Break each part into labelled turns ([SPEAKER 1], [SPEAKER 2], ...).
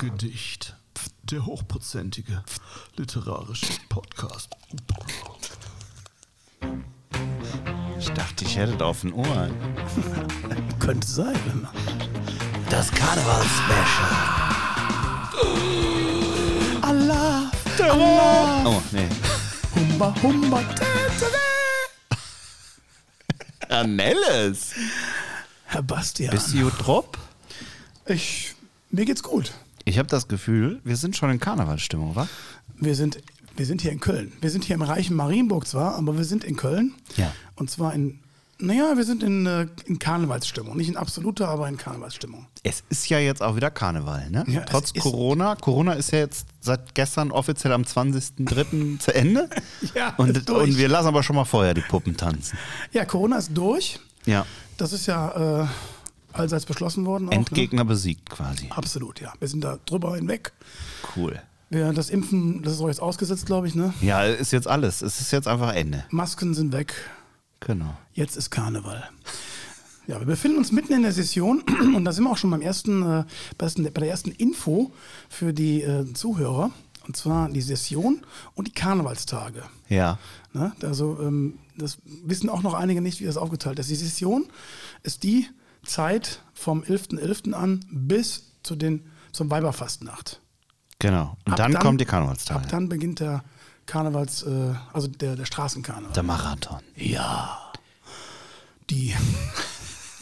[SPEAKER 1] Gedicht. Der hochprozentige literarische Podcast.
[SPEAKER 2] Ich dachte, ich hätte das auf den Ohren.
[SPEAKER 1] Könnte sein.
[SPEAKER 3] Das Karneval-Special.
[SPEAKER 2] Oh, nee.
[SPEAKER 1] Humba, humba.
[SPEAKER 2] Herr Nelles!
[SPEAKER 1] Herr Bastian.
[SPEAKER 2] Bist du gut drop?
[SPEAKER 1] Ich, mir geht's gut.
[SPEAKER 2] Ich habe das Gefühl, wir sind schon in Karnevalsstimmung, wa?
[SPEAKER 1] Wir sind, wir sind hier in Köln. Wir sind hier im reichen Marienburg zwar, aber wir sind in Köln.
[SPEAKER 2] Ja.
[SPEAKER 1] Und zwar in, naja, wir sind in, äh, in Karnevalsstimmung. Nicht in absoluter, aber in Karnevalsstimmung.
[SPEAKER 2] Es ist ja jetzt auch wieder Karneval, ne?
[SPEAKER 1] Ja,
[SPEAKER 2] Trotz
[SPEAKER 1] es ist-
[SPEAKER 2] Corona. Corona ist ja jetzt seit gestern offiziell am 20.03. zu Ende.
[SPEAKER 1] Ja, ist
[SPEAKER 2] und,
[SPEAKER 1] durch.
[SPEAKER 2] und wir lassen aber schon mal vorher die Puppen tanzen.
[SPEAKER 1] Ja, Corona ist durch.
[SPEAKER 2] Ja.
[SPEAKER 1] Das ist ja äh, allseits beschlossen worden. Auch,
[SPEAKER 2] Endgegner besiegt quasi.
[SPEAKER 1] Ne? Absolut, ja. Wir sind da drüber hinweg.
[SPEAKER 2] Cool.
[SPEAKER 1] Wir, das Impfen, das ist auch jetzt ausgesetzt, glaube ich, ne?
[SPEAKER 2] Ja, ist jetzt alles. Es ist jetzt einfach Ende.
[SPEAKER 1] Masken sind weg.
[SPEAKER 2] Genau.
[SPEAKER 1] Jetzt ist Karneval. Ja, wir befinden uns mitten in der Session und da sind wir auch schon beim ersten, äh, bei ersten- bei der ersten Info für die äh, Zuhörer. Und zwar die Session und die Karnevalstage.
[SPEAKER 2] Ja.
[SPEAKER 1] Ne? Also ähm, das wissen auch noch einige nicht, wie das aufgeteilt ist. Die Session ist die Zeit vom 11.11. an bis zu den, zum Weiberfastnacht.
[SPEAKER 2] Genau. Und
[SPEAKER 1] Ab
[SPEAKER 2] dann, kommt die Karnevalstage.
[SPEAKER 1] Ab dann beginnt der Karnevals, äh, also der, der Straßenkarneval.
[SPEAKER 2] Der Marathon.
[SPEAKER 1] Ja. Die.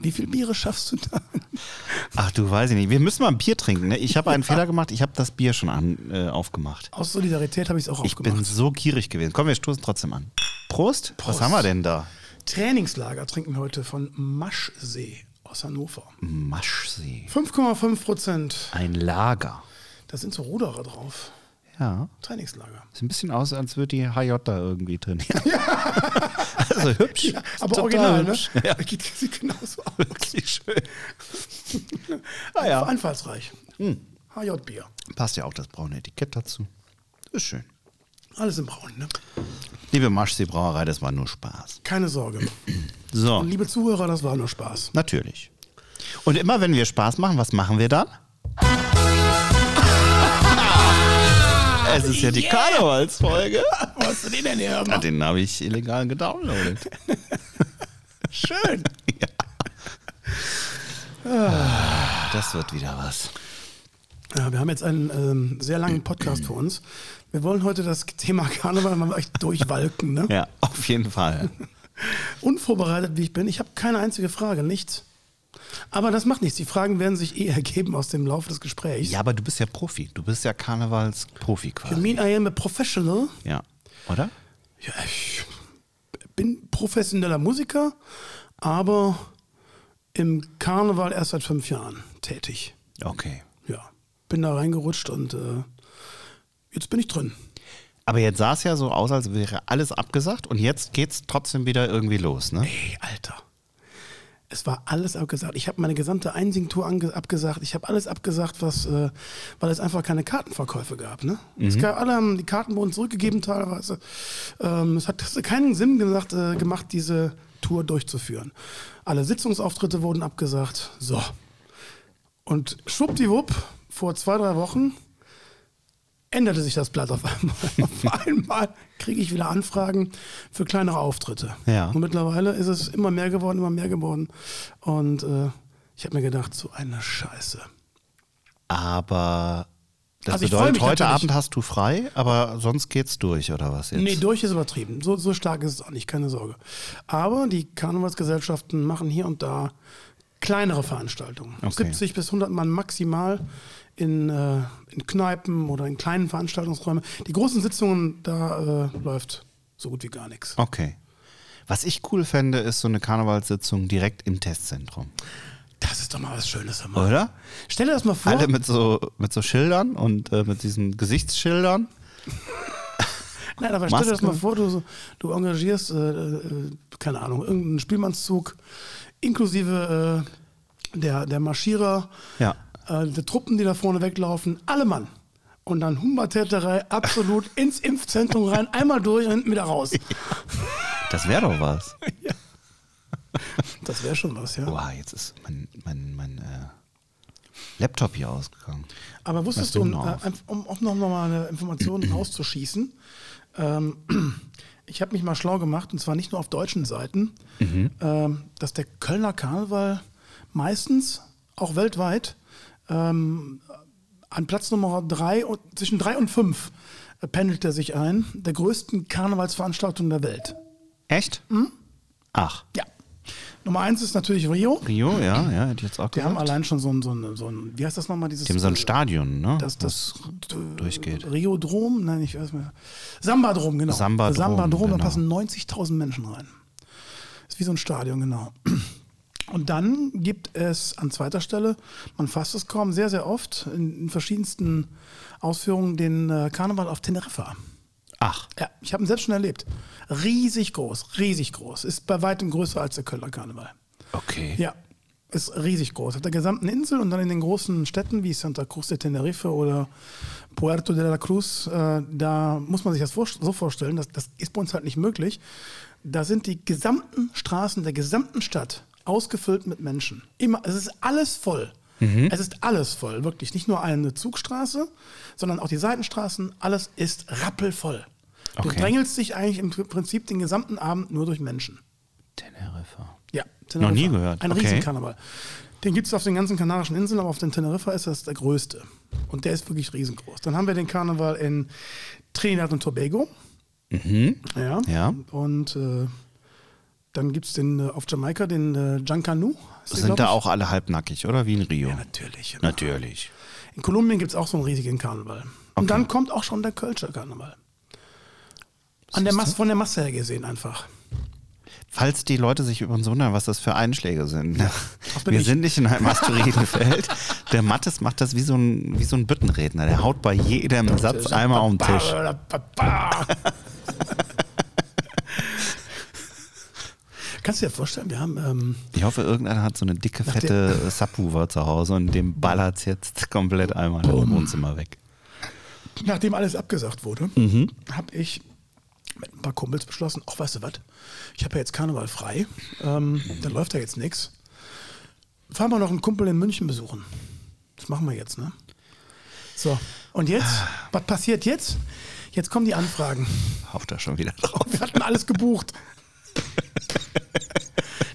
[SPEAKER 1] Wie viel Biere schaffst du da?
[SPEAKER 2] Ach du, weiß ich nicht. Wir müssen mal ein Bier trinken. Ne? Ich habe einen Fehler gemacht. Ich habe das Bier schon an, äh, aufgemacht.
[SPEAKER 1] Aus Solidarität habe ich es auch
[SPEAKER 2] Ich bin
[SPEAKER 1] aufgemacht.
[SPEAKER 2] so gierig gewesen. Komm, wir stoßen trotzdem an. Prost. Was
[SPEAKER 1] Prost.
[SPEAKER 2] haben wir denn da?
[SPEAKER 1] Trainingslager trinken wir heute von Maschsee aus Hannover.
[SPEAKER 2] Maschsee.
[SPEAKER 1] 5,5 Prozent.
[SPEAKER 2] Ein Lager.
[SPEAKER 1] Da sind so Ruderer drauf.
[SPEAKER 2] Ja.
[SPEAKER 1] Trainingslager.
[SPEAKER 2] Sieht ein bisschen aus, als würde die HJ da irgendwie trainieren. also hübsch.
[SPEAKER 1] Aber
[SPEAKER 2] Total
[SPEAKER 1] original, ne?
[SPEAKER 2] hübsch.
[SPEAKER 1] Ja. Sieht genauso aus.
[SPEAKER 2] Wirklich schön. ah ja.
[SPEAKER 1] Einfallsreich. Hm. HJ-Bier.
[SPEAKER 2] Passt ja auch das braune Etikett dazu. Ist schön.
[SPEAKER 1] Alles im Braun, ne?
[SPEAKER 2] Liebe Maschsee Brauerei, das war nur Spaß.
[SPEAKER 1] Keine Sorge.
[SPEAKER 2] So,
[SPEAKER 1] Und liebe Zuhörer, das war nur Spaß.
[SPEAKER 2] natürlich. Und immer wenn wir Spaß machen, was machen wir dann? es ist ja die Karnevalsfolge.
[SPEAKER 1] Was hast du den denn hier
[SPEAKER 2] Ja,
[SPEAKER 1] gemacht?
[SPEAKER 2] den habe ich illegal gedownloadet.
[SPEAKER 1] Schön.
[SPEAKER 2] Das wird wieder was.
[SPEAKER 1] Ja, wir haben jetzt einen ähm, sehr langen Podcast vor uns. Wir wollen heute das Thema Karneval mal echt durchwalken. Ne?
[SPEAKER 2] Ja, auf jeden Fall.
[SPEAKER 1] Unvorbereitet, wie ich bin, ich habe keine einzige Frage, nichts. Aber das macht nichts. Die Fragen werden sich eh ergeben aus dem Laufe des Gesprächs.
[SPEAKER 2] Ja, aber du bist ja Profi. Du bist ja Karnevalsprofi
[SPEAKER 1] You
[SPEAKER 2] quasi.
[SPEAKER 1] mean I am a professional?
[SPEAKER 2] Ja, oder?
[SPEAKER 1] Ja, ich bin professioneller Musiker, aber im Karneval erst seit fünf Jahren tätig.
[SPEAKER 2] Okay.
[SPEAKER 1] Ja, bin da reingerutscht und äh, jetzt bin ich drin.
[SPEAKER 2] Aber jetzt sah es ja so aus, als wäre alles abgesagt und jetzt geht's trotzdem wieder irgendwie los, ne?
[SPEAKER 1] Ey, Alter. Es war alles abgesagt. Ich habe meine gesamte Einsingtour ange- abgesagt. Ich habe alles abgesagt, was, äh, weil es einfach keine Kartenverkäufe gab. Ne? Es gab, alle haben die Karten wurden zurückgegeben teilweise. Ähm, es hat keinen Sinn gesagt, äh, gemacht, diese Tour durchzuführen. Alle Sitzungsauftritte wurden abgesagt. So. Und schwuppdiwupp, vor zwei, drei Wochen änderte sich das Blatt auf einmal. auf einmal kriege ich wieder Anfragen für kleinere Auftritte.
[SPEAKER 2] Ja.
[SPEAKER 1] Und mittlerweile ist es immer mehr geworden, immer mehr geworden. Und äh, ich habe mir gedacht, so eine Scheiße.
[SPEAKER 2] Aber das
[SPEAKER 1] Also ich freu
[SPEAKER 2] bedeutet,
[SPEAKER 1] mich
[SPEAKER 2] heute
[SPEAKER 1] natürlich.
[SPEAKER 2] Abend hast du frei, aber sonst geht's durch, oder was jetzt?
[SPEAKER 1] Nee, durch ist übertrieben. So, so stark ist es auch nicht, keine Sorge. Aber die Karnevalsgesellschaften machen hier und da kleinere Veranstaltungen.
[SPEAKER 2] Okay.
[SPEAKER 1] 70 bis 100 Mann maximal in, äh, in Kneipen oder in kleinen Veranstaltungsräumen. Die großen Sitzungen, da äh, läuft so gut wie gar nichts.
[SPEAKER 2] Okay. Was ich cool fände, ist so eine Karnevalssitzung direkt im Testzentrum.
[SPEAKER 1] Das ist doch mal was Schönes. Hör mal.
[SPEAKER 2] Oder?
[SPEAKER 1] Stell dir das mal vor.
[SPEAKER 2] Alle mit so, mit so Schildern und äh, mit diesen Gesichtsschildern.
[SPEAKER 1] Nein, aber stell dir das
[SPEAKER 2] Maske.
[SPEAKER 1] mal vor, du, du engagierst, äh, äh, keine Ahnung, irgendeinen Spielmannszug inklusive äh, der, der Marschierer,
[SPEAKER 2] Ja.
[SPEAKER 1] äh, der Truppen, die da vorne weglaufen, alle Mann. Und dann Humbertäterei absolut ins Impfzentrum rein, einmal durch und hinten wieder raus.
[SPEAKER 2] Das wäre doch was.
[SPEAKER 1] Das wäre schon was, ja.
[SPEAKER 2] Boah, jetzt ist mein, mein, mein äh, Laptop hier ausgegangen.
[SPEAKER 1] Aber wusstest
[SPEAKER 2] du
[SPEAKER 1] du, um,
[SPEAKER 2] noch auf?
[SPEAKER 1] äh, um auch noch mal eine Information rauszuschießen, ähm, ich habe mich mal schlau gemacht, und zwar nicht nur auf deutschen Seiten,
[SPEAKER 2] Mhm.
[SPEAKER 1] ähm, dass der Kölner Karneval meistens, auch weltweit, ähm, an Platz Nummer drei und zwischen drei und fünf äh, pendelt er sich ein, der größten Karnevalsveranstaltung der Welt.
[SPEAKER 2] Echt?
[SPEAKER 1] Hm?
[SPEAKER 2] Ach.
[SPEAKER 1] Ja. Nummer eins ist natürlich Rio.
[SPEAKER 2] Rio, ja, ja, hätte ich jetzt auch
[SPEAKER 1] Die haben
[SPEAKER 2] gesagt.
[SPEAKER 1] allein schon so ein, so ein, so ein wie heißt das nochmal, dieses
[SPEAKER 2] Die haben so ein Stadion, ne?
[SPEAKER 1] dass das
[SPEAKER 2] durchgeht.
[SPEAKER 1] Riodrom, nein, ich weiß nicht. Sambadrom, genau.
[SPEAKER 2] Sambadrom,
[SPEAKER 1] Sambadrom, da
[SPEAKER 2] genau.
[SPEAKER 1] passen 90.000 Menschen rein. Ist wie so ein Stadion, genau. Und dann gibt es an zweiter Stelle, man fasst es kaum, sehr, sehr oft in, in verschiedensten Ausführungen den äh, Karneval auf Teneriffa.
[SPEAKER 2] Ach.
[SPEAKER 1] Ja, ich habe ihn selbst schon erlebt. Riesig groß, riesig groß. Ist bei weitem größer als der Kölner Karneval.
[SPEAKER 2] Okay.
[SPEAKER 1] Ja, ist riesig groß. Auf der gesamten Insel und dann in den großen Städten wie Santa Cruz de Tenerife oder Puerto de la Cruz, äh, da muss man sich das vor, so vorstellen, das, das ist bei uns halt nicht möglich. Da sind die gesamten Straßen der gesamten Stadt ausgefüllt mit Menschen. Immer, es ist alles voll. Es ist alles voll, wirklich. Nicht nur eine Zugstraße, sondern auch die Seitenstraßen. Alles ist rappelvoll. Du
[SPEAKER 2] Okay.
[SPEAKER 1] drängelst dich eigentlich im Prinzip den gesamten Abend nur durch Menschen.
[SPEAKER 2] Teneriffa.
[SPEAKER 1] Ja,
[SPEAKER 2] Noch nie gehört.
[SPEAKER 1] Ein
[SPEAKER 2] Okay.
[SPEAKER 1] Riesenkarneval. Den gibt es auf den ganzen Kanarischen Inseln, aber auf den Teneriffa ist das der größte. Und der ist wirklich riesengroß. Dann haben wir den Karneval in Trinidad und Tobago. Mhm. Ja.
[SPEAKER 2] Ja.
[SPEAKER 1] Und äh, dann gibt es den äh, auf Jamaika, den äh, Jankanu. Ist der,
[SPEAKER 2] Sind
[SPEAKER 1] glaub
[SPEAKER 2] da
[SPEAKER 1] ich?
[SPEAKER 2] auch alle halbnackig, oder? Wie in Rio.
[SPEAKER 1] Ja, natürlich.
[SPEAKER 2] Natürlich.
[SPEAKER 1] In Kolumbien gibt es auch so einen riesigen Karneval.
[SPEAKER 2] Okay.
[SPEAKER 1] Und dann kommt auch schon der Kölscher Karneval. An der Masse, von der Masse her gesehen einfach.
[SPEAKER 2] Falls die Leute sich übrigens wundern, was das für Einschläge sind. ne?
[SPEAKER 1] bin
[SPEAKER 2] Wir
[SPEAKER 1] ich.
[SPEAKER 2] sind nicht in einem Asteroidenfeld. Der Mattes macht das wie so, ein, wie so ein Büttenredner. Der haut bei jedem Satz einmal auf den Tisch.
[SPEAKER 1] Kannst du dir vorstellen, wir haben ähm,
[SPEAKER 2] Ich hoffe, irgendeiner hat so eine dicke, fette Subwoofer zu Hause und dem ballert jetzt komplett einmal im Wohnzimmer weg.
[SPEAKER 1] nachdem alles abgesagt wurde,
[SPEAKER 2] Mhm.
[SPEAKER 1] habe ich mit ein paar Kumpels beschlossen, ach weißt du was, ich habe ja jetzt Karneval frei, ähm, dann
[SPEAKER 2] Mhm.
[SPEAKER 1] läuft ja jetzt nichts. Fahren wir noch einen Kumpel in München besuchen. Das machen wir jetzt, ne? So, und jetzt?
[SPEAKER 2] Ah.
[SPEAKER 1] Was passiert jetzt? Jetzt kommen die Anfragen.
[SPEAKER 2] Haucht da schon wieder drauf.
[SPEAKER 1] Und wir hatten alles gebucht.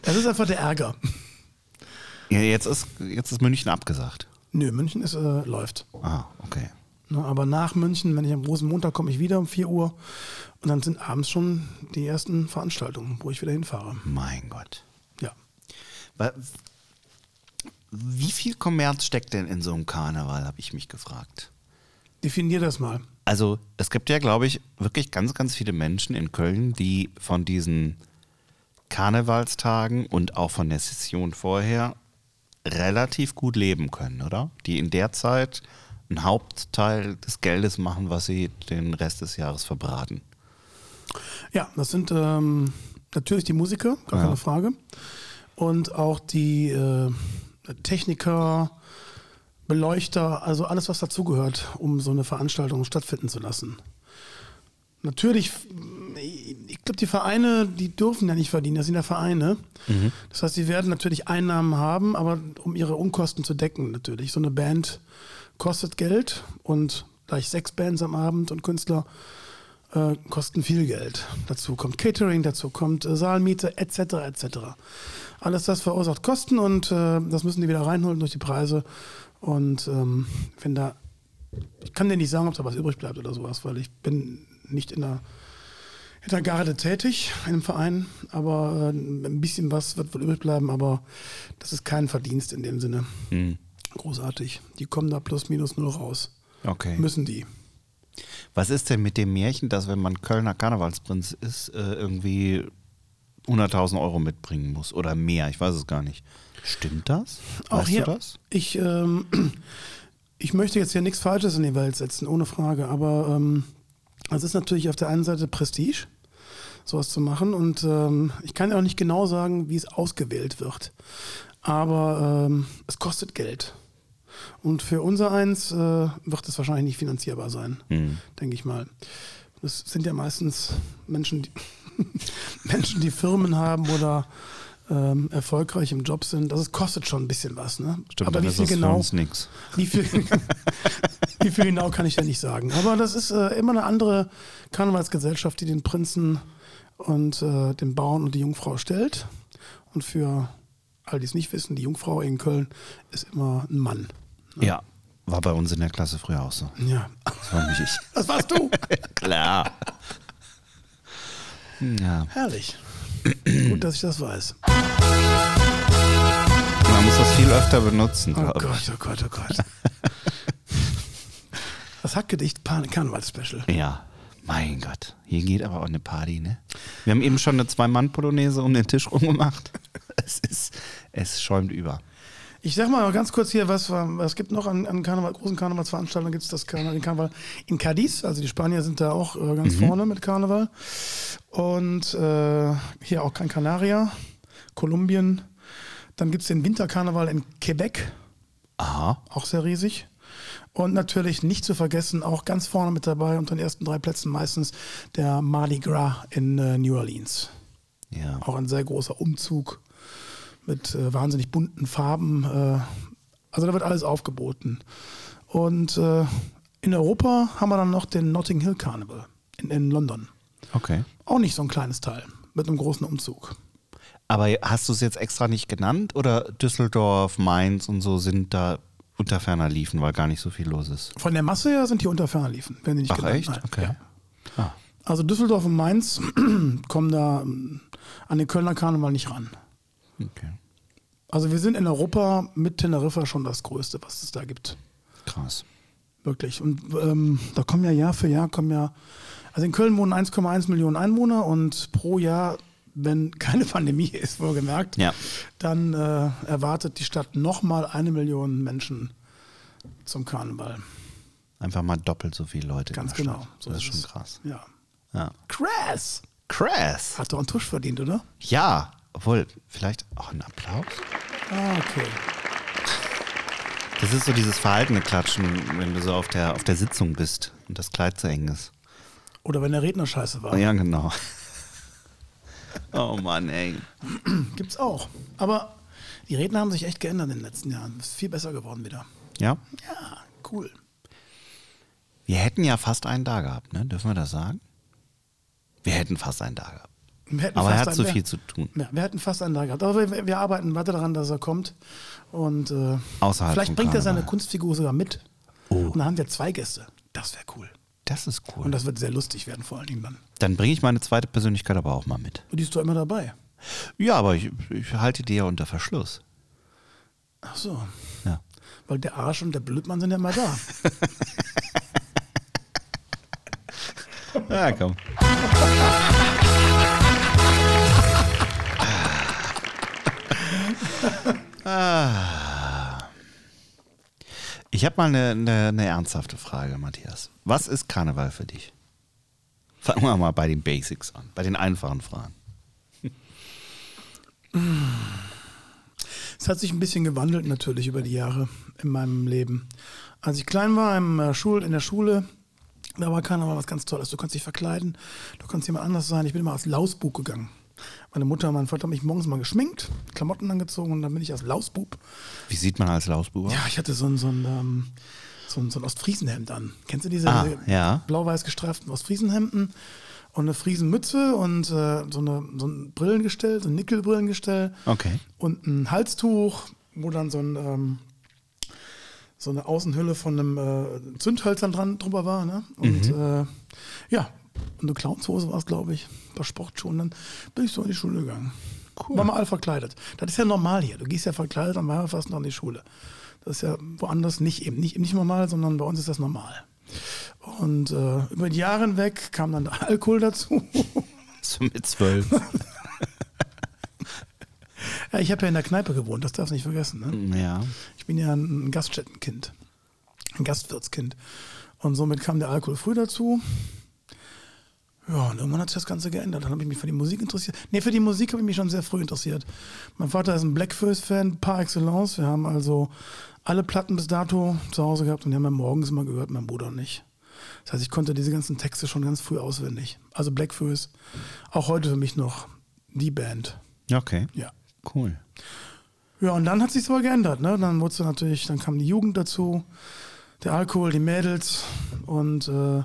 [SPEAKER 1] Das ist einfach der Ärger.
[SPEAKER 2] Ja, jetzt, ist, jetzt ist München abgesagt.
[SPEAKER 1] Nö, München ist, äh, läuft.
[SPEAKER 2] Ah, okay.
[SPEAKER 1] Ne, aber nach München, wenn ich am großen Montag komme, ich wieder um 4 Uhr. Und dann sind abends schon die ersten Veranstaltungen, wo ich wieder hinfahre.
[SPEAKER 2] Mein Gott.
[SPEAKER 1] Ja.
[SPEAKER 2] Wa- Wie viel Kommerz steckt denn in so einem Karneval, habe ich mich gefragt.
[SPEAKER 1] Definier das mal.
[SPEAKER 2] Also es gibt ja, glaube ich, wirklich ganz, ganz viele Menschen in Köln, die von diesen Karnevalstagen und auch von der Session vorher relativ gut leben können, oder? Die in der Zeit einen Hauptteil des Geldes machen, was sie den Rest des Jahres verbraten.
[SPEAKER 1] Ja, das sind ähm, natürlich die Musiker, gar
[SPEAKER 2] Ja.
[SPEAKER 1] keine Frage. Und auch die äh, Techniker, Beleuchter, also alles, was dazugehört, um so eine Veranstaltung stattfinden zu lassen. Natürlich, äh, ich glaube, die Vereine, die dürfen ja nicht verdienen, das sind ja Vereine. Das heißt, sie werden natürlich Einnahmen haben, aber um ihre Unkosten zu decken, natürlich. So eine Band kostet Geld und gleich sechs Bands am Abend und Künstler äh, kosten viel Geld. Dazu kommt Catering, dazu kommt äh, Saalmiete etc. etc. Alles das verursacht Kosten und äh, das müssen die wieder reinholen durch die Preise. Und ähm, wenn da, ich kann dir nicht sagen, ob da was übrig bleibt oder sowas, weil ich bin nicht in der in der Garde tätig, in einem Verein, aber äh, ein bisschen was wird wohl übrig bleiben, aber das ist kein Verdienst in dem Sinne.
[SPEAKER 2] Hm.
[SPEAKER 1] Großartig. Die kommen da plus minus null raus.
[SPEAKER 2] Okay.
[SPEAKER 1] Müssen die.
[SPEAKER 2] Was ist denn mit dem Märchen, dass wenn man Kölner Karnevalsprinz ist, äh, irgendwie 100.000 Euro mitbringen muss oder mehr? Ich weiß es gar nicht. Stimmt das?
[SPEAKER 1] Auch
[SPEAKER 2] weißt
[SPEAKER 1] hier,
[SPEAKER 2] du das?
[SPEAKER 1] Ich, ähm, ich möchte jetzt hier nichts Falsches in die Welt setzen, ohne Frage. Aber ähm, es ist natürlich auf der einen Seite Prestige, sowas zu machen. Und ähm, ich kann ja auch nicht genau sagen, wie es ausgewählt wird. Aber ähm, es kostet Geld. Und für unser eins äh, wird es wahrscheinlich nicht finanzierbar sein,
[SPEAKER 2] Hm.
[SPEAKER 1] denke ich mal. Das sind ja meistens Menschen, die, Menschen, die Firmen haben oder ähm, erfolgreich im Job sind. Also es kostet schon ein bisschen was, ne?
[SPEAKER 2] Stimmt,
[SPEAKER 1] Aber
[SPEAKER 2] dann
[SPEAKER 1] wie
[SPEAKER 2] ist
[SPEAKER 1] viel
[SPEAKER 2] das für
[SPEAKER 1] genau?
[SPEAKER 2] uns nichts.
[SPEAKER 1] Wie viel, wie viel genau kann ich ja nicht sagen. Aber das ist äh, immer eine andere Karnevalsgesellschaft, die den Prinzen und äh, den Bauern und die Jungfrau stellt. Und für all die es nicht wissen, die Jungfrau in Köln ist immer ein Mann.
[SPEAKER 2] Ja, war bei uns in der Klasse früher auch so.
[SPEAKER 1] Ja.
[SPEAKER 2] Das war nicht ich.
[SPEAKER 1] Das warst du.
[SPEAKER 2] Klar. Ja.
[SPEAKER 1] Herrlich. Gut, dass ich das weiß.
[SPEAKER 2] Man muss das viel öfter benutzen,
[SPEAKER 1] Oh
[SPEAKER 2] glaube
[SPEAKER 1] Gott, oh Gott, oh Gott. Das Hackgedicht Pan- Karneval-Special.
[SPEAKER 2] ich. Ja. Mein Gott. Hier geht aber auch eine Party, ne? Wir haben eben schon eine Zwei-Mann-Polonaise um den Tisch rumgemacht. Es ist, es schäumt über.
[SPEAKER 1] Ich sag mal ganz kurz hier, was, war- was gibt noch an, an Karneval, großen Karnevalsveranstaltungen? Gibt es das Karneval, den Karneval in Cadiz? Also die Spanier sind da auch äh, ganz vorne mit Karneval. Und äh, hier auch Gran Canaria, Kolumbien. Dann gibt es den Winterkarneval in Quebec,
[SPEAKER 2] Aha.
[SPEAKER 1] auch sehr riesig. Und natürlich nicht zu vergessen, auch ganz vorne mit dabei unter den ersten drei Plätzen meistens der Mardi Gras in äh, New Orleans
[SPEAKER 2] Ja.
[SPEAKER 1] auch ein sehr großer Umzug mit äh, wahnsinnig bunten Farben. Äh, also da wird alles aufgeboten. Und äh, in Europa haben wir dann noch den Notting Hill Carnival in, in London.
[SPEAKER 2] Okay.
[SPEAKER 1] Auch nicht so ein kleines Teil mit einem großen Umzug.
[SPEAKER 2] Aber hast du es jetzt extra nicht genannt oder Düsseldorf, Mainz und so sind da unter ferner liefen, weil gar nicht so viel los ist?
[SPEAKER 1] Von der Masse her sind die unter Ferner liefen, wenn die nicht
[SPEAKER 2] Ach
[SPEAKER 1] genannt.
[SPEAKER 2] echt?
[SPEAKER 1] Nein.
[SPEAKER 2] Okay.
[SPEAKER 1] Ja.
[SPEAKER 2] Ah.
[SPEAKER 1] Also Düsseldorf und Mainz kommen da ähm, an den Kölner Karneval nicht ran.
[SPEAKER 2] okay.
[SPEAKER 1] Also wir sind in Europa mit Teneriffa schon das Größte, was es da gibt.
[SPEAKER 2] Krass.
[SPEAKER 1] Wirklich. Und ähm, da kommen ja Jahr für Jahr, kommen ja, also in Köln wohnen 1,1 Millionen Einwohner und pro Jahr, wenn keine Pandemie ist, wohlgemerkt,
[SPEAKER 2] Ja.
[SPEAKER 1] dann äh, erwartet die Stadt nochmal eine Million Menschen zum Karneval.
[SPEAKER 2] Einfach mal doppelt so viele Leute. in
[SPEAKER 1] Ganz
[SPEAKER 2] der
[SPEAKER 1] genau.
[SPEAKER 2] Stadt. das ist schon
[SPEAKER 1] es.
[SPEAKER 2] krass.
[SPEAKER 1] Ja.
[SPEAKER 2] Ja.
[SPEAKER 1] Crass!
[SPEAKER 2] Krass.
[SPEAKER 1] Hat er einen Tusch verdient, oder?
[SPEAKER 2] Ja. Obwohl, vielleicht auch ein Applaus?
[SPEAKER 1] Ah, okay.
[SPEAKER 2] Das ist so dieses verhaltene Klatschen, wenn du so auf der, auf der Sitzung bist und das Kleid zu eng ist.
[SPEAKER 1] Oder wenn der Redner scheiße war.
[SPEAKER 2] Ja, genau. Oh Mann, ey.
[SPEAKER 1] Gibt's auch. Aber die Redner haben sich echt geändert in den letzten Jahren. Ist viel besser geworden wieder.
[SPEAKER 2] Ja?
[SPEAKER 1] Ja, cool.
[SPEAKER 2] Wir hätten ja fast einen da gehabt, ne? Dürfen wir das sagen? Wir hätten fast einen da gehabt.
[SPEAKER 1] Wir hätten
[SPEAKER 2] Aber er
[SPEAKER 1] fast
[SPEAKER 2] hat
[SPEAKER 1] einen
[SPEAKER 2] so
[SPEAKER 1] mehr.
[SPEAKER 2] viel zu tun.
[SPEAKER 1] Ja, wir hätten fast einen da gehabt. Aber wir, wir arbeiten weiter daran, dass er kommt. Und äh,
[SPEAKER 2] Außerhalb
[SPEAKER 1] vielleicht
[SPEAKER 2] vom
[SPEAKER 1] bringt er
[SPEAKER 2] Karneval.
[SPEAKER 1] seine Kunstfigur sogar mit.
[SPEAKER 2] Oh.
[SPEAKER 1] Und dann haben wir zwei Gäste. Das wäre cool.
[SPEAKER 2] Das ist cool.
[SPEAKER 1] Und das wird sehr lustig werden, vor allen Dingen dann.
[SPEAKER 2] Dann bringe ich meine zweite Persönlichkeit aber auch mal mit.
[SPEAKER 1] Und die ist doch immer dabei.
[SPEAKER 2] Ja, aber ich, ich halte die ja unter Verschluss.
[SPEAKER 1] Ach so.
[SPEAKER 2] Ja.
[SPEAKER 1] Weil der Arsch und der Blödmann sind ja immer da.
[SPEAKER 2] Ja, komm. Ich habe mal eine, eine, eine ernsthafte Frage, Matthias. Was ist Karneval für dich? Fangen wir mal bei den Basics an, bei den einfachen Fragen.
[SPEAKER 1] Es hat sich ein bisschen gewandelt natürlich über die Jahre in meinem Leben. Als ich klein war im äh, Schul, in der Schule, da war Karneval was ganz Tolles. Du konntest dich verkleiden, du konntest jemand anders sein. Ich bin immer als Lausbub gegangen. Meine Mutter und mein Vater haben mich morgens mal geschminkt, Klamotten angezogen und dann bin ich als Lausbub.
[SPEAKER 2] Wie sieht man als Lausbuber?
[SPEAKER 1] Ja, ich hatte so ein, so ein, ähm, so ein, so ein Ostfriesenhemd an. Kennst du diese,
[SPEAKER 2] Ah,
[SPEAKER 1] diese
[SPEAKER 2] ja.
[SPEAKER 1] blau-weiß gestreiften Ostfriesenhemden? Und eine Friesenmütze und äh, so, eine, so ein Brillengestell, so ein Nickelbrillengestell
[SPEAKER 2] Okay.
[SPEAKER 1] und ein Halstuch, wo dann so, ein, ähm, so eine Außenhülle von einem äh, Zündhölzern dran drüber war. Ne? Und äh, ja, und eine Clownshose war es, glaube ich, ein paar Sportschuhe. Und dann bin ich so in die Schule gegangen. Cool. Waren wir alle verkleidet. Das ist ja normal hier. Du gehst ja verkleidet am Weiberfasten an die Schule. Das ist ja woanders nicht eben nicht, eben nicht normal, sondern bei uns ist das normal. Und äh, über die Jahre hinweg kam dann der Alkohol dazu.
[SPEAKER 2] So mit zwölf.
[SPEAKER 1] ja, ich habe ja in der Kneipe gewohnt, das darfst du nicht vergessen. Ne?
[SPEAKER 2] ja.
[SPEAKER 1] Ich bin ja ein Gaststättenkind, ein Gastwirtskind. Und somit kam der Alkohol früh dazu. Ja, und irgendwann hat sich das Ganze geändert. Dann habe ich mich für die Musik interessiert. Nee, für die Musik habe ich mich schon sehr früh interessiert. Mein Vater ist ein Blackfirst-Fan par excellence. Wir haben also alle Platten bis dato zu Hause gehabt und die haben wir morgens immer gehört, mein Bruder und ich. Das heißt, ich konnte diese ganzen Texte schon ganz früh auswendig. Also Blackfirst, auch heute für mich noch die Band.
[SPEAKER 2] Ja, Okay.
[SPEAKER 1] Ja.
[SPEAKER 2] Cool.
[SPEAKER 1] Ja, und dann hat sich's aber geändert, ne? Dann wurde natürlich, dann kam die Jugend dazu, der Alkohol, die Mädels und äh,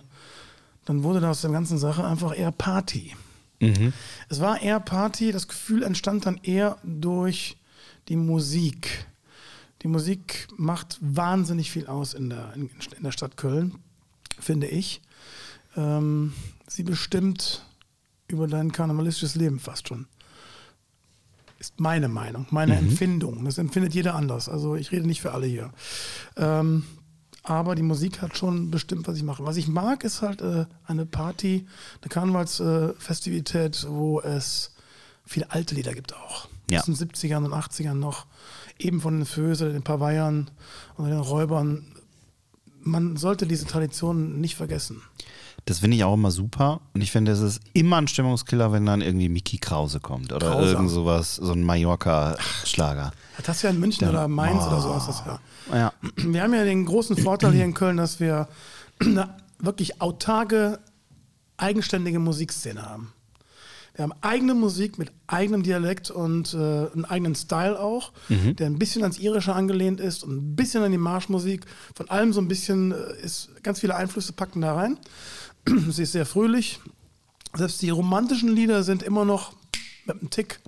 [SPEAKER 1] dann wurde da aus der ganzen Sache einfach eher Party.
[SPEAKER 2] Mhm.
[SPEAKER 1] Es war eher Party, das Gefühl entstand dann eher durch die Musik. Die Musik macht wahnsinnig viel aus in der, in, in der Stadt Köln, finde ich. Ähm, sie bestimmt über dein karnevalistisches Leben fast schon. Ist meine Meinung, meine Empfindung. Das empfindet jeder anders. Also ich rede nicht für alle hier. Ähm, aber die Musik hat schon bestimmt, was ich mache. Was ich mag, ist halt äh, eine Party, eine Karnevalsfestivität, äh, wo es viele alte Lieder gibt auch.
[SPEAKER 2] Ja.
[SPEAKER 1] Aus den 70ern und 80ern noch. Eben von den Föse, den Paweiern und den Räubern. Man sollte diese Traditionen nicht vergessen.
[SPEAKER 2] Das finde ich auch immer super. Und ich finde, es ist immer ein Stimmungskiller, wenn dann irgendwie Mickey Krause kommt oder
[SPEAKER 1] Krause.
[SPEAKER 2] irgend sowas, so ein Mallorca-Schlager.
[SPEAKER 1] Das hast du ja in München oder Mainz oder so hast du das ja.
[SPEAKER 2] Ja.
[SPEAKER 1] Wir haben ja den großen Vorteil hier in Köln, dass wir eine wirklich autarke, eigenständige Musikszene haben. Wir haben eigene Musik mit eigenem Dialekt und äh, einen eigenen Style auch, der ein bisschen ans Irische angelehnt ist und ein bisschen an die Marschmusik. Von allem so ein bisschen äh, ist ganz viele Einflüsse packen da rein. Sie ist sehr fröhlich. Selbst die romantischen Lieder sind immer noch mit einem Tick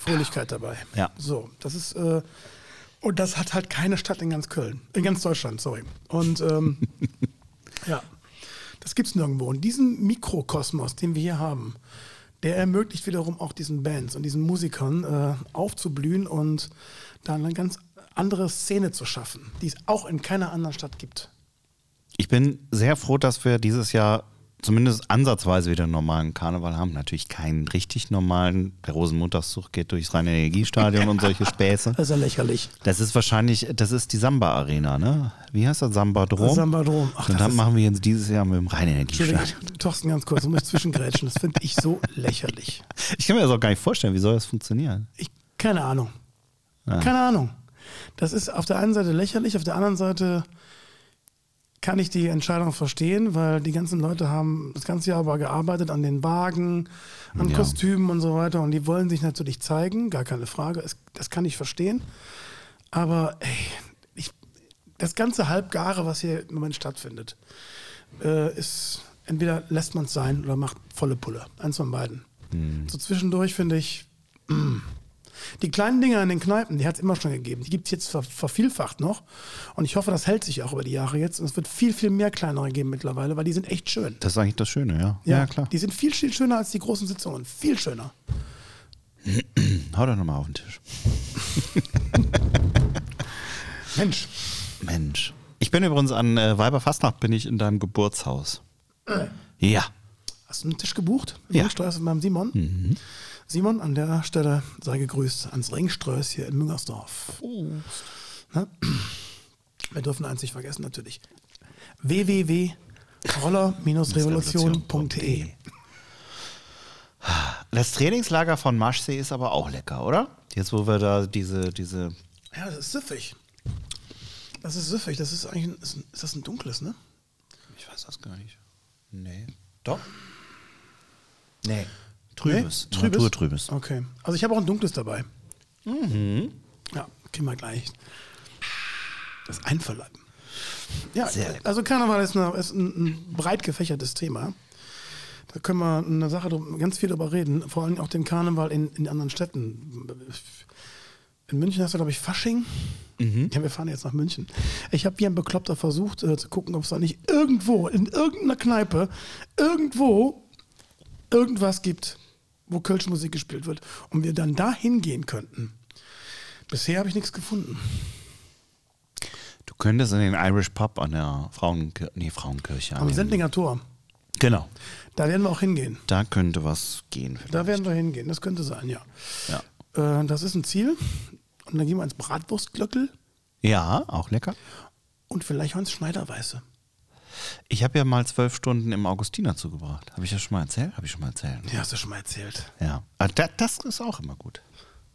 [SPEAKER 1] Fröhlichkeit dabei.
[SPEAKER 2] Ja.
[SPEAKER 1] So, das ist äh, und das hat halt keine Stadt in ganz Köln, in ganz Deutschland, sorry. Und ähm, ja, das gibt's nirgendwo. Und diesen Mikrokosmos, den wir hier haben, der ermöglicht wiederum auch diesen Bands und diesen Musikern äh, aufzublühen und da eine ganz andere Szene zu schaffen, die es auch in keiner anderen Stadt gibt.
[SPEAKER 2] Ich bin sehr froh, dass wir dieses Jahr zumindest ansatzweise wieder einen normalen Karneval haben. Natürlich keinen richtig normalen. Der Rosenmontagszug geht durchs reine Energiestadion und solche Späße.
[SPEAKER 1] Das ist ja lächerlich.
[SPEAKER 2] Das ist wahrscheinlich, das ist die Samba-Arena, ne? Wie heißt das? Samba-Drom?
[SPEAKER 1] Sambadrom. Ach,
[SPEAKER 2] Und
[SPEAKER 1] das
[SPEAKER 2] dann
[SPEAKER 1] ist-
[SPEAKER 2] machen wir jetzt dieses Jahr mit dem reinen Energiestadion.
[SPEAKER 1] Entschuldigung, Thorsten, ganz kurz, um mich zwischengrätschen, das finde ich so lächerlich.
[SPEAKER 2] Ich kann mir das auch gar nicht vorstellen, wie soll das funktionieren?
[SPEAKER 1] Ich, keine Ahnung. Keine Ahnung. Das ist auf der einen Seite lächerlich, auf der anderen Seite kann ich die Entscheidung verstehen, weil die ganzen Leute haben das ganze Jahr aber gearbeitet an den Wagen, an
[SPEAKER 2] Ja.
[SPEAKER 1] Kostümen und so weiter und die wollen sich natürlich zeigen, gar keine Frage, es, das kann ich verstehen. Aber ey, ich, das ganze Halbgare, was hier im Moment stattfindet, äh, ist entweder lässt man es sein oder macht volle Pulle. Eins von beiden. So zwischendurch finde ich, mm, die kleinen Dinger in den Kneipen, die hat es immer schon gegeben. Die gibt es jetzt ver vervielfacht noch. Und ich hoffe, das hält sich auch über die Jahre jetzt. Und es wird viel, viel mehr kleinere geben mittlerweile, weil die sind echt schön.
[SPEAKER 2] Das ist eigentlich das Schöne, ja.
[SPEAKER 1] Die sind viel, viel schöner als die großen Sitzungen. Viel schöner.
[SPEAKER 2] Hau doch nochmal auf den Tisch.
[SPEAKER 1] Mensch.
[SPEAKER 2] Mensch. Ich bin übrigens an äh, Weiberfastnacht bin ich in deinem Geburtshaus. Ja.
[SPEAKER 1] Hast du einen Tisch gebucht?
[SPEAKER 2] Ja. Mhm.
[SPEAKER 1] Ringstraße beim Simon. Simon, an der Stelle sei gegrüßt ans Ringströß hier in Müngersdorf. Ne? Wir dürfen eins nicht vergessen, natürlich.
[SPEAKER 2] E.
[SPEAKER 1] www.roller-revolution.de
[SPEAKER 2] Das Trainingslager von Maschsee ist aber auch lecker, oder? Jetzt, wo wir da diese, diese.
[SPEAKER 1] Ja, das ist süffig. Das ist süffig. Das ist eigentlich ein, ist, ein- ist das ein dunkles, ne?
[SPEAKER 2] Ich weiß das gar nicht. Nee. Doch? Nee. Trübes.
[SPEAKER 1] Nee? Trübes?
[SPEAKER 2] Naturtrübes.
[SPEAKER 1] Okay. Also ich habe auch ein dunkles dabei. Mhm. Ja, kriegen wir gleich. Das Einverleiben. Ja,
[SPEAKER 2] Sehr lecker.
[SPEAKER 1] also Karneval ist, eine, ist ein, ein breit gefächertes Thema. Da können wir eine Sache drum- ganz viel drüber reden. Vor allem auch den Karneval in, in anderen Städten. In München hast du, glaube ich, Fasching. Ja, wir fahren jetzt nach München. Ich habe wie ein Bekloppter versucht äh, zu gucken, ob es da nicht irgendwo, in irgendeiner Kneipe, irgendwo irgendwas gibt, wo Kölsche Musik gespielt wird und wir dann da hingehen könnten. Bisher habe ich nichts gefunden.
[SPEAKER 2] Du könntest in den Irish Pub an der Frauenkirche. Nee, Frauenkirche. an
[SPEAKER 1] Am
[SPEAKER 2] den-
[SPEAKER 1] Sendlinger Tor,
[SPEAKER 2] Genau.
[SPEAKER 1] da werden wir auch hingehen.
[SPEAKER 2] Da könnte was gehen. Vielleicht.
[SPEAKER 1] Da werden wir hingehen, das könnte sein, ja.
[SPEAKER 2] ja.
[SPEAKER 1] Äh, das ist ein Ziel. Und dann gehen wir ins Bratwurstglöckel
[SPEAKER 2] ja, auch lecker.
[SPEAKER 1] und vielleicht auch ins Schneiderweiße.
[SPEAKER 2] Ich habe ja mal zwölf Stunden im Augustiner zugebracht. Habe ich das schon mal erzählt? Habe ich schon mal erzählt.
[SPEAKER 1] Ja, hast du schon mal erzählt.
[SPEAKER 2] Ja. Ah, da- das ist auch immer gut.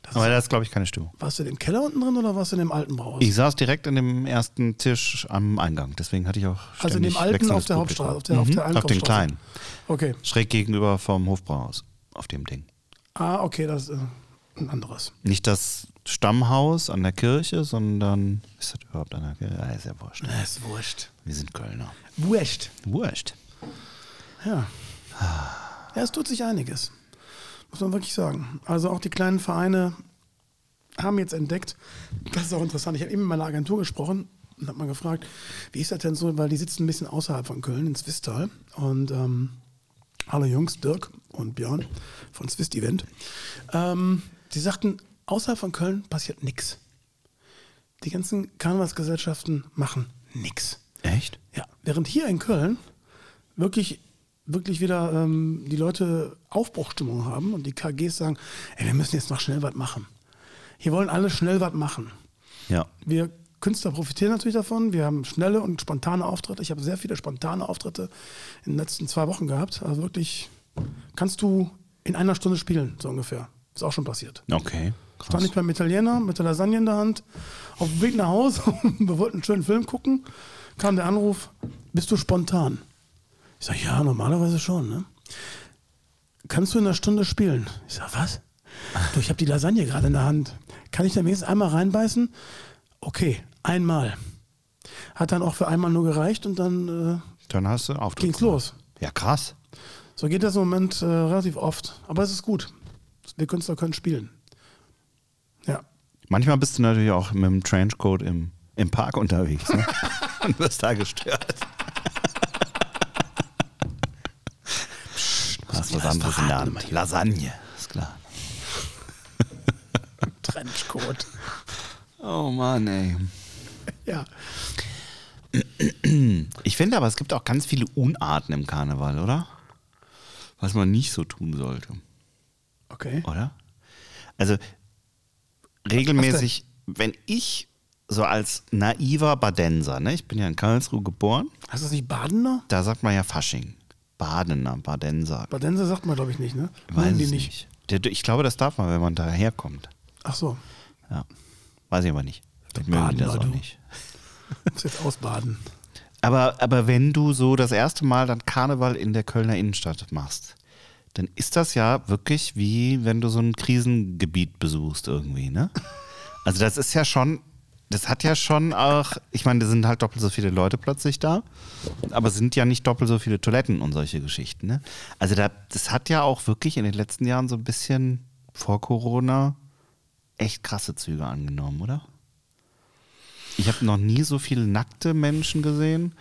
[SPEAKER 1] Das
[SPEAKER 2] Aber da ist, glaube ich, keine Stimmung.
[SPEAKER 1] Warst du in dem Keller unten drin oder warst du in dem alten Brauhaus?
[SPEAKER 2] Ich saß direkt an dem ersten Tisch am Eingang. Deswegen hatte ich auch.
[SPEAKER 1] also in dem
[SPEAKER 2] ständig
[SPEAKER 1] alten
[SPEAKER 2] wechselndes
[SPEAKER 1] auf der
[SPEAKER 2] Publikum.
[SPEAKER 1] Hauptstraße, auf der, auf
[SPEAKER 2] Mhm,
[SPEAKER 1] der
[SPEAKER 2] Auf den
[SPEAKER 1] Einkaufsstraße.
[SPEAKER 2] kleinen.
[SPEAKER 1] Okay.
[SPEAKER 2] Schräg gegenüber vom Hofbrauhaus. Auf dem Ding.
[SPEAKER 1] Ah, okay, das. äh, ein anderes.
[SPEAKER 2] Nicht das Stammhaus an der Kirche, sondern. Ist das überhaupt an der Kirche? Ah, ist ja wurscht.
[SPEAKER 1] ist wurscht.
[SPEAKER 2] Wir sind Kölner.
[SPEAKER 1] Wurscht.
[SPEAKER 2] Wurscht.
[SPEAKER 1] Ja. ja, es tut sich einiges. Muss man wirklich sagen. Also auch die kleinen Vereine haben jetzt entdeckt, das ist auch interessant, ich habe eben mit meiner Agentur gesprochen und habe mal gefragt, wie ist das denn so, weil die sitzen ein bisschen außerhalb von Köln, in Zwistal. Und ähm, hallo Jungs, Dirk und Björn von Zwist Event. Ähm, die sagten, außerhalb von Köln passiert nichts. Die ganzen Karnevalsgesellschaften machen nichts.
[SPEAKER 2] Echt?
[SPEAKER 1] Ja, während hier in Köln wirklich, wirklich wieder ähm, die Leute Aufbruchstimmung haben und die KGs sagen, ey, wir müssen jetzt noch schnell was machen. Hier wollen alle schnell was machen.
[SPEAKER 2] Ja.
[SPEAKER 1] Wir Künstler profitieren natürlich davon. Wir haben schnelle und spontane Auftritte. Ich habe sehr viele spontane Auftritte in den letzten zwei Wochen gehabt. Also wirklich, kannst du in einer Stunde spielen, so ungefähr. Ist auch schon passiert.
[SPEAKER 2] Okay.
[SPEAKER 1] Stand
[SPEAKER 2] Krass.
[SPEAKER 1] ich beim Italiener mit der Lasagne in der Hand, auf dem Weg nach Hause, wir wollten einen schönen Film gucken, kam der Anruf, bist du spontan? Ich sage, ja, normalerweise schon. Ne? Kannst du in einer Stunde spielen? Ich sage, was? Du, ich habe die Lasagne gerade in der Hand. Kann ich da wenigstens einmal reinbeißen? Okay, einmal. Hat dann auch für einmal nur gereicht und dann äh,
[SPEAKER 2] Dann hast du auf.
[SPEAKER 1] ging's los.
[SPEAKER 2] Ja, krass.
[SPEAKER 1] So geht das im Moment äh, relativ oft. Aber es ist gut. Wir Künstler können spielen. Ja.
[SPEAKER 2] Manchmal bist du natürlich auch mit dem Trenchcoat im, im Park unterwegs ne? und wirst da gestört. Hast was anderes in der Hand. Lasagne, ist klar.
[SPEAKER 1] Trenchcoat.
[SPEAKER 2] Oh Mann, ey.
[SPEAKER 1] Ja.
[SPEAKER 2] Ich finde aber, es gibt auch ganz viele Unarten im Karneval, oder? Was man nicht so tun sollte,
[SPEAKER 1] Okay.
[SPEAKER 2] oder? Also regelmäßig, wenn ich so als naiver Badenser, ne, ich bin ja in Karlsruhe geboren,
[SPEAKER 1] Heißt das nicht Badener?
[SPEAKER 2] da sagt man ja Fasching. Badener, Badenser.
[SPEAKER 1] Badenser sagt man, glaube ich, nicht, ne?
[SPEAKER 2] Weiß
[SPEAKER 1] Nehmen die
[SPEAKER 2] ich nicht. Der- Ich glaube, das darf man, wenn man daherkommt.
[SPEAKER 1] Ach so.
[SPEAKER 2] Ja. Weiß ich aber nicht. Vielleicht mögen die
[SPEAKER 1] Baden
[SPEAKER 2] das
[SPEAKER 1] war
[SPEAKER 2] auch
[SPEAKER 1] du.
[SPEAKER 2] nicht.
[SPEAKER 1] Muss jetzt ausbaden.
[SPEAKER 2] Aber, aber wenn du so das erste Mal dann Karneval in der Kölner Innenstadt machst, dann ist das ja wirklich wie wenn du so ein Krisengebiet besuchst irgendwie, ne? Also das ist ja schon, das hat ja schon auch, ich meine, da sind halt doppelt so viele Leute plötzlich da, aber es sind ja nicht doppelt so viele Toiletten und solche Geschichten, ne? Also da, das hat ja auch wirklich in den letzten Jahren so ein bisschen vor Corona echt krasse Züge angenommen, oder? Ich habe noch nie so viele nackte Menschen gesehen,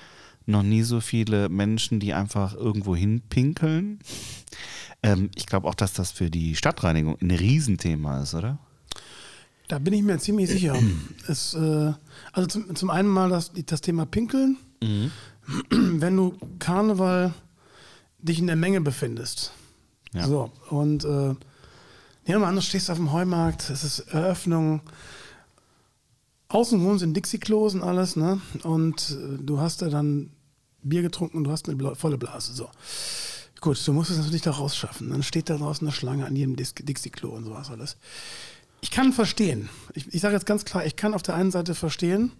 [SPEAKER 2] noch nie so viele Menschen, die einfach irgendwo hinpinkeln. Ähm, ich glaube auch, dass das für die Stadtreinigung ein Riesenthema ist, oder?
[SPEAKER 1] Da bin ich mir ziemlich sicher. Es, äh, also zum, zum einen mal das, das Thema Pinkeln. Wenn du Karneval dich in der Menge befindest.
[SPEAKER 2] Ja.
[SPEAKER 1] So, und äh, nehmen wir mal an, du stehst auf dem Heumarkt, es ist Eröffnung. Außenrum sind Dixie-Klos und alles, ne? Und äh, du hast da dann Bier getrunken und du hast eine bla- volle Blase. So. Gut, du musst es natürlich da rausschaffen. Dann steht da draußen eine Schlange an jedem Dis- Dixie-Klo und sowas alles. Ich kann verstehen. Ich, ich sage jetzt ganz klar, ich kann auf der einen Seite verstehen,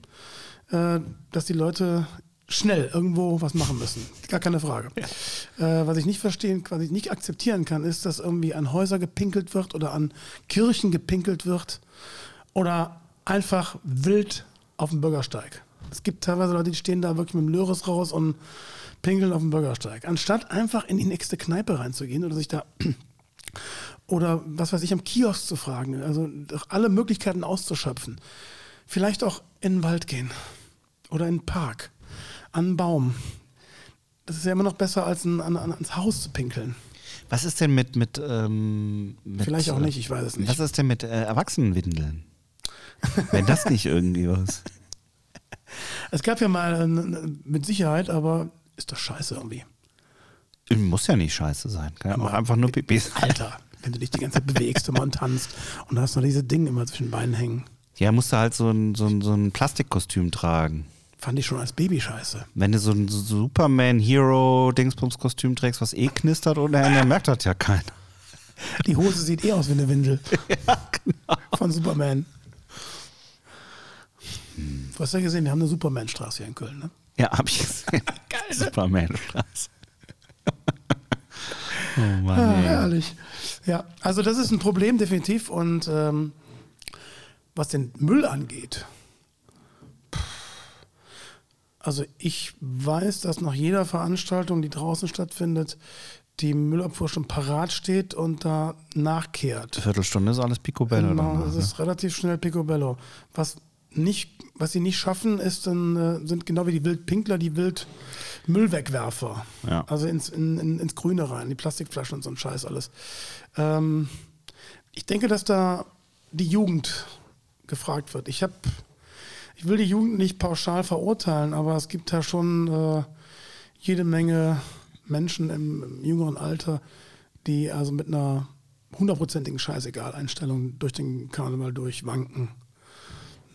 [SPEAKER 1] äh, dass die Leute schnell irgendwo was machen müssen. Gar keine Frage. Äh, was ich nicht verstehen, was ich nicht akzeptieren kann, ist, dass irgendwie an Häuser gepinkelt wird oder an Kirchen gepinkelt wird oder einfach wild auf dem Bürgersteig. Es gibt teilweise Leute, die stehen da wirklich mit dem Löres raus und pinkeln auf dem Bürgersteig. Anstatt einfach in die nächste Kneipe reinzugehen oder sich da oder was weiß ich, am Kiosk zu fragen. Also doch alle Möglichkeiten auszuschöpfen. Vielleicht auch in den Wald gehen oder in den Park, an einen Baum. Das ist ja immer noch besser, als ein, an, an, ans Haus zu pinkeln.
[SPEAKER 2] Was ist denn mit. mit, ähm, mit
[SPEAKER 1] Vielleicht auch
[SPEAKER 2] äh,
[SPEAKER 1] nicht, ich weiß es nicht.
[SPEAKER 2] Was ist denn mit äh, Erwachsenenwindeln? Wenn das nicht irgendwie was.
[SPEAKER 1] Es gab ja mal äh, ne- mit Sicherheit, aber ist doch scheiße irgendwie.
[SPEAKER 2] Muss ja nicht scheiße sein. Kann ja auch einfach nur Pipi sein.
[SPEAKER 1] Alter, wenn du dich die ganze Zeit bewegst immer und tanzt und hast noch diese Dinge immer zwischen den Beinen hängen.
[SPEAKER 2] Ja, musst du halt so ein, so ein, so ein Plastikkostüm tragen.
[SPEAKER 1] Fand ich schon als Baby scheiße.
[SPEAKER 2] Wenn du so ein Superman-Hero-Dingsbums-Kostüm trägst, was eh knistert ohnehin, dann merkt das ja keiner.
[SPEAKER 1] Die Hose sieht eh aus wie eine Windel. Von Superman. Du hast ja gesehen, wir haben eine Superman-Straße hier in Köln, ne?
[SPEAKER 2] Ja, hab ich gesehen. Geil. Superman-Straße. Oh
[SPEAKER 1] Ah,
[SPEAKER 2] Mann, ey.
[SPEAKER 1] herrlich. Ja, also das ist ein Problem definitiv. Und ähm, was den Müll angeht, pff, also ich weiß, dass nach jeder Veranstaltung, die draußen stattfindet, die Müllabfuhr schon parat steht und da nachkehrt.
[SPEAKER 2] Viertelstunde ist alles Picobello.
[SPEAKER 1] Genau,
[SPEAKER 2] danach,
[SPEAKER 1] es
[SPEAKER 2] ne?
[SPEAKER 1] ist relativ schnell Picobello. Was nicht, was sie nicht schaffen, ist dann, äh, sind genau wie die Wildpinkler die Wildmüllwegwerfer.
[SPEAKER 2] Ja.
[SPEAKER 1] Also ins, in, in, ins Grüne rein, die Plastikflaschen und so ein Scheiß alles. Ähm, ich denke, dass da die Jugend gefragt wird. Ich habe, ich will die Jugend nicht pauschal verurteilen, aber es gibt da schon äh, jede Menge Menschen im, im jüngeren Alter, die also mit einer hundertprozentigen Scheißegal-Einstellung durch den Karneval durchwanken.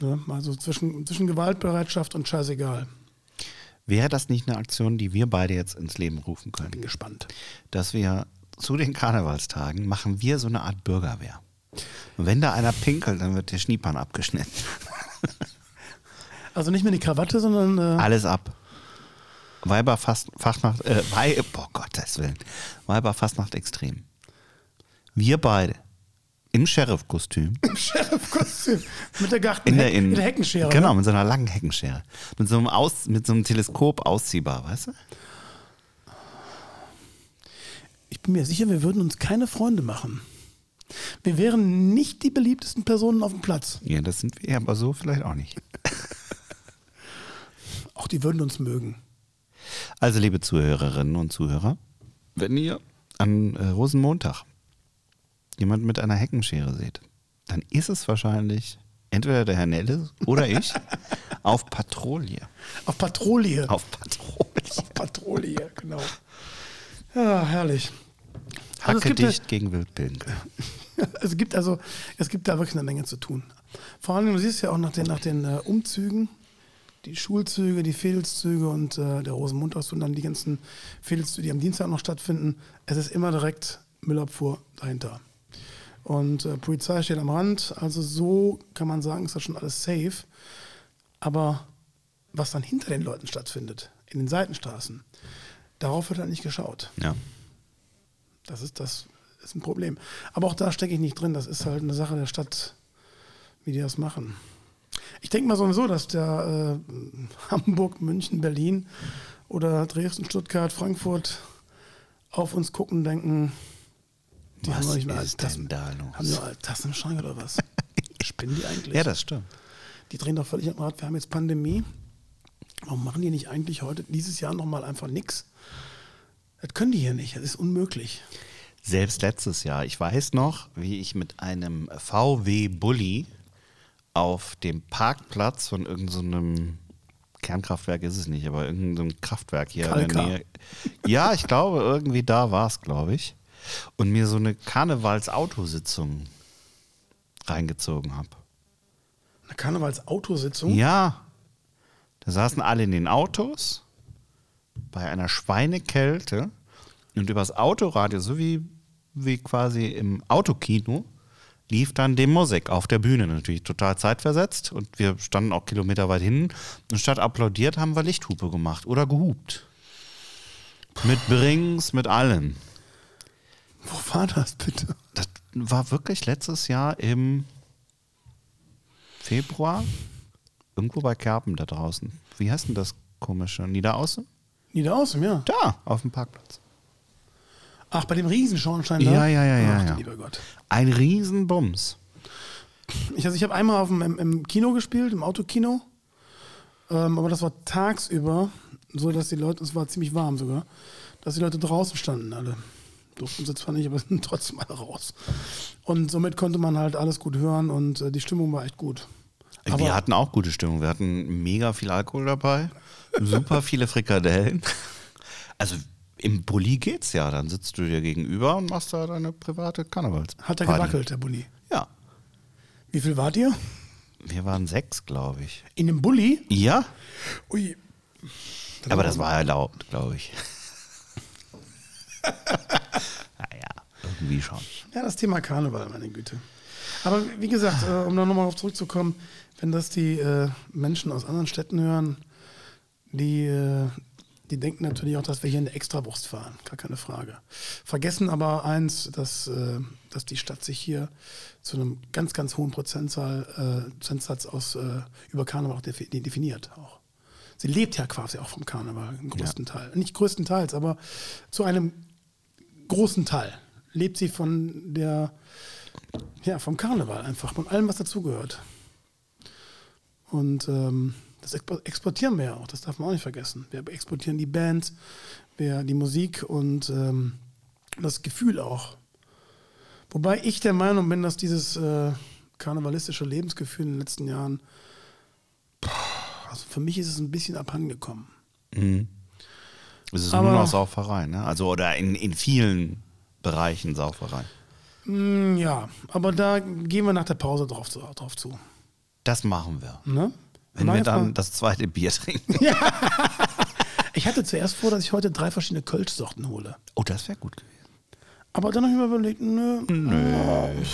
[SPEAKER 1] Ne? Also zwischen, zwischen Gewaltbereitschaft und Scheißegal.
[SPEAKER 2] Wäre das nicht eine Aktion, die wir beide jetzt ins Leben rufen können?
[SPEAKER 1] Bin gespannt.
[SPEAKER 2] Dass wir zu den Karnevalstagen machen wir so eine Art Bürgerwehr. Und wenn da einer pinkelt, dann wird der Schniepan abgeschnitten.
[SPEAKER 1] Also nicht mehr die Krawatte, sondern äh,
[SPEAKER 2] Alles ab. Weiberfastnacht, äh, Wei boah, Gottes Willen. Weiberfastnacht extrem. Wir beide im Sheriff-Kostüm.
[SPEAKER 1] Kostüm mit der Garten
[SPEAKER 2] In der,
[SPEAKER 1] mit
[SPEAKER 2] in,
[SPEAKER 1] der Heckenschere.
[SPEAKER 2] Genau,
[SPEAKER 1] Ne?
[SPEAKER 2] mit so einer langen Heckenschere. Mit so einem, Aus, mit so einem Teleskop ausziehbar, weißt du?
[SPEAKER 1] Ich bin mir sicher, wir würden uns keine Freunde machen. Wir wären nicht die beliebtesten Personen auf dem Platz.
[SPEAKER 2] Ja, das sind wir, aber so vielleicht auch nicht.
[SPEAKER 1] Auch die würden uns mögen.
[SPEAKER 2] Also, liebe Zuhörerinnen und Zuhörer, wenn ihr an äh, Rosenmontag jemand mit einer Heckenschere seht, dann ist es wahrscheinlich entweder der Herr Nellis oder ich auf Patrouille.
[SPEAKER 1] Auf Patrouille.
[SPEAKER 2] Auf Patrouille.
[SPEAKER 1] Patrouille, genau. Ja, herrlich. Also es
[SPEAKER 2] Hacke
[SPEAKER 1] gibt eine-
[SPEAKER 2] dicht gegen Wildpillenke.
[SPEAKER 1] Es gibt also, es gibt da wirklich eine Menge zu tun. Vor allem, du siehst ja auch nach den, nach den äh, Umzügen, die Schulzüge, die Fedelszüge und äh, der Rosenmontagszug und dann die ganzen Fedelszüge, die am Dienstag noch stattfinden. Es ist immer direkt Müllabfuhr dahinter. Und äh, Polizei steht am Rand. Also so kann man sagen, ist das schon alles safe. Aber was dann hinter den Leuten stattfindet, in den Seitenstraßen, darauf wird halt nicht geschaut.
[SPEAKER 2] Ja.
[SPEAKER 1] Das ist, das ist ein Problem. Aber auch da stecke ich nicht drin. Das ist halt eine Sache der Stadt, wie die das machen. Ich denke mal sowieso, dass der äh, Hamburg, München, Berlin oder Dresden, Stuttgart, Frankfurt auf uns gucken und denken, die haben
[SPEAKER 2] Was
[SPEAKER 1] doch nicht mehr alle
[SPEAKER 2] ist denn
[SPEAKER 1] Tassen.
[SPEAKER 2] da
[SPEAKER 1] Haben
[SPEAKER 2] los?
[SPEAKER 1] nur alle Tassen im Schrank oder was? Spinnen die eigentlich?
[SPEAKER 2] Ja, das stimmt.
[SPEAKER 1] Die drehen doch völlig am Rad. Wir haben jetzt Pandemie. Warum machen die nicht eigentlich heute, dieses Jahr nochmal einfach nichts? Das können die hier nicht. Das ist unmöglich.
[SPEAKER 2] Selbst letztes Jahr. Ich weiß noch, wie ich mit einem VW-Bully auf dem Parkplatz von irgendeinem Kernkraftwerk ist es nicht, aber irgendeinem Kraftwerk hier in
[SPEAKER 1] Kalkar.
[SPEAKER 2] der Nähe. Ja, ich glaube, irgendwie da war es, glaube ich. Und mir so eine Karnevals-Autositzung reingezogen habe.
[SPEAKER 1] Eine Karnevals-Autositzung?
[SPEAKER 2] Ja. Da saßen alle in den Autos bei einer Schweinekälte und übers Autoradio, so wie, wie quasi im Autokino, lief dann die Musik auf der Bühne. Natürlich total zeitversetzt und wir standen auch kilometerweit hin. Und statt applaudiert haben wir Lichthupe gemacht oder gehupt. Mit Brings, mit allem.
[SPEAKER 1] Wo war das bitte?
[SPEAKER 2] Das war wirklich letztes Jahr im Februar. Irgendwo bei Kerpen da draußen. Wie heißt denn das komische? Niederaußen?
[SPEAKER 1] Niederaußen, ja.
[SPEAKER 2] Da, auf dem Parkplatz.
[SPEAKER 1] Ach, bei dem Riesenschornstein da?
[SPEAKER 2] Ja, ja, ja, ja,
[SPEAKER 1] Ach, du
[SPEAKER 2] ja.
[SPEAKER 1] lieber Gott.
[SPEAKER 2] Ein Riesenbums.
[SPEAKER 1] Ich, also ich habe einmal auf dem, im, im Kino gespielt, im Autokino. Ähm, aber das war tagsüber, so dass die Leute, es war ziemlich warm sogar, dass die Leute draußen standen alle. Durften sie zwar nicht, aber sind trotzdem alle raus. Und somit konnte man halt alles gut hören und äh, die Stimmung war echt gut.
[SPEAKER 2] Äh, wir hatten auch gute Stimmung. Wir hatten mega viel Alkohol dabei, super viele Frikadellen. Also im Bulli geht's ja. Dann sitzt du dir gegenüber und machst da deine private Karnevals.
[SPEAKER 1] Hat er
[SPEAKER 2] Party.
[SPEAKER 1] gewackelt, der Bulli.
[SPEAKER 2] Ja.
[SPEAKER 1] Wie viel wart ihr?
[SPEAKER 2] Wir waren sechs, glaube ich.
[SPEAKER 1] In dem Bulli?
[SPEAKER 2] Ja?
[SPEAKER 1] Ui.
[SPEAKER 2] Aber das war erlaubt, glaube ich. naja, irgendwie schon.
[SPEAKER 1] Ja, das Thema Karneval, meine Güte. Aber wie gesagt, äh, um da nochmal drauf zurückzukommen, wenn das die äh, Menschen aus anderen Städten hören, die äh, Die denken natürlich auch, dass wir hier eine Extrawurst fahren, gar keine Frage. Vergessen aber eins, dass, äh, dass die Stadt sich hier zu einem ganz, ganz hohen Prozentzahl, äh, Prozentsatz aus, äh, über Karneval auch defi definiert. Auch. Sie lebt ja quasi auch vom Karneval, im größten Teil. Nicht größtenteils, aber zu einem großen Teil lebt sie von der, ja, vom Karneval einfach, von allem, was dazugehört. Und ähm, das expo- exportieren wir ja auch, das darf man auch nicht vergessen. Wir exportieren die Bands, wir, die Musik und ähm, das Gefühl auch. Wobei ich der Meinung bin, dass dieses äh, karnevalistische Lebensgefühl in den letzten Jahren, boah, also für mich ist es ein bisschen abhandengekommen.
[SPEAKER 2] Mhm. Es ist
[SPEAKER 1] Aber-
[SPEAKER 2] nur noch Sauferei, ne? Also oder in, in vielen Bereichen Sauferei.
[SPEAKER 1] Mm, Ja, aber da gehen wir nach der Pause drauf zu. Drauf zu
[SPEAKER 2] Das machen wir.
[SPEAKER 1] ne?
[SPEAKER 2] Wenn
[SPEAKER 1] Mach
[SPEAKER 2] wir
[SPEAKER 1] jetzt mal-
[SPEAKER 2] dann das zweite Bier trinken.
[SPEAKER 1] Ich hatte zuerst vor, dass ich heute drei verschiedene Kölschsorten hole.
[SPEAKER 2] Oh, das wäre gut gewesen.
[SPEAKER 1] Aber dann habe ich mir überlegt, nö, nö.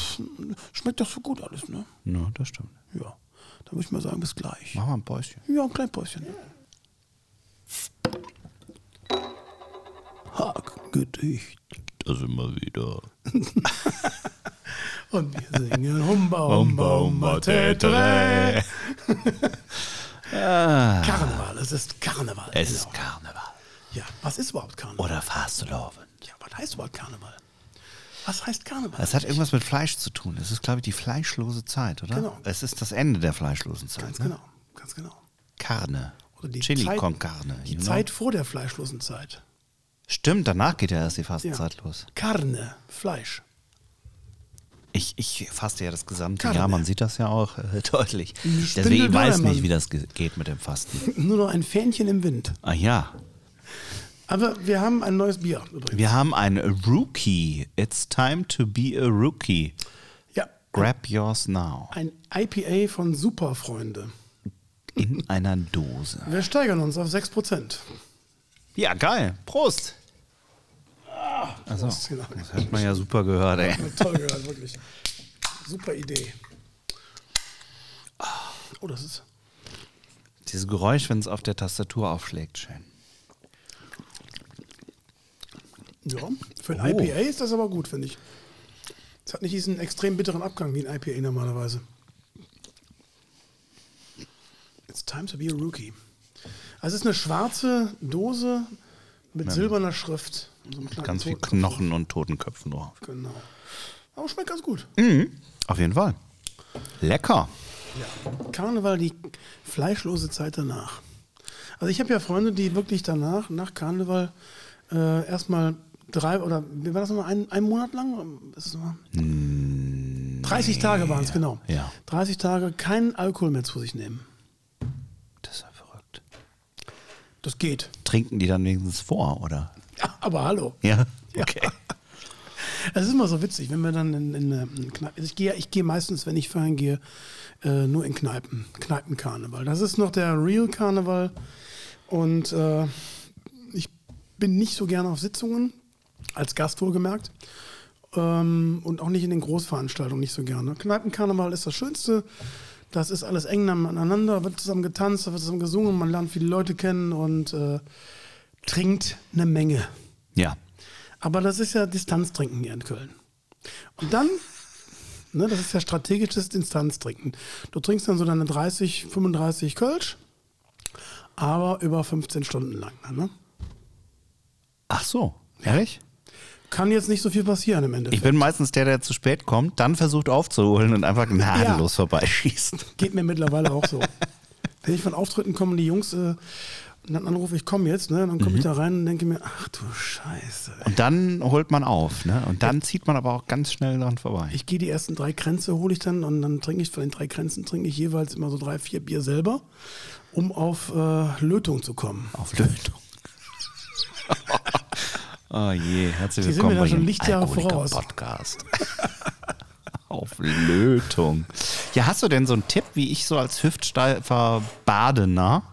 [SPEAKER 1] schmeckt doch so gut alles, ne?
[SPEAKER 2] No, das stimmt.
[SPEAKER 1] Ja. Dann würde ich mal sagen, bis gleich.
[SPEAKER 2] Machen wir ein Päuschen.
[SPEAKER 1] Ja, ein klein Päuschen. Hackgedicht.
[SPEAKER 2] Da sind wir wieder.
[SPEAKER 1] Und wir singen Humba, Humba,
[SPEAKER 2] Humba,
[SPEAKER 1] Humba,
[SPEAKER 2] humba,
[SPEAKER 1] Tetre.
[SPEAKER 2] tetre.
[SPEAKER 1] Karneval, es ist Karneval.
[SPEAKER 2] Ah.
[SPEAKER 1] Genau.
[SPEAKER 2] Es ist Karneval.
[SPEAKER 1] ja, was ist überhaupt Karneval?
[SPEAKER 2] Oder Fastelovend.
[SPEAKER 1] Ja, was heißt überhaupt Karneval? Was heißt Karneval?
[SPEAKER 2] Es hat irgendwas mit Fleisch zu tun. Es ist, glaube ich, die fleischlose Zeit, oder?
[SPEAKER 1] Genau.
[SPEAKER 2] Es ist das Ende der fleischlosen Zeit.
[SPEAKER 1] Ganz
[SPEAKER 2] ne?
[SPEAKER 1] genau, ganz genau.
[SPEAKER 2] Karne.
[SPEAKER 1] Oder die
[SPEAKER 2] Chili
[SPEAKER 1] Zeit-
[SPEAKER 2] con Carne.
[SPEAKER 1] Die
[SPEAKER 2] you know?
[SPEAKER 1] Zeit vor der fleischlosen Zeit.
[SPEAKER 2] Stimmt, danach geht ja erst die
[SPEAKER 1] Ja.
[SPEAKER 2] Fastenzeit los.
[SPEAKER 1] Karne, Fleisch.
[SPEAKER 2] Ich, ich faste ja das gesamte
[SPEAKER 1] Karne.
[SPEAKER 2] Jahr, man sieht das ja auch äh, deutlich.
[SPEAKER 1] Eine Spindel
[SPEAKER 2] Deswegen ich weiß
[SPEAKER 1] Dönermann.
[SPEAKER 2] nicht, wie das ge- geht mit dem Fasten.
[SPEAKER 1] Nur noch ein Fähnchen im Wind.
[SPEAKER 2] Ah ja,
[SPEAKER 1] Aber wir haben ein neues Bier übrigens.
[SPEAKER 2] wir haben einen Rookie. It's time to be a Rookie.
[SPEAKER 1] Ja.
[SPEAKER 2] Grab yours now.
[SPEAKER 1] Ein IPA von Superfreunde.
[SPEAKER 2] In einer Dose.
[SPEAKER 1] Wir steigern uns auf 6%.
[SPEAKER 2] Ja, geil. Prost. Achso,
[SPEAKER 1] Prost, genau.
[SPEAKER 2] das hat man ja super gehört, ey.
[SPEAKER 1] Toll gehört, wirklich. Super Idee. Oh, das ist.
[SPEAKER 2] Dieses Geräusch, wenn es auf der Tastatur aufschlägt, schön.
[SPEAKER 1] Ja, für ein
[SPEAKER 2] Oh.
[SPEAKER 1] IPA ist das aber gut, finde ich. Es hat nicht diesen extrem bitteren Abgang wie ein IPA normalerweise. It's time to be a rookie. Also es ist eine schwarze Dose mit silberner Schrift. und so einem kleinen
[SPEAKER 2] Ganz viel
[SPEAKER 1] Totenkopf.
[SPEAKER 2] Knochen und Totenköpfen drauf.
[SPEAKER 1] Genau. Aber schmeckt ganz gut.
[SPEAKER 2] Auf jeden Fall. Lecker.
[SPEAKER 1] Karneval, die fleischlose Zeit danach. Also ich habe ja Freunde, die wirklich danach, nach Karneval, äh, erstmal drei oder wie war das nochmal, ein, einen Monat lang? Ist es nochmal? 30 Tage waren es, genau.
[SPEAKER 2] Hm. Ja.
[SPEAKER 1] 30 Tage keinen Alkohol mehr zu sich nehmen.
[SPEAKER 2] Das ist ja verrückt.
[SPEAKER 1] Das geht.
[SPEAKER 2] Trinken die dann wenigstens vor, oder?
[SPEAKER 1] Ja, aber hallo.
[SPEAKER 2] Ja.
[SPEAKER 1] Ja.
[SPEAKER 2] Okay.
[SPEAKER 1] Es ist immer so witzig, wenn wir dann in, in, in Kneipen. Ich gehe, ich gehe meistens, wenn ich feiern gehe, äh, nur in Kneipen. Kneipenkarneval. Das ist noch der Real Karneval. Und äh, ich bin nicht so gerne auf Sitzungen, als Gast wohlgemerkt. Ähm, und auch nicht in den Großveranstaltungen nicht so gerne. Kneipenkarneval ist das Schönste. Das ist alles eng aneinander, wird zusammen getanzt, wird zusammen gesungen, man lernt viele Leute kennen und äh, trinkt eine Menge.
[SPEAKER 2] Ja.
[SPEAKER 1] Aber das ist ja Distanztrinken hier in Köln. Und dann, ne, das ist ja strategisches Distanztrinken. Du trinkst dann so deine 30, 35 Kölsch, aber über 15 Stunden lang. Ne?
[SPEAKER 2] Ach so. Ehrlich?
[SPEAKER 1] Kann jetzt nicht so viel passieren im Endeffekt.
[SPEAKER 2] Ich bin meistens der, der zu spät kommt, dann versucht aufzuholen und einfach gnadenlos vorbeischießt.
[SPEAKER 1] Geht mir mittlerweile auch so. Wenn ich von Auftritten komme, die Jungs äh, und dann anrufe, ich komme jetzt, ne, dann komme ich da rein und denke mir, ach du Scheiße.
[SPEAKER 2] Und dann holt man auf, ne? Und dann zieht man aber auch ganz schnell dran vorbei.
[SPEAKER 1] Ich gehe die ersten drei Kränze, hole ich dann und dann trinke ich von den drei Kränzen, trinke ich jeweils immer so drei, vier Bier selber, um auf äh, Lötung zu kommen.
[SPEAKER 2] auf Lötung. oh je, herzlich
[SPEAKER 1] Die sind
[SPEAKER 2] willkommen
[SPEAKER 1] mir da
[SPEAKER 2] bei
[SPEAKER 1] schon
[SPEAKER 2] dem
[SPEAKER 1] Lichtjahre
[SPEAKER 2] Alkoholiker
[SPEAKER 1] voraus.
[SPEAKER 2] Podcast. auf Lötung. Ja, hast du denn so einen Tipp, wie ich so als hüftsteifer Badener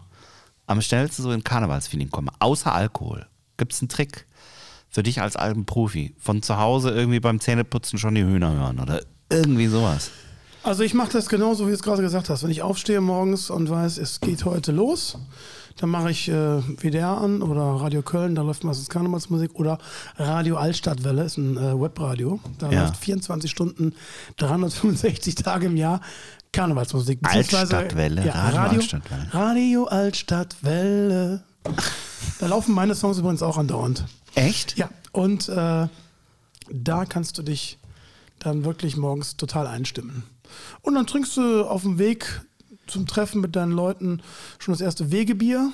[SPEAKER 2] am schnellsten so in Karnevalsfeeling komme? Außer Alkohol. Gibt es einen Trick für dich als alten Profi? Von zu Hause irgendwie beim Zähneputzen schon die Hühner hören oder irgendwie sowas.
[SPEAKER 1] Also ich mache das genauso, wie du es gerade gesagt hast. Wenn ich aufstehe morgens und weiß, es geht heute los, dann mache ich äh, WDR an oder Radio Köln, da läuft meistens Karnevalsmusik oder Radio Altstadtwelle, ist ein äh, Webradio. Da
[SPEAKER 2] Ja.
[SPEAKER 1] läuft 24 Stunden, 365 Tage im Jahr Karnevalsmusik. beziehungsweise-
[SPEAKER 2] Altstadtwelle,
[SPEAKER 1] Ja,
[SPEAKER 2] Radio Altstadtwelle.
[SPEAKER 1] Radio, Radio Altstadtwelle. Radio Altstadtwelle. Da laufen meine Songs übrigens auch andauernd.
[SPEAKER 2] Echt?
[SPEAKER 1] Ja, und äh, da kannst du dich dann wirklich morgens total einstimmen. Und dann trinkst du auf dem Weg zum Treffen mit deinen Leuten schon das erste Wegebier.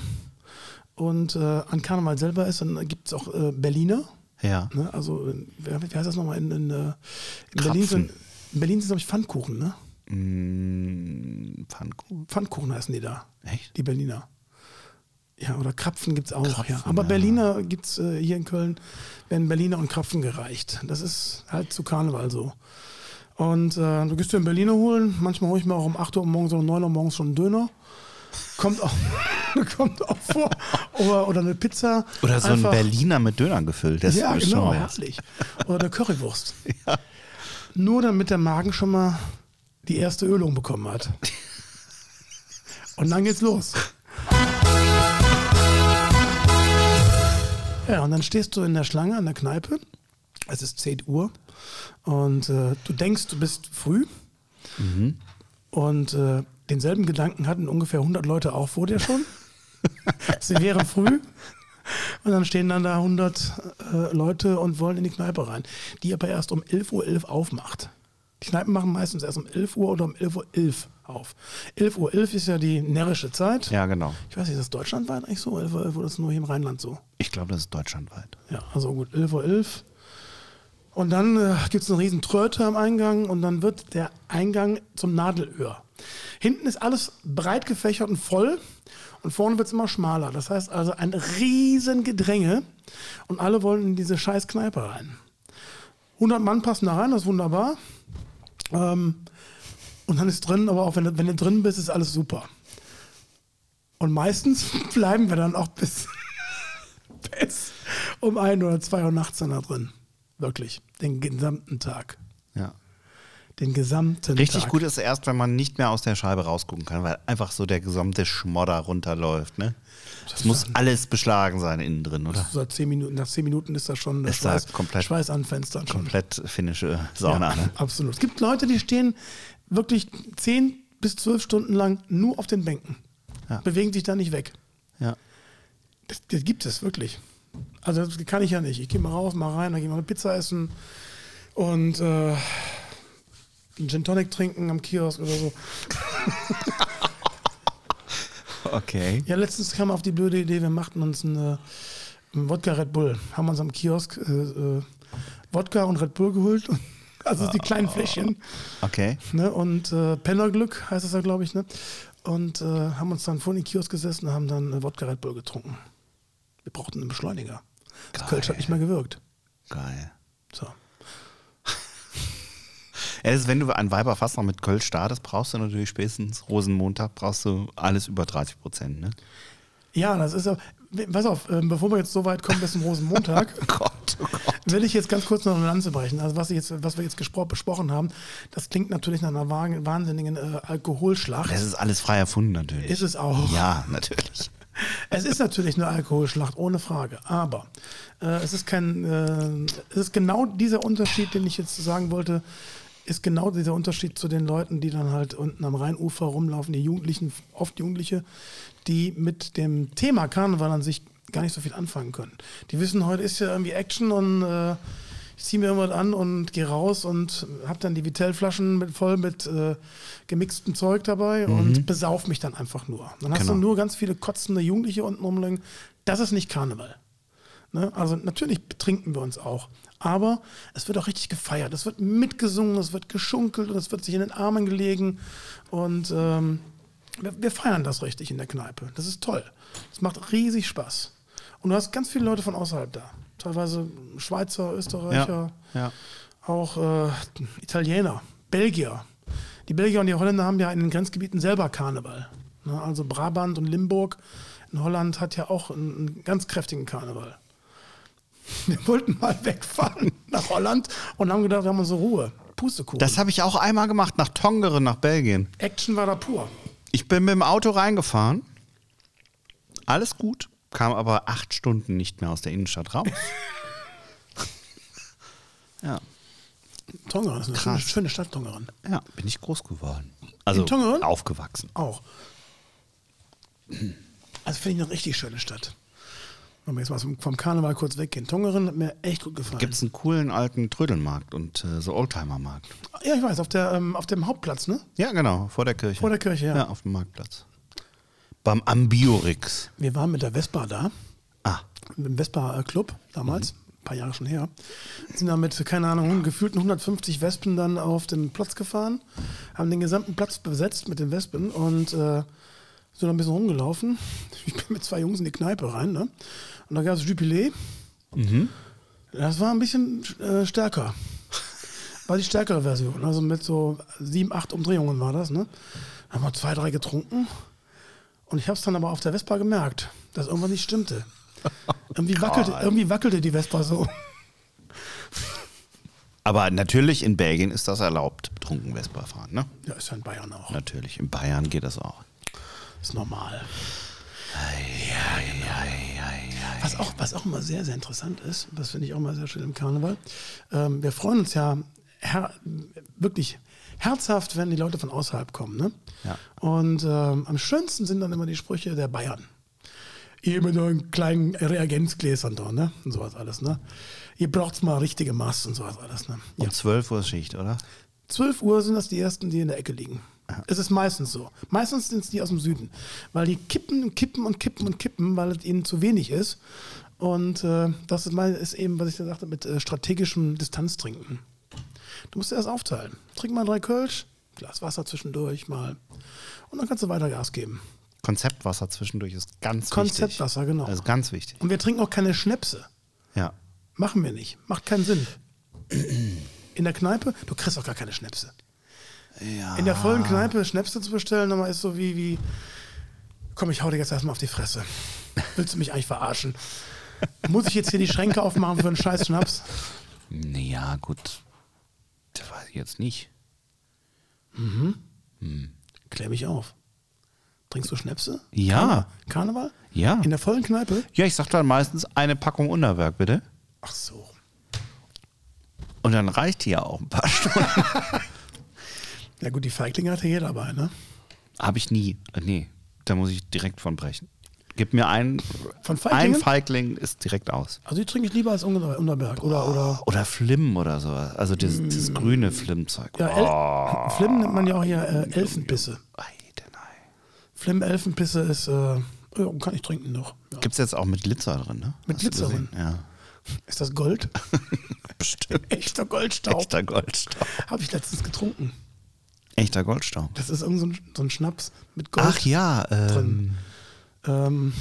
[SPEAKER 1] Und äh, an Karneval selber ist, dann gibt es auch äh, Berliner.
[SPEAKER 2] Ja.
[SPEAKER 1] Ne? Also, äh, wie heißt das nochmal? In, in, äh, in
[SPEAKER 2] Krapfen.
[SPEAKER 1] Berlin sind, in Berlin sind glaube ich, Pfannkuchen, ne?
[SPEAKER 2] Mm, Pfannkuchen?
[SPEAKER 1] Pfannkuchen heißen die da.
[SPEAKER 2] Echt?
[SPEAKER 1] Die Berliner. Ja, oder Krapfen gibt es auch.
[SPEAKER 2] Krapfen,
[SPEAKER 1] ja. Aber
[SPEAKER 2] ja.
[SPEAKER 1] Berliner gibt es äh, hier in Köln, werden Berliner und Krapfen gereicht. Das ist halt zu Karneval so. Und äh, du gehst dir einen Berliner holen. Manchmal hole ich mir auch um 8 Uhr morgens oder um 9 Uhr morgens schon einen Döner. Kommt auch, kommt auch vor. Oder, oder eine Pizza.
[SPEAKER 2] Oder so
[SPEAKER 1] Einfach-
[SPEAKER 2] ein Berliner mit Döner gefüllt. Das
[SPEAKER 1] ja,
[SPEAKER 2] ist schon
[SPEAKER 1] genau,
[SPEAKER 2] mal was.
[SPEAKER 1] herrlich. Oder eine Currywurst. Nur damit der Magen schon mal die erste Ölung bekommen hat. Und dann geht's los. Ja, und dann stehst du in der Schlange an der Kneipe. Es ist 10 Uhr. Und äh, du denkst, du bist früh. Und äh, denselben Gedanken hatten ungefähr 100 Leute auch vor dir schon. Sie wären früh. Und dann stehen dann da 100 äh, Leute und wollen in die Kneipe rein, die aber erst um 11.11 Uhr aufmacht. Die Kneipen machen meistens erst um 11 Uhr oder um 11.11 Uhr auf. 11.11 Uhr ist ja die närrische Zeit.
[SPEAKER 2] Ja, genau.
[SPEAKER 1] Ich weiß nicht, ist das deutschlandweit eigentlich so? 11.11 Uhr oder ist das nur hier im Rheinland so?
[SPEAKER 2] Ich glaube, das ist deutschlandweit.
[SPEAKER 1] Ja, also gut, 11.11 Uhr. Und dann äh, gibt es einen riesen Tröte am Eingang und dann wird der Eingang zum Nadelöhr. Hinten ist alles breit gefächert und voll und vorne wird es immer schmaler. Das heißt also ein riesen Gedränge und alle wollen in diese scheiß Kneipe rein. 100 Mann passen da rein, das ist wunderbar. Ähm, und dann ist drin, aber auch wenn, du- wenn du drin bist, ist alles super. Und meistens bleiben wir dann auch bis bis um ein oder zwei Uhr nachts dann da drin. Wirklich. Den gesamten Tag.
[SPEAKER 2] Ja.
[SPEAKER 1] Den gesamten
[SPEAKER 2] Richtig
[SPEAKER 1] Tag.
[SPEAKER 2] gut ist erst, wenn man nicht mehr aus der Scheibe rausgucken kann, weil einfach so der gesamte Schmodder runterläuft. Ne? Es muss alles beschlagen sein innen drin, oder?
[SPEAKER 1] So zehn Minuten, nach zehn Minuten ist das schon der
[SPEAKER 2] Ist da
[SPEAKER 1] Schweiß,
[SPEAKER 2] komplett-
[SPEAKER 1] Schweiß an Fenstern schon.
[SPEAKER 2] Komplett finnische Sauna.
[SPEAKER 1] Ja,
[SPEAKER 2] Ne?
[SPEAKER 1] absolut. Es gibt Leute, die stehen wirklich zehn bis zwölf Stunden lang nur auf den Bänken.
[SPEAKER 2] Ja.
[SPEAKER 1] Bewegen sich da nicht weg.
[SPEAKER 2] Ja.
[SPEAKER 1] Das, das gibt es wirklich. Also das kann ich ja nicht. Ich gehe mal raus, mal rein, dann gehe ich mal eine Pizza essen und äh, einen Gin Tonic trinken am Kiosk oder so.
[SPEAKER 2] Okay.
[SPEAKER 1] Ja, letztens kam auf die blöde Idee, wir machten uns eine, einen Wodka Red Bull. Haben uns am Kiosk äh, äh, Wodka und Red Bull geholt. Also die kleinen Fläschchen.
[SPEAKER 2] Okay.
[SPEAKER 1] Ne? Und äh, Pennerglück heißt es ja, glaube ich. Ne? Und äh, haben uns dann vor den Kiosk gesessen und haben dann äh, Wodka Red Bull getrunken. Wir brauchten einen Beschleuniger. Das
[SPEAKER 2] Geil.
[SPEAKER 1] Kölsch hat nicht mehr gewirkt.
[SPEAKER 2] Geil.
[SPEAKER 1] So.
[SPEAKER 2] Ja, das ist, wenn du an Weiberfass noch mit Köln startest, brauchst du natürlich spätestens Rosenmontag, brauchst du alles über 30 Prozent. Ne?
[SPEAKER 1] Ja, das ist ja. Pass auf, ähm, bevor wir jetzt so weit kommen bis zum Rosenmontag.
[SPEAKER 2] Gott, oh Gott.
[SPEAKER 1] Will ich jetzt ganz kurz noch eine Lanze brechen. Also was, ich jetzt, was wir jetzt gespro- besprochen haben, das klingt natürlich nach einer wa- wahnsinnigen äh, Alkoholschlacht.
[SPEAKER 2] Das ist alles frei erfunden natürlich.
[SPEAKER 1] ist es Oh. auch.
[SPEAKER 2] Ja, natürlich.
[SPEAKER 1] Es ist natürlich eine Alkoholschlacht, ohne Frage. Aber äh, es ist kein, äh, es ist genau dieser Unterschied, den ich jetzt sagen wollte, ist genau dieser Unterschied zu den Leuten, die dann halt unten am Rheinufer rumlaufen, die Jugendlichen, oft Jugendliche, die mit dem Thema Karneval an sich gar nicht so viel anfangen können. Die wissen, heute ist ja irgendwie Action und äh, ich ziehe mir irgendwas an und gehe raus und habe dann die Vitellflaschen mit, voll mit äh, gemixtem Zeug dabei und besauf mich dann einfach nur. Dann hast
[SPEAKER 2] Genau.
[SPEAKER 1] du nur ganz viele kotzende Jugendliche unten rumliegen. Das ist nicht Karneval. Ne? Also natürlich betrinken wir uns auch. Aber es wird auch richtig gefeiert. Es wird mitgesungen, es wird geschunkelt und es wird sich in den Armen gelegen. Und ähm, wir, wir feiern das richtig in der Kneipe. Das ist toll. Es macht riesig Spaß. Und du hast ganz viele Leute von außerhalb da. Teilweise Schweizer, Österreicher,
[SPEAKER 2] ja.
[SPEAKER 1] auch äh, Italiener, Belgier. Die Belgier und die Holländer haben ja in den Grenzgebieten selber Karneval. Ne? Also Brabant und Limburg in Holland hat ja auch einen, einen ganz kräftigen Karneval. Wir wollten mal wegfahren nach Holland und haben gedacht, wir haben unsere Ruhe. Pustekuchen.
[SPEAKER 2] Das habe ich auch einmal gemacht, nach Tongeren, nach Belgien.
[SPEAKER 1] Action war da pur.
[SPEAKER 2] Ich bin mit dem Auto reingefahren. Alles gut, kam aber acht Stunden nicht mehr aus der Innenstadt raus. ja,
[SPEAKER 1] Tongeren ist eine schöne, schöne Stadt, Tongeren.
[SPEAKER 2] ja, bin ich groß geworden. Also
[SPEAKER 1] In Tongeren?
[SPEAKER 2] aufgewachsen.
[SPEAKER 1] Auch. Also finde ich eine richtig schöne Stadt. Wenn wir jetzt mal vom vom Karneval kurz weggehen. Tongeren hat mir echt gut gefallen.
[SPEAKER 2] Gibt es einen coolen alten Trödelmarkt und äh, so Oldtimermarkt.
[SPEAKER 1] Ja, ich weiß, auf, der, ähm, auf dem Hauptplatz, ne?
[SPEAKER 2] Ja, genau, vor der Kirche.
[SPEAKER 1] Vor der Kirche, ja.
[SPEAKER 2] Ja, auf dem Marktplatz. Beim Ambiorix.
[SPEAKER 1] Wir waren mit der Vespa da,
[SPEAKER 2] Ah,
[SPEAKER 1] mit dem Vespa-Club damals, ein paar Jahre schon her. Sind damit, keine Ahnung, gefühlten 150 Wespen dann auf den Platz gefahren, haben den gesamten Platz besetzt mit den Wespen und äh, sind dann ein bisschen rumgelaufen. Ich bin mit zwei Jungs in die Kneipe rein, ne? Und da gab es Jupilet. Das war ein bisschen äh, stärker. War die stärkere Version. Also mit so sieben, acht Umdrehungen war das, ne? Haben wir zwei, drei getrunken. Und ich habe es dann aber auf der Vespa gemerkt, dass irgendwas nicht stimmte. Irgendwie wackelte, irgendwie wackelte die Vespa so.
[SPEAKER 2] aber natürlich in Belgien ist das erlaubt, betrunken Vespa fahren, ne?
[SPEAKER 1] Ja, ist ja in Bayern auch.
[SPEAKER 2] Natürlich, in Bayern geht das auch.
[SPEAKER 1] Ist normal. Was auch, was auch immer sehr, sehr interessant ist, das finde ich auch immer sehr schön im Karneval. Ähm, wir freuen uns ja her wirklich herzhaft, wenn die Leute von außerhalb kommen. Ne?
[SPEAKER 2] Ja.
[SPEAKER 1] Und ähm, am schönsten sind dann immer die Sprüche der Bayern. Ihr mit euren kleinen Reagenzgläsern da, ne? Und sowas alles, ne? Ihr braucht's mal richtige Maß und sowas alles, ne? Ja.
[SPEAKER 2] Um 12 Uhr ist Schicht, oder?
[SPEAKER 1] 12 Uhr sind das die ersten, die in der Ecke liegen. Es ist meistens so. Meistens sind es die aus dem Süden, weil die kippen und kippen und kippen und kippen, weil es ihnen zu wenig ist. Und äh, das ist, mein, ist eben, was ich da sagte, mit äh, strategischem Distanztrinken. Du musst erst aufteilen. Trink mal drei Kölsch, Glas Wasser zwischendurch mal. Und dann kannst du weiter Gas geben.
[SPEAKER 2] Konzeptwasser zwischendurch ist ganz wichtig.
[SPEAKER 1] Konzeptwasser, genau.
[SPEAKER 2] Das ist ganz wichtig.
[SPEAKER 1] Und wir trinken auch keine Schnäpse.
[SPEAKER 2] Ja.
[SPEAKER 1] Machen wir nicht. Macht keinen Sinn. In der Kneipe, du kriegst auch gar keine Schnäpse. In der vollen Kneipe Schnäpse zu bestellen, nochmal ist so wie, wie, komm, ich hau dir jetzt erstmal auf die Fresse. Willst du mich eigentlich verarschen? Muss ich jetzt hier die Schränke aufmachen für einen scheiß Schnaps?
[SPEAKER 2] Naja, gut. Das weiß ich jetzt nicht.
[SPEAKER 1] Klär mich auf. Trinkst du Schnäpse?
[SPEAKER 2] Ja.
[SPEAKER 1] Karneval?
[SPEAKER 2] Ja.
[SPEAKER 1] In der vollen Kneipe?
[SPEAKER 2] Ja, ich sag dann meistens eine Packung Unterwerk, bitte.
[SPEAKER 1] Ach so.
[SPEAKER 2] Und dann reicht die ja auch ein paar Stunden.
[SPEAKER 1] Ja gut, die Feiglinge hatte jeder dabei, ne?
[SPEAKER 2] Habe ich nie. Äh, Nee, da muss ich direkt von brechen. Gib mir einen.
[SPEAKER 1] Von Feiglingen?
[SPEAKER 2] Ein Feigling ist direkt aus.
[SPEAKER 1] Also die trinke ich lieber als Unter- Unterberg. Oder, oder,
[SPEAKER 2] Oder Flimm oder sowas. Also dieses, dieses grüne Oh. Flimmzeug.
[SPEAKER 1] Mm. ja, El Flimm nennt man ja auch hier äh, Elfenbisse.
[SPEAKER 2] Ei, denn ei.
[SPEAKER 1] Flimm Elfenbisse ist, äh, ja, kann ich trinken noch. Ja.
[SPEAKER 2] Gibt's jetzt auch mit Glitzer drin, ne?
[SPEAKER 1] Mit
[SPEAKER 2] Hast du
[SPEAKER 1] Glitzer drin?
[SPEAKER 2] gesehen? Ja.
[SPEAKER 1] Ist das Gold?
[SPEAKER 2] Bestimmt.
[SPEAKER 1] Echter Goldstaub.
[SPEAKER 2] Echter Goldstaub.
[SPEAKER 1] Habe ich letztens getrunken.
[SPEAKER 2] Echter Goldstaub.
[SPEAKER 1] Das ist irgend so ein, so ein Schnaps mit Gold.
[SPEAKER 2] Ach ja, ähm,
[SPEAKER 1] Ähm,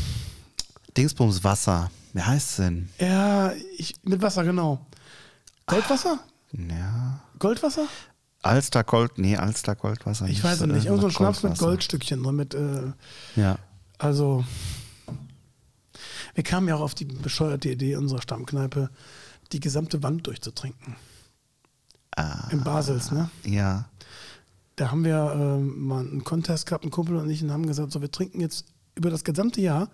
[SPEAKER 2] Dingsbums Wasser. Wie heißt denn?
[SPEAKER 1] ja, ich, mit Wasser, genau. Goldwasser?
[SPEAKER 2] Ja.
[SPEAKER 1] Goldwasser?
[SPEAKER 2] Alster Gold, nee, Alster Goldwasser.
[SPEAKER 1] Ich weiß es nicht. Irgend so ein
[SPEAKER 2] Irgendwas
[SPEAKER 1] Schnaps mit
[SPEAKER 2] äh, Goldwasser.
[SPEAKER 1] Goldstückchen. drin, Mit, äh,
[SPEAKER 2] Ja.
[SPEAKER 1] also, wir kamen ja auch auf die bescheuerte Idee unserer Stammkneipe, die gesamte Wand durchzutrinken.
[SPEAKER 2] Ah,
[SPEAKER 1] In Basels, ne?
[SPEAKER 2] ja.
[SPEAKER 1] Da haben wir ähm, mal einen Contest gehabt, ein Kumpel und ich, und haben gesagt, so, wir trinken jetzt über das gesamte Jahr,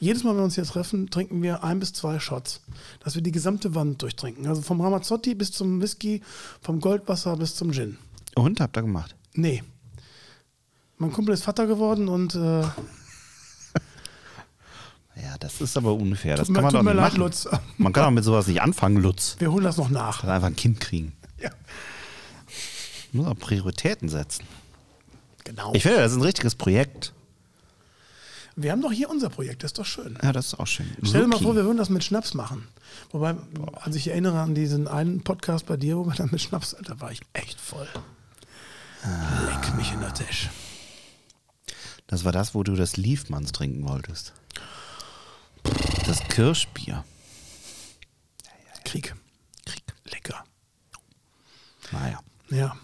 [SPEAKER 1] jedes Mal, wenn wir uns hier treffen, trinken wir ein bis zwei Shots, dass wir die gesamte Wand durchtrinken. Also vom Ramazzotti bis zum Whisky, vom Goldwasser bis zum Gin.
[SPEAKER 2] Und Oh, habt ihr gemacht?
[SPEAKER 1] Nee. Mein Kumpel ist Vater geworden und äh,
[SPEAKER 2] Ja, das ist aber unfair. Das
[SPEAKER 1] Tut mir-
[SPEAKER 2] kann man
[SPEAKER 1] tut
[SPEAKER 2] doch
[SPEAKER 1] mir
[SPEAKER 2] nicht
[SPEAKER 1] leid,
[SPEAKER 2] machen.
[SPEAKER 1] Lutz.
[SPEAKER 2] Man kann doch mit sowas nicht anfangen, Lutz.
[SPEAKER 1] wir holen das noch nach.
[SPEAKER 2] Kann einfach ein Kind kriegen.
[SPEAKER 1] Ja.
[SPEAKER 2] Nur auf Prioritäten setzen.
[SPEAKER 1] Genau.
[SPEAKER 2] Ich finde, das ist ein richtiges Projekt.
[SPEAKER 1] wir haben doch hier unser Projekt, das ist doch schön.
[SPEAKER 2] Ja, das ist auch schön.
[SPEAKER 1] Stell dir mal
[SPEAKER 2] Suki.
[SPEAKER 1] vor, wir würden das mit Schnaps machen. Wobei, also ich erinnere an diesen einen Podcast bei dir, wo wir dann mit Schnaps, da war ich echt voll. Leck mich in der Tisch.
[SPEAKER 2] Das war das, wo du das Liefmanns trinken wolltest. Das Kirschbier.
[SPEAKER 1] Krieg. Krieg. Lecker.
[SPEAKER 2] Naja.
[SPEAKER 1] Ja.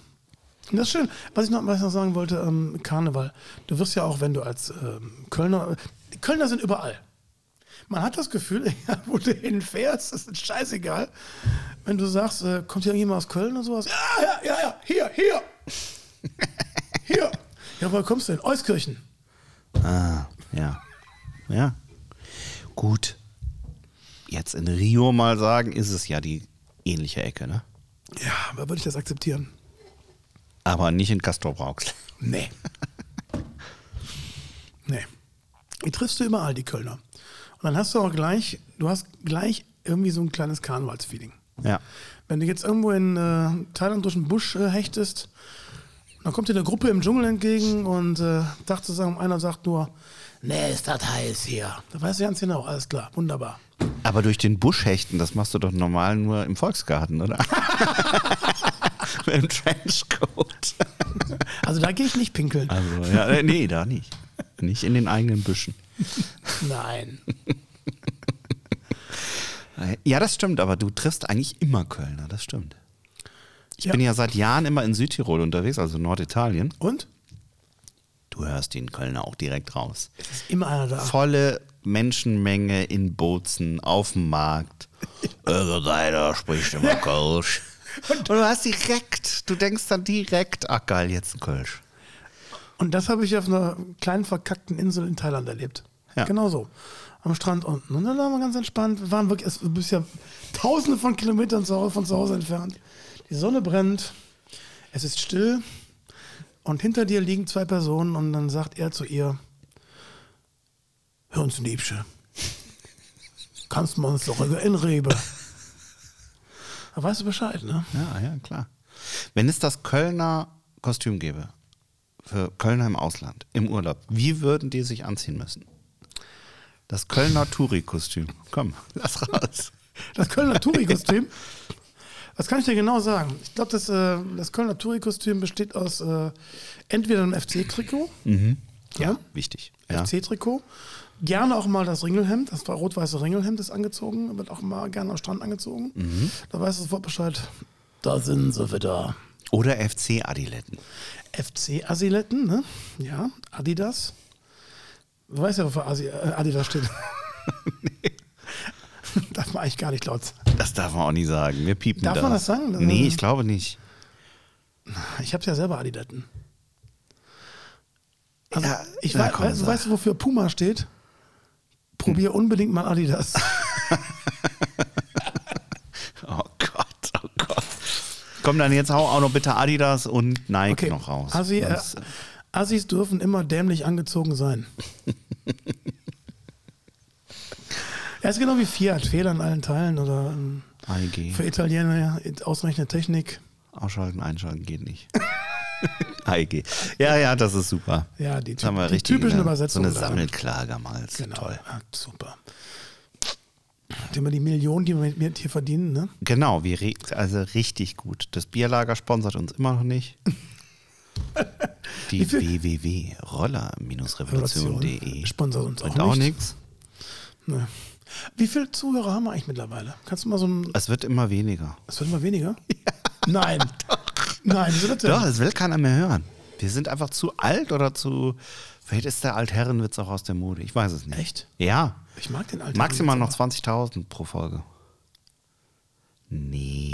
[SPEAKER 1] Und Das ist schön. Was ich noch, was ich noch sagen wollte, ähm, Karneval. Du wirst ja auch, wenn du als ähm, Kölner, Kölner sind überall. Man hat das Gefühl, egal wo du hinfährst, das ist scheißegal. Wenn du sagst, äh, kommt hier irgendjemand aus Köln oder sowas? Ja, ja, ja, ja, hier, hier. hier. Ja, woher kommst du denn? Euskirchen.
[SPEAKER 2] Ah, ja. Ja. Gut. Jetzt in Rio mal sagen, ist es ja die ähnliche Ecke, ne?
[SPEAKER 1] Ja, aber würde ich das akzeptieren?
[SPEAKER 2] Aber nicht in Castro Brauxel.
[SPEAKER 1] Nee. nee. Die triffst du überall, die Kölner. Und dann hast du auch gleich, du hast gleich irgendwie so ein kleines Karnevalsfeeling.
[SPEAKER 2] Ja.
[SPEAKER 1] Wenn du jetzt irgendwo in äh, Thailand durch den Busch äh, hechtest, dann kommt dir eine Gruppe im Dschungel entgegen und äh, dacht zusammen, einer sagt nur, nee, ist das heiß hier. Da weißt du ganz genau, alles klar, wunderbar.
[SPEAKER 2] Aber durch den Busch hechten, das machst du doch normal nur im Volksgarten, oder? Mit dem Trenchcoat.
[SPEAKER 1] Also da gehe ich nicht pinkeln.
[SPEAKER 2] Also, ja, äh, nee, da nicht. Nicht in den eigenen Büschen.
[SPEAKER 1] Nein.
[SPEAKER 2] Äh, Ja, das stimmt, aber du triffst eigentlich immer Kölner, das stimmt. Ich
[SPEAKER 1] Ja.
[SPEAKER 2] bin ja seit Jahren immer in Südtirol unterwegs, also Norditalien.
[SPEAKER 1] Und?
[SPEAKER 2] Du hörst den Kölner auch direkt raus.
[SPEAKER 1] Ist immer einer da.
[SPEAKER 2] Volle Menschenmenge in Bozen, auf dem Markt. Also deiner spricht immer Kölsch. Und du hast direkt, du denkst dann direkt, ach geil, jetzt ein Kölsch.
[SPEAKER 1] Und das habe ich auf einer kleinen verkackten Insel in Thailand erlebt.
[SPEAKER 2] Ja.
[SPEAKER 1] Genau so. Am Strand unten. Und dann waren wir ganz entspannt. Wir waren wirklich, es- du bist ja tausende von Kilometern zu Hause, von zu Hause entfernt. Die Sonne brennt. Es ist still. Und hinter dir liegen zwei Personen. Und dann sagt er zu ihr, hör uns, Liebsche. Kannst man uns doch in Rebe. Da weißt du Bescheid, ne?
[SPEAKER 2] Ja, ja, klar. Wenn es das Kölner Kostüm gäbe, für Kölner im Ausland, im Urlaub, wie würden die sich anziehen müssen? Das Kölner Touri-Kostüm. Komm, lass raus.
[SPEAKER 1] Das Kölner Touri-Kostüm. Das kann ich dir genau sagen. Ich glaube, das, äh, das Kölner Touri-Kostüm besteht aus äh, entweder einem FC-Trikot, ja,
[SPEAKER 2] Wichtig. Ja.
[SPEAKER 1] FC-Trikot, gerne auch mal das Ringelhemd, das war rot-weiße Ringelhemd ist angezogen, wird auch mal gerne am Strand angezogen. Da weißt du sofort Bescheid. Da sind sie wieder.
[SPEAKER 2] Oder FC-Adiletten.
[SPEAKER 1] FC-Asiletten, ne? Ja, Adidas. Du weißt ja, wofür Asi äh, Adidas steht. Darf man eigentlich gar nicht laut sagen.
[SPEAKER 2] Das darf man auch nie sagen. Wir piepen
[SPEAKER 1] Darf
[SPEAKER 2] das.
[SPEAKER 1] man das sagen? Das-
[SPEAKER 2] Nee, ich glaube nicht.
[SPEAKER 1] Ich habe ja selber Adiletten. Also,
[SPEAKER 2] Ja,
[SPEAKER 1] ich
[SPEAKER 2] na
[SPEAKER 1] weiß,
[SPEAKER 2] komm,
[SPEAKER 1] weißt,
[SPEAKER 2] sag. Hm.
[SPEAKER 1] weißt du, wofür Puma steht? Probier unbedingt mal Adidas.
[SPEAKER 2] Oh Gott, oh Gott. Komm, dann jetzt hau auch noch bitte Adidas und Nike
[SPEAKER 1] Okay.
[SPEAKER 2] noch raus.
[SPEAKER 1] Assi, äh,
[SPEAKER 2] Sonst-
[SPEAKER 1] Assis dürfen immer dämlich angezogen sein. Er ist genau wie Fiat, Fehler an allen Teilen oder ähm,
[SPEAKER 2] AEG.
[SPEAKER 1] für Italiener ja, ausreichende Technik.
[SPEAKER 2] Ausschalten, einschalten geht nicht. AEG. Ja, ja, das ist super.
[SPEAKER 1] Ja, die,
[SPEAKER 2] Das haben wir
[SPEAKER 1] die
[SPEAKER 2] richtig
[SPEAKER 1] typischen
[SPEAKER 2] eine,
[SPEAKER 1] Übersetzungen.
[SPEAKER 2] So
[SPEAKER 1] da.
[SPEAKER 2] eine Sammelklage mal. Das ist
[SPEAKER 1] Genau.
[SPEAKER 2] Toll.
[SPEAKER 1] Ja, super. Und immer die Millionen, die wir mit mir hier verdienen, ne?
[SPEAKER 2] Genau, wir re also richtig gut. Das Bierlager sponsert uns immer noch nicht. Die www.roller-revolution.de
[SPEAKER 1] Sponsert uns auch,
[SPEAKER 2] bringt E. auch
[SPEAKER 1] nicht.
[SPEAKER 2] nichts.
[SPEAKER 1] Nee. Wie viele Zuhörer haben wir eigentlich mittlerweile? Kannst du mal so ein.
[SPEAKER 2] Es wird immer weniger.
[SPEAKER 1] Es wird immer weniger? Nein. Nein, wieso das denn?
[SPEAKER 2] Doch, das will keiner mehr hören. Wir sind einfach zu alt oder zu. Vielleicht ist der Altherrenwitz auch aus der Mode. Ich weiß es nicht.
[SPEAKER 1] Echt?
[SPEAKER 2] Ja.
[SPEAKER 1] Ich mag den alten.
[SPEAKER 2] Maximal noch
[SPEAKER 1] Witz,
[SPEAKER 2] 20.000 pro Folge. Nee.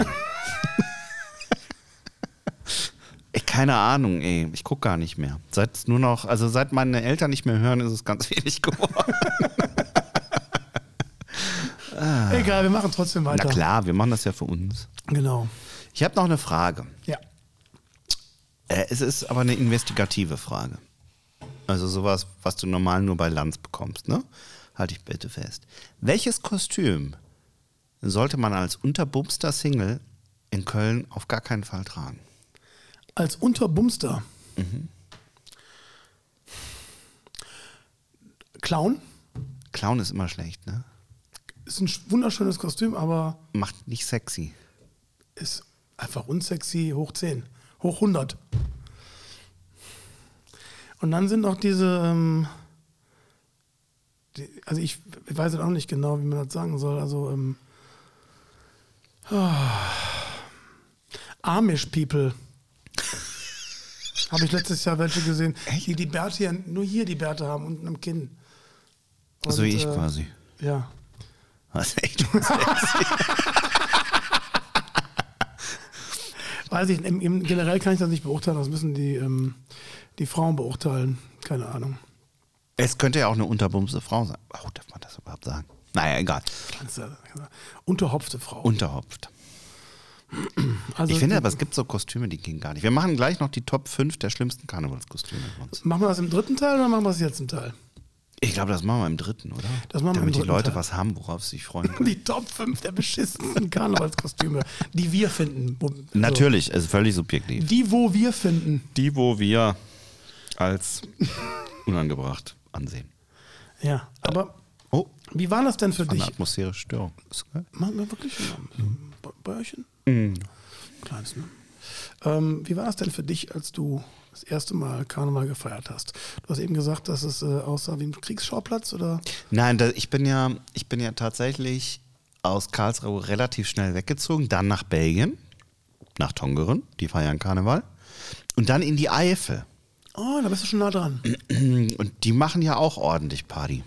[SPEAKER 2] Ey, keine Ahnung, ey. Ich guck gar nicht mehr. Seit nur noch, also seit meine Eltern nicht mehr hören, ist es ganz wenig geworden.
[SPEAKER 1] aber- Egal, wir machen trotzdem
[SPEAKER 2] Na
[SPEAKER 1] weiter.
[SPEAKER 2] klar, wir machen das ja für uns.
[SPEAKER 1] Genau.
[SPEAKER 2] Ich habe noch eine Frage.
[SPEAKER 1] Ja.
[SPEAKER 2] Äh, es ist aber eine investigative Frage. Also sowas, was du normal nur bei Lanz bekommst, ne? Halte ich bitte fest. Welches Kostüm sollte man als unterbumster Single in Köln auf gar keinen Fall tragen?
[SPEAKER 1] Als Unterbumster.
[SPEAKER 2] Mhm.
[SPEAKER 1] Clown
[SPEAKER 2] Clown ist immer schlecht, ne?
[SPEAKER 1] ist ein sch- wunderschönes Kostüm, aber
[SPEAKER 2] Macht nicht sexy.
[SPEAKER 1] ist einfach unsexy hoch 10, hoch 100. Und dann sind auch diese, ähm, die, also ich weiß jetzt auch nicht genau, wie man das sagen soll, also ähm, ah, Amish People. Habe ich letztes Jahr welche gesehen, die die Bärte hier, nur hier die Bärte haben, unten am Kinn.
[SPEAKER 2] so
[SPEAKER 1] Und,
[SPEAKER 2] wie ich
[SPEAKER 1] äh,
[SPEAKER 2] quasi.
[SPEAKER 1] Ja.
[SPEAKER 2] Das ist echt unstressig.
[SPEAKER 1] Weiß ich, im, im, generell kann ich das nicht beurteilen, das müssen die, ähm, die Frauen beurteilen. Keine Ahnung.
[SPEAKER 2] es könnte ja auch eine unterbumste Frau sein. Oh, darf man das überhaupt sagen? Naja, egal.
[SPEAKER 1] Kannst du- kannst du- Unterhopfte Frau.
[SPEAKER 2] Unterhaupt.
[SPEAKER 1] also,
[SPEAKER 2] Ich finde aber, es gibt so Kostüme, die gehen gar nicht. Wir machen gleich noch die Top 5 der schlimmsten Karnevalskostüme bei uns.
[SPEAKER 1] Machen wir das im dritten Teil oder machen wir das jetzt im Teil?
[SPEAKER 2] Ich glaube, das machen wir im dritten, oder?
[SPEAKER 1] Das machen wir im
[SPEAKER 2] Damit
[SPEAKER 1] dritten
[SPEAKER 2] die Leute
[SPEAKER 1] Teil.
[SPEAKER 2] was haben, worauf sie sich freuen können.
[SPEAKER 1] Die Top 5 der beschissensten Karnevalskostüme, die wir finden. Wo- also,
[SPEAKER 2] Natürlich, also völlig subjektiv.
[SPEAKER 1] Die, wo wir finden.
[SPEAKER 2] Die, wo wir als unangebracht ansehen.
[SPEAKER 1] Ja, aber
[SPEAKER 2] Oh,
[SPEAKER 1] wie war das denn für
[SPEAKER 2] eine
[SPEAKER 1] dich?
[SPEAKER 2] atmosphärische Störung. Ist geil.
[SPEAKER 1] Machen wir wirklich schon ein Bä- Bäuerchen?
[SPEAKER 2] Mhm.
[SPEAKER 1] Kleines, ne? Ähm, wie war das denn für dich, als du das erste Mal Karneval gefeiert hast? Du hast eben gesagt, dass es äh, aussah wie ein Kriegsschauplatz oder?
[SPEAKER 2] Nein, da, ich, bin ja, ich bin ja tatsächlich aus Karlsruhe relativ schnell weggezogen, dann nach Belgien, nach Tongeren, die feiern Karneval, und dann in die Eifel.
[SPEAKER 1] Oh, da bist du schon nah dran.
[SPEAKER 2] Und die machen ja auch ordentlich Party.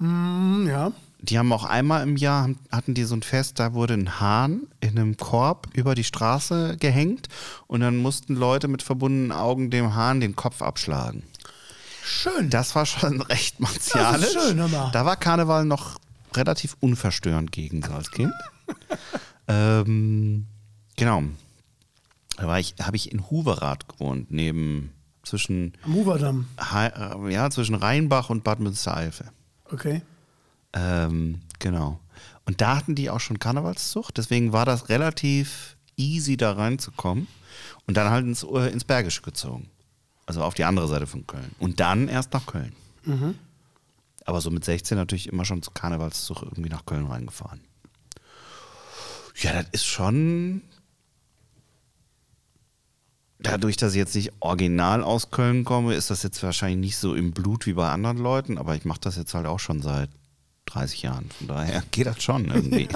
[SPEAKER 1] Hm, ja.
[SPEAKER 2] Die haben auch einmal im Jahr, haben- hatten die so ein Fest, da wurde ein Hahn in einem Korb über die Straße gehängt und dann mussten Leute mit verbundenen Augen dem Hahn den Kopf abschlagen.
[SPEAKER 1] Schön.
[SPEAKER 2] Das war schon recht martialisch.
[SPEAKER 1] Das ist schön, hör mal.
[SPEAKER 2] da war Karneval noch relativ unverstörend gegen Salzkind. ähm, genau. Da war ich, habe ich in Huverath gewohnt, neben zwischen,
[SPEAKER 1] Am Hooverdamm.
[SPEAKER 2] Hei- äh, ja, zwischen Rheinbach und Bad Münstereifel.
[SPEAKER 1] Okay.
[SPEAKER 2] Ähm, genau. Und da hatten die auch schon Karnevalszucht, deswegen war das relativ easy, da reinzukommen. Und dann halt ins, äh, ins Bergische gezogen. Also auf die andere Seite von Köln. Und dann erst nach Köln. Aber so mit 16 natürlich immer schon zur Karnevalszucht irgendwie nach Köln reingefahren. Ja, das ist schon. Dadurch, dass ich jetzt nicht original aus Köln komme, ist das jetzt wahrscheinlich nicht so im Blut wie bei anderen Leuten, aber ich mache das jetzt halt auch schon seit 30 Jahren. Von daher geht das schon irgendwie.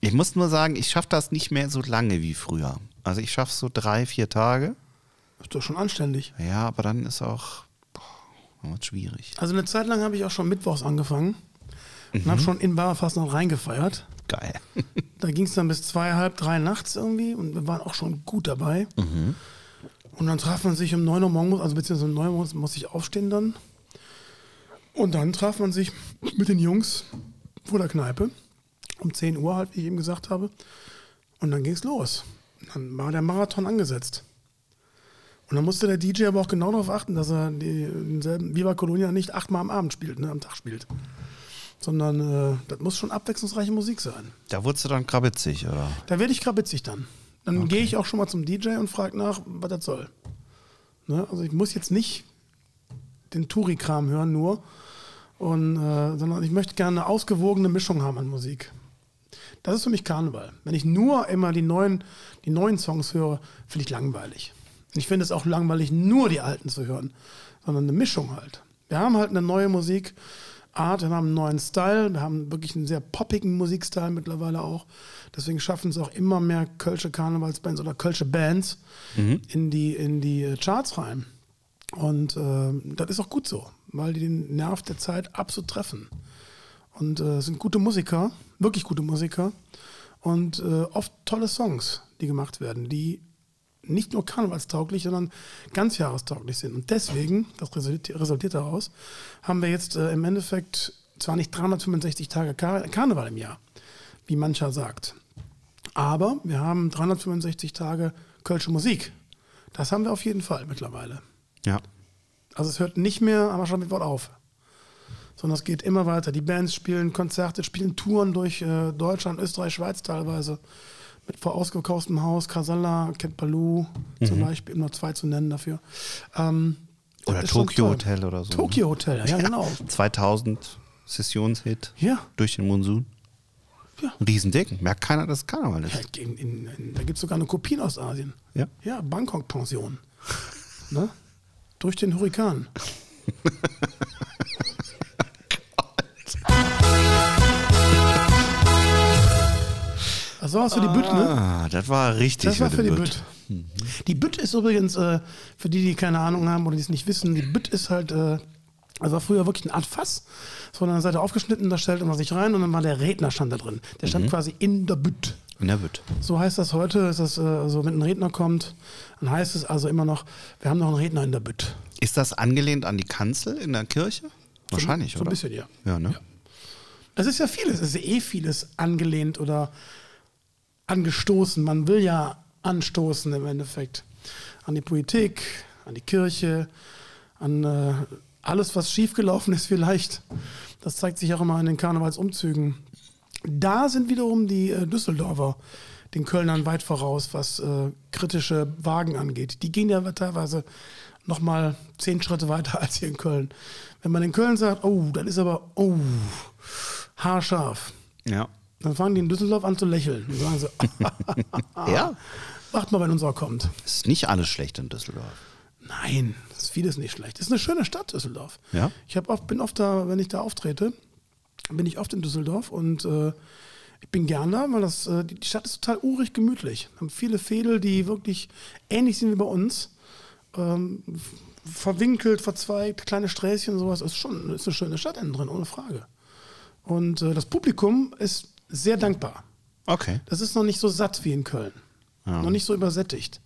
[SPEAKER 2] Ich muss nur sagen, ich schaffe das nicht mehr so lange wie früher. Also ich schaffe so drei, vier Tage.
[SPEAKER 1] Ist doch schon anständig.
[SPEAKER 2] Ja, aber dann ist auch boah, dann wird's schwierig.
[SPEAKER 1] Also eine Zeit lang habe ich auch schon mittwochs angefangen und habe schon in Barfasnacht reingefeiert.
[SPEAKER 2] Geil.
[SPEAKER 1] Da ging es dann bis zwei, halb, drei nachts irgendwie und wir waren auch schon gut dabei. Und dann traf man sich um 9 Uhr morgens, also beziehungsweise um 9 Uhr morgens muss ich aufstehen dann. Und dann traf man sich mit den Jungs vor der Kneipe. Um 10 Uhr halt, wie ich eben gesagt habe. Und dann ging es los. Dann war der Marathon angesetzt. Und dann musste der DJ aber auch genau darauf achten, dass er die, denselben Viva Colonia nicht achtmal am Abend spielt, ne, am Tag spielt. Sondern äh, das muss schon abwechslungsreiche Musik sein.
[SPEAKER 2] Da wurdest du dann krabitzig, oder?
[SPEAKER 1] Da werde ich krabitzig dann. Dann gehe ich auch schon mal zum DJ und frage nach, was das soll. Ne? Also ich muss jetzt nicht den Touri-Kram hören nur, und, äh, sondern ich möchte gerne eine ausgewogene Mischung haben an Musik. Das ist für mich Karneval. Wenn ich nur immer die neuen, die neuen Songs höre, finde ich langweilig. Und ich finde es auch langweilig, nur die alten zu hören, sondern eine Mischung halt. Wir haben halt eine neue Musikart, wir haben einen neuen Style, wir haben wirklich einen sehr poppigen Musikstil mittlerweile auch. Deswegen schaffen es auch immer mehr kölsche Karnevalsbands oder kölsche Bands in, die, in die äh, Charts rein. Und äh, das ist auch gut so, weil die den Nerv der Zeit absolut treffen. Und äh, es sind gute Musiker, wirklich gute Musiker. Und äh, oft tolle Songs, die gemacht werden, die nicht nur karnevalstauglich, sondern ganzjahrestauglich sind. Und deswegen, das resultiert, resultiert daraus, haben wir jetzt äh, im Endeffekt zwar nicht 365 Tage Kar Karneval im Jahr, wie mancher sagt, aber wir haben 365 Tage kölsche Musik. Das haben wir auf jeden Fall mittlerweile.
[SPEAKER 2] Ja.
[SPEAKER 1] Also es hört nicht mehr am Aschermittwoch auf, sondern es geht immer weiter. Die Bands spielen Konzerte, spielen Touren durch äh, Deutschland, Österreich, Schweiz teilweise. Mit vorausgekauftem Haus, Casalla, Cat Baloo zum Beispiel, um nur zwei zu nennen dafür. Ähm, das
[SPEAKER 2] Mhm. Oder
[SPEAKER 1] ist schon
[SPEAKER 2] Tokyo
[SPEAKER 1] toll.
[SPEAKER 2] Hotel oder so. ne?
[SPEAKER 1] Tokyo Hotel, ja, genau.
[SPEAKER 2] 2000 Sessionshit
[SPEAKER 1] Ja.
[SPEAKER 2] durch den Monsun.
[SPEAKER 1] Ja.
[SPEAKER 2] Riesendicken. Merkt keiner, dass es Karneval ist.
[SPEAKER 1] In, Halt in, in, da gibt es sogar eine Kopie in Ostasien.
[SPEAKER 2] Ja.
[SPEAKER 1] Ja, Bangkok-Pension. ne? Durch den Hurrikan. Das war was für die Bütt, ne?
[SPEAKER 2] Ah, das war richtig
[SPEAKER 1] Das war
[SPEAKER 2] mit
[SPEAKER 1] für die
[SPEAKER 2] dem
[SPEAKER 1] Bütt. Die Bütt ist übrigens, äh, für die, die keine Ahnung haben oder die es nicht wissen, die Bütt ist halt äh, Das war früher wirklich eine Art Fass. Es wurde an der Seite aufgeschnitten, da stellte man sich rein und dann war der Redner stand da drin. Der stand quasi in der Bütt.
[SPEAKER 2] In der Witt.
[SPEAKER 1] So heißt das heute, ist das, äh, also wenn ein Redner kommt, dann heißt es also immer noch, wir haben noch einen Redner in der Bütt.
[SPEAKER 2] Ist das angelehnt an die Kanzel in der Kirche? Wahrscheinlich,
[SPEAKER 1] so ein
[SPEAKER 2] oder?
[SPEAKER 1] bisschen, ja.
[SPEAKER 2] Ja, ne?
[SPEAKER 1] Es ist ja vieles, es ist eh vieles angelehnt oder angestoßen. Man will ja anstoßen im Endeffekt an die Politik, an die Kirche, an äh, alles, was schiefgelaufen ist vielleicht. Das zeigt sich auch immer in den Karnevalsumzügen. Da sind wiederum die äh, Düsseldorfer den Kölnern weit voraus, was äh, kritische Wagen angeht. Die gehen ja teilweise nochmal zehn Schritte weiter als hier in Köln. Wenn man in Köln sagt, oh, das ist aber, oh, haarscharf,
[SPEAKER 2] Ja.
[SPEAKER 1] dann fangen die in Düsseldorf an zu lächeln und sagen so,
[SPEAKER 2] Ja.
[SPEAKER 1] macht mal, wenn unser kommt.
[SPEAKER 2] Ist nicht alles schlecht in Düsseldorf.
[SPEAKER 1] Nein, das ist vieles nicht schlecht. ist eine schöne Stadt, Düsseldorf.
[SPEAKER 2] Ja?
[SPEAKER 1] Ich hab oft, bin oft da, wenn ich da auftrete, bin ich oft in Düsseldorf und äh, ich bin gern da, weil das, äh, die die Stadt ist total urig gemütlich. Haben viele Fädel, die wirklich ähnlich sind wie bei uns. Ähm, f- verwinkelt, verzweigt, kleine Sträßchen und sowas. Ist schon ist eine schöne Stadt innen drin, ohne Frage. Und äh, das Publikum ist sehr dankbar.
[SPEAKER 2] Okay.
[SPEAKER 1] Das ist noch nicht so satt wie in Köln.
[SPEAKER 2] Ja.
[SPEAKER 1] Noch nicht so übersättigt.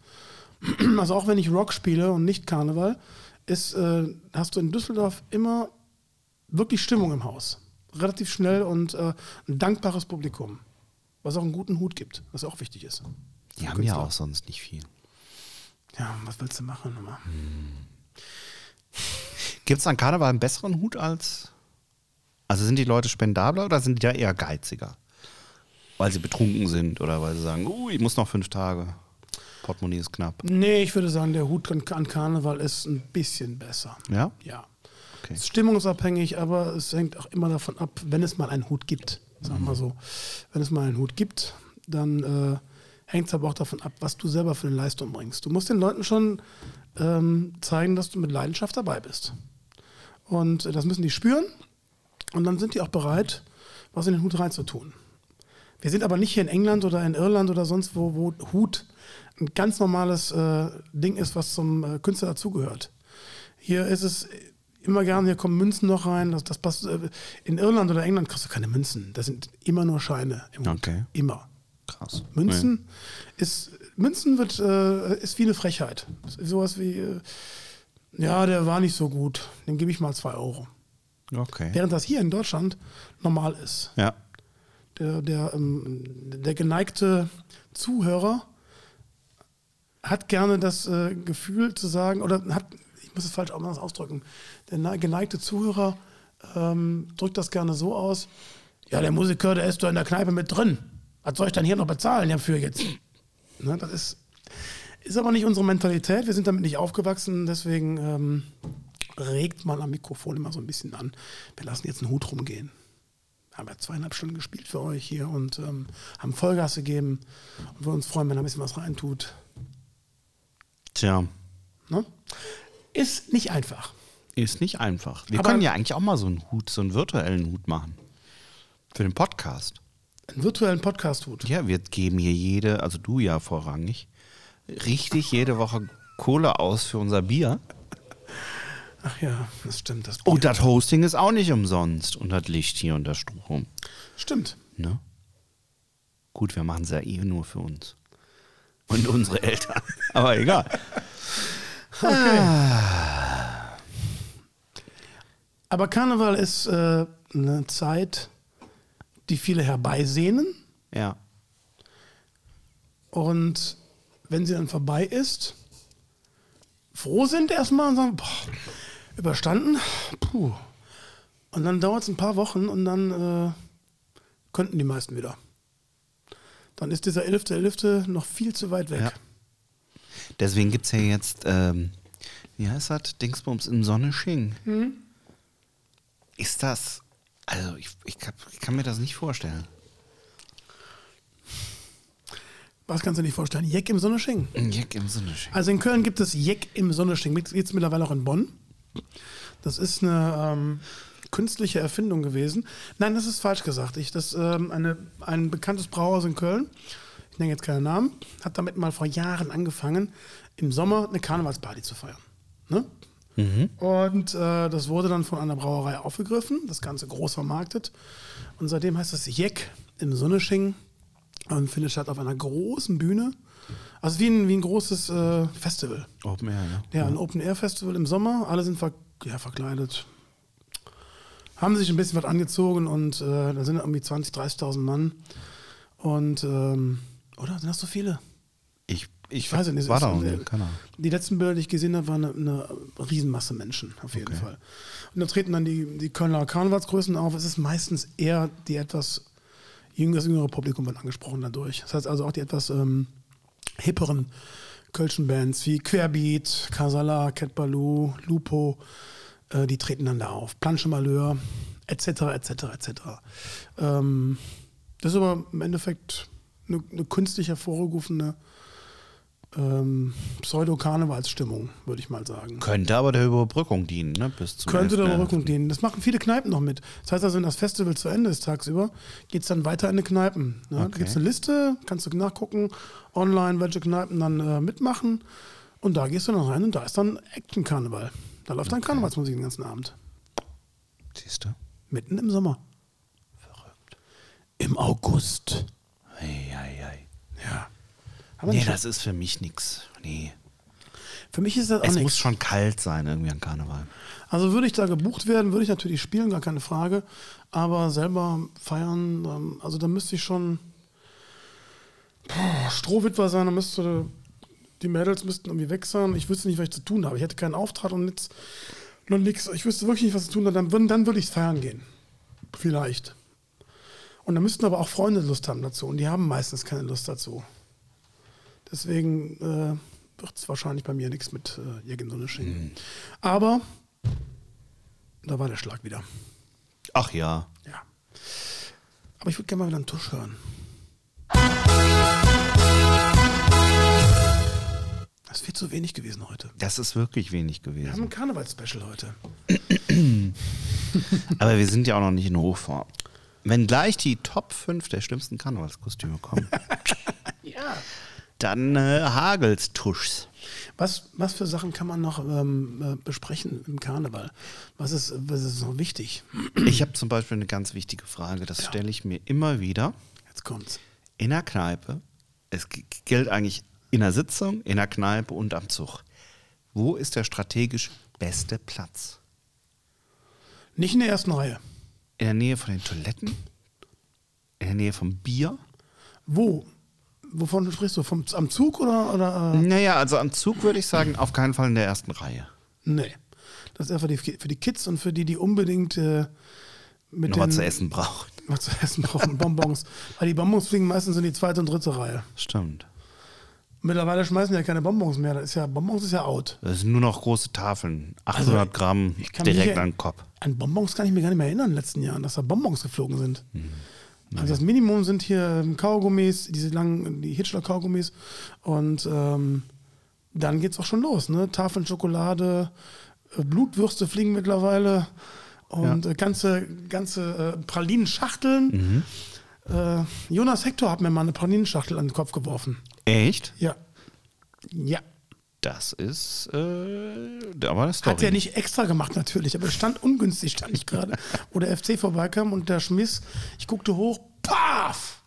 [SPEAKER 1] Also auch wenn ich Rock spiele und nicht Karneval, ist, äh, hast du in Düsseldorf immer wirklich Stimmung im Haus. Relativ schnell und äh, ein dankbares Publikum. Was auch einen guten Hut gibt, was auch wichtig ist.
[SPEAKER 2] Die
[SPEAKER 1] Für
[SPEAKER 2] haben ja
[SPEAKER 1] Künstler.
[SPEAKER 2] auch sonst nicht viel.
[SPEAKER 1] Ja, was willst du machen? Immer?
[SPEAKER 2] Gibt es an Karneval einen besseren Hut als. Also sind die Leute spendabler oder sind die da eher geiziger? Weil sie betrunken sind oder weil sie sagen, uh, ich muss noch fünf Tage. Portemonnaie ist knapp.
[SPEAKER 1] Nee, ich würde sagen, der Hut an an Karneval ist ein bisschen besser.
[SPEAKER 2] Ja?
[SPEAKER 1] Ja.
[SPEAKER 2] Okay.
[SPEAKER 1] Es ist stimmungsabhängig, aber es hängt auch immer davon ab, wenn es mal einen Hut gibt. Sagen wir mal so. Wenn es mal einen Hut gibt, dann äh, hängt es aber auch davon ab, was du selber für eine Leistung bringst. Du musst den Leuten schon ähm, zeigen, dass du mit Leidenschaft dabei bist. Und äh, das müssen die spüren. Und dann sind die auch bereit, was in den Hut reinzutun. Wir sind aber nicht hier in England oder in Irland oder sonst wo, wo Hut ein ganz normales äh, Ding ist, was zum äh, Künstler dazugehört. Hier ist es immer gern, hier kommen Münzen noch rein. Das, das passt, äh, in Irland oder England kriegst du keine Münzen. Das sind immer nur Scheine. Im Hut.
[SPEAKER 2] Okay.
[SPEAKER 1] Immer.
[SPEAKER 2] Krass.
[SPEAKER 1] Münzen ist Münzen wird äh, ist wie eine Frechheit. Ist Sowas wie äh, ja, der war nicht so gut. Dem gebe ich mal zwei Euro.
[SPEAKER 2] Nee. Okay.
[SPEAKER 1] Während das hier in Deutschland normal ist.
[SPEAKER 2] Ja.
[SPEAKER 1] Der, der, ähm, der geneigte Zuhörer hat gerne das äh, Gefühl zu sagen, oder hat, ich muss es falsch anders ausdrücken, der ne- geneigte Zuhörer ähm, drückt das gerne so aus, ja, der Musiker, der ist doch in der Kneipe mit drin. Was soll ich denn hier noch bezahlen dafür jetzt? Ne, das ist, ist aber nicht unsere Mentalität, wir sind damit nicht aufgewachsen, deswegen ähm, regt man am Mikrofon immer so ein bisschen an. Wir lassen jetzt einen Hut rumgehen. Wir haben ja zweieinhalb Stunden gespielt für euch hier und ähm, haben Vollgas gegeben und würden uns freuen, wenn da ein bisschen was reintut.
[SPEAKER 2] Tja.
[SPEAKER 1] Ne? Ist nicht einfach.
[SPEAKER 2] Ist nicht einfach. Wir
[SPEAKER 1] Aber-
[SPEAKER 2] können ja eigentlich auch mal so einen Hut, so einen virtuellen Hut machen. Für den Podcast.
[SPEAKER 1] Einen virtuellen Podcast-Hut.
[SPEAKER 2] Ja, wir geben hier jede, also du ja vorrangig, richtig jede Woche Kohle aus für unser Bier.
[SPEAKER 1] Ach ja, das stimmt. Das
[SPEAKER 2] Und
[SPEAKER 1] Bier.
[SPEAKER 2] Oh, das Hosting ist auch nicht umsonst. Und das Licht hier und der Strom.
[SPEAKER 1] Stimmt.
[SPEAKER 2] Ne? Gut, wir machen es ja eh nur für uns. Und unsere Eltern. Aber egal.
[SPEAKER 1] Aber Karneval ist äh, eine Zeit, die viele herbeisehnen.
[SPEAKER 2] Ja.
[SPEAKER 1] Und wenn sie dann vorbei ist, froh sind erstmal und sagen, boah, überstanden, puh. Und dann dauert es ein paar Wochen und dann äh, könnten die meisten wieder. Dann ist dieser 11.11. noch viel zu weit weg.
[SPEAKER 2] Ja. Deswegen gibt es ja jetzt, ähm, wie heißt das? Dingsbums im Sonnensching. Ist das, also ich, ich, kann, ich kann mir das nicht vorstellen.
[SPEAKER 1] Was kannst du dir nicht vorstellen? Jeck im Sonnensching.
[SPEAKER 2] Ein Jack im Sonnensching.
[SPEAKER 1] Also in Köln gibt es Jeck im Sonnensching. Jetzt jetzt mittlerweile auch in Bonn. Das ist eine ähm, künstliche Erfindung gewesen. Nein, das ist falsch gesagt. Ich, das, ähm, eine, ein bekanntes Brauhaus in Köln, ich nenne jetzt keinen Namen, hat damit mal vor Jahren angefangen, im Sommer eine Karnevalsparty zu feiern. Ne? Und äh, das wurde dann von einer Brauerei aufgegriffen, das Ganze groß vermarktet. Und seitdem heißt es Jeck im Sonnesching und findet statt auf einer großen Bühne. Also wie ein, wie ein großes äh, Festival.
[SPEAKER 2] Open Air, ne?
[SPEAKER 1] Ja, ein Open-Air-Festival im Sommer. Alle sind ver ja, verkleidet. Haben sich ein bisschen was angezogen und äh, da sind irgendwie 20.000, 30.000 Mann. Und, ähm, oder? Sind das so viele?
[SPEAKER 2] Ich, ich
[SPEAKER 1] Ich weiß nicht. es
[SPEAKER 2] war
[SPEAKER 1] ist-
[SPEAKER 2] da noch
[SPEAKER 1] äh,
[SPEAKER 2] nicht, keine Ahnung.
[SPEAKER 1] Die letzten Bilder, die ich gesehen habe, waren eine, eine Riesenmasse Menschen, auf jeden Fall. Und da treten dann die, die Kölner Karnevalsgrößen auf. Es ist meistens eher die etwas jüngere, das jüngere Publikum wird angesprochen dadurch. Das heißt also auch die etwas ähm, hipperen kölschen Bands wie Querbeat, Casala, Cat Baloo, Lupo, äh, die treten dann da auf. Plansche Malheur, etc., etc., etc. Ähm, das ist aber im Endeffekt eine, eine künstlich hervorgerufene ähm, Pseudo-Karnevalsstimmung, würde ich mal sagen.
[SPEAKER 2] Könnte aber der Überbrückung dienen, ne? Bis zum
[SPEAKER 1] Könnte der
[SPEAKER 2] 11..
[SPEAKER 1] Rückung dienen. Das machen viele Kneipen noch mit. Das heißt also, wenn das Festival zu Ende ist tagsüber, geht es dann weiter in die Kneipen. Ne? Da
[SPEAKER 2] Okay.
[SPEAKER 1] gibt es eine Liste, kannst du nachgucken, online, welche Kneipen dann äh, mitmachen. Und da gehst du dann rein und da ist dann Action-Karneval. Da läuft dann Karnevalsmusik den ganzen Abend.
[SPEAKER 2] Siehst du?
[SPEAKER 1] Mitten im Sommer. Verrückt. Im August.
[SPEAKER 2] Ei, ei, ei.
[SPEAKER 1] Ja. Haben
[SPEAKER 2] Nee,
[SPEAKER 1] wir nicht-
[SPEAKER 2] das ist für mich nix. Nee.
[SPEAKER 1] Für mich ist das auch
[SPEAKER 2] Es
[SPEAKER 1] nichts.
[SPEAKER 2] muss schon kalt sein irgendwie an Karneval.
[SPEAKER 1] Also würde ich da gebucht werden, würde ich natürlich spielen, gar keine Frage. Aber selber feiern, ähm, also da müsste ich schon boah, Strohwitwer sein, da müsste die Mädels müssten irgendwie weg sein. Ich wüsste nicht, was ich zu tun habe. Ich hätte keinen Auftrag und nichts. Nur nix. Ich wüsste wirklich nicht, was zu tun habe. Dann, würden- dann würde ich feiern gehen. Vielleicht. Und da müssten aber auch Freunde Lust haben dazu. Und die haben meistens keine Lust dazu. Deswegen äh, wird es wahrscheinlich bei mir nichts mit äh, Jägen Sonne schenken. Aber da war der Schlag wieder.
[SPEAKER 2] Ach ja.
[SPEAKER 1] Ja. Aber ich würde gerne mal wieder einen Tusch hören. Das ist viel zu wenig gewesen heute.
[SPEAKER 2] Das ist wirklich wenig
[SPEAKER 1] Wir haben
[SPEAKER 2] gewesen.
[SPEAKER 1] ein Karnevalsspecial heute.
[SPEAKER 2] Aber wir sind ja auch noch nicht in Hochform. Wenn gleich die Top 5 der schlimmsten Karnevalskostüme kommen,
[SPEAKER 1] Ja.
[SPEAKER 2] dann äh, hagelt's Tuschs.
[SPEAKER 1] Was, was für Sachen kann man noch ähm, äh, besprechen im Karneval? Was ist, was ist noch wichtig?
[SPEAKER 2] Ich habe zum Beispiel eine ganz wichtige Frage, das stelle ich mir immer wieder.
[SPEAKER 1] Jetzt kommt's.
[SPEAKER 2] In der Kneipe, es g- gilt eigentlich in der Sitzung, in der Kneipe und am Zug. Wo ist der strategisch beste Platz?
[SPEAKER 1] Nicht in der ersten Reihe.
[SPEAKER 2] In der Nähe von den Toiletten? In der Nähe vom Bier?
[SPEAKER 1] Wo? Wovon sprichst du? Vom, am Zug oder? oder äh?
[SPEAKER 2] Naja, also am Zug würde ich sagen, auf keinen Fall in der ersten Reihe.
[SPEAKER 1] Nee. Das ist einfach die, für die Kids und für die, die unbedingt äh, mit
[SPEAKER 2] Noch was
[SPEAKER 1] den-
[SPEAKER 2] zu essen brauchen.
[SPEAKER 1] Was zu essen brauchen, Bonbons. Weil die Bonbons fliegen meistens in die zweite und dritte Reihe.
[SPEAKER 2] Stimmt.
[SPEAKER 1] Mittlerweile schmeißen die ja keine Bonbons mehr. Das ist ja, Bonbons ist ja out.
[SPEAKER 2] Das sind nur noch große Tafeln. 800
[SPEAKER 1] Also,
[SPEAKER 2] Gramm
[SPEAKER 1] ich kann mich
[SPEAKER 2] direkt
[SPEAKER 1] hier-
[SPEAKER 2] an den Kopf.
[SPEAKER 1] An Bonbons kann ich mir gar nicht mehr erinnern in den letzten Jahren, dass da Bonbons geflogen sind. Also das Minimum sind hier ähm, Kaugummis, diese langen, die Hitchler-Kaugummis. Und ähm, dann geht's auch schon los, ne? Tafeln Schokolade, äh, Blutwürste fliegen mittlerweile und äh, ganze, ganze äh, Pralinenschachteln. Äh, Jonas Hector hat mir mal eine Pralinenschachtel an den Kopf geworfen.
[SPEAKER 2] Echt?
[SPEAKER 1] Ja. Ja.
[SPEAKER 2] Das ist äh, aber eine Story.
[SPEAKER 1] Hat er nicht extra gemacht natürlich, aber es stand ungünstig, stand ich gerade, wo der FC vorbeikam und der schmiss. Ich guckte hoch, paf!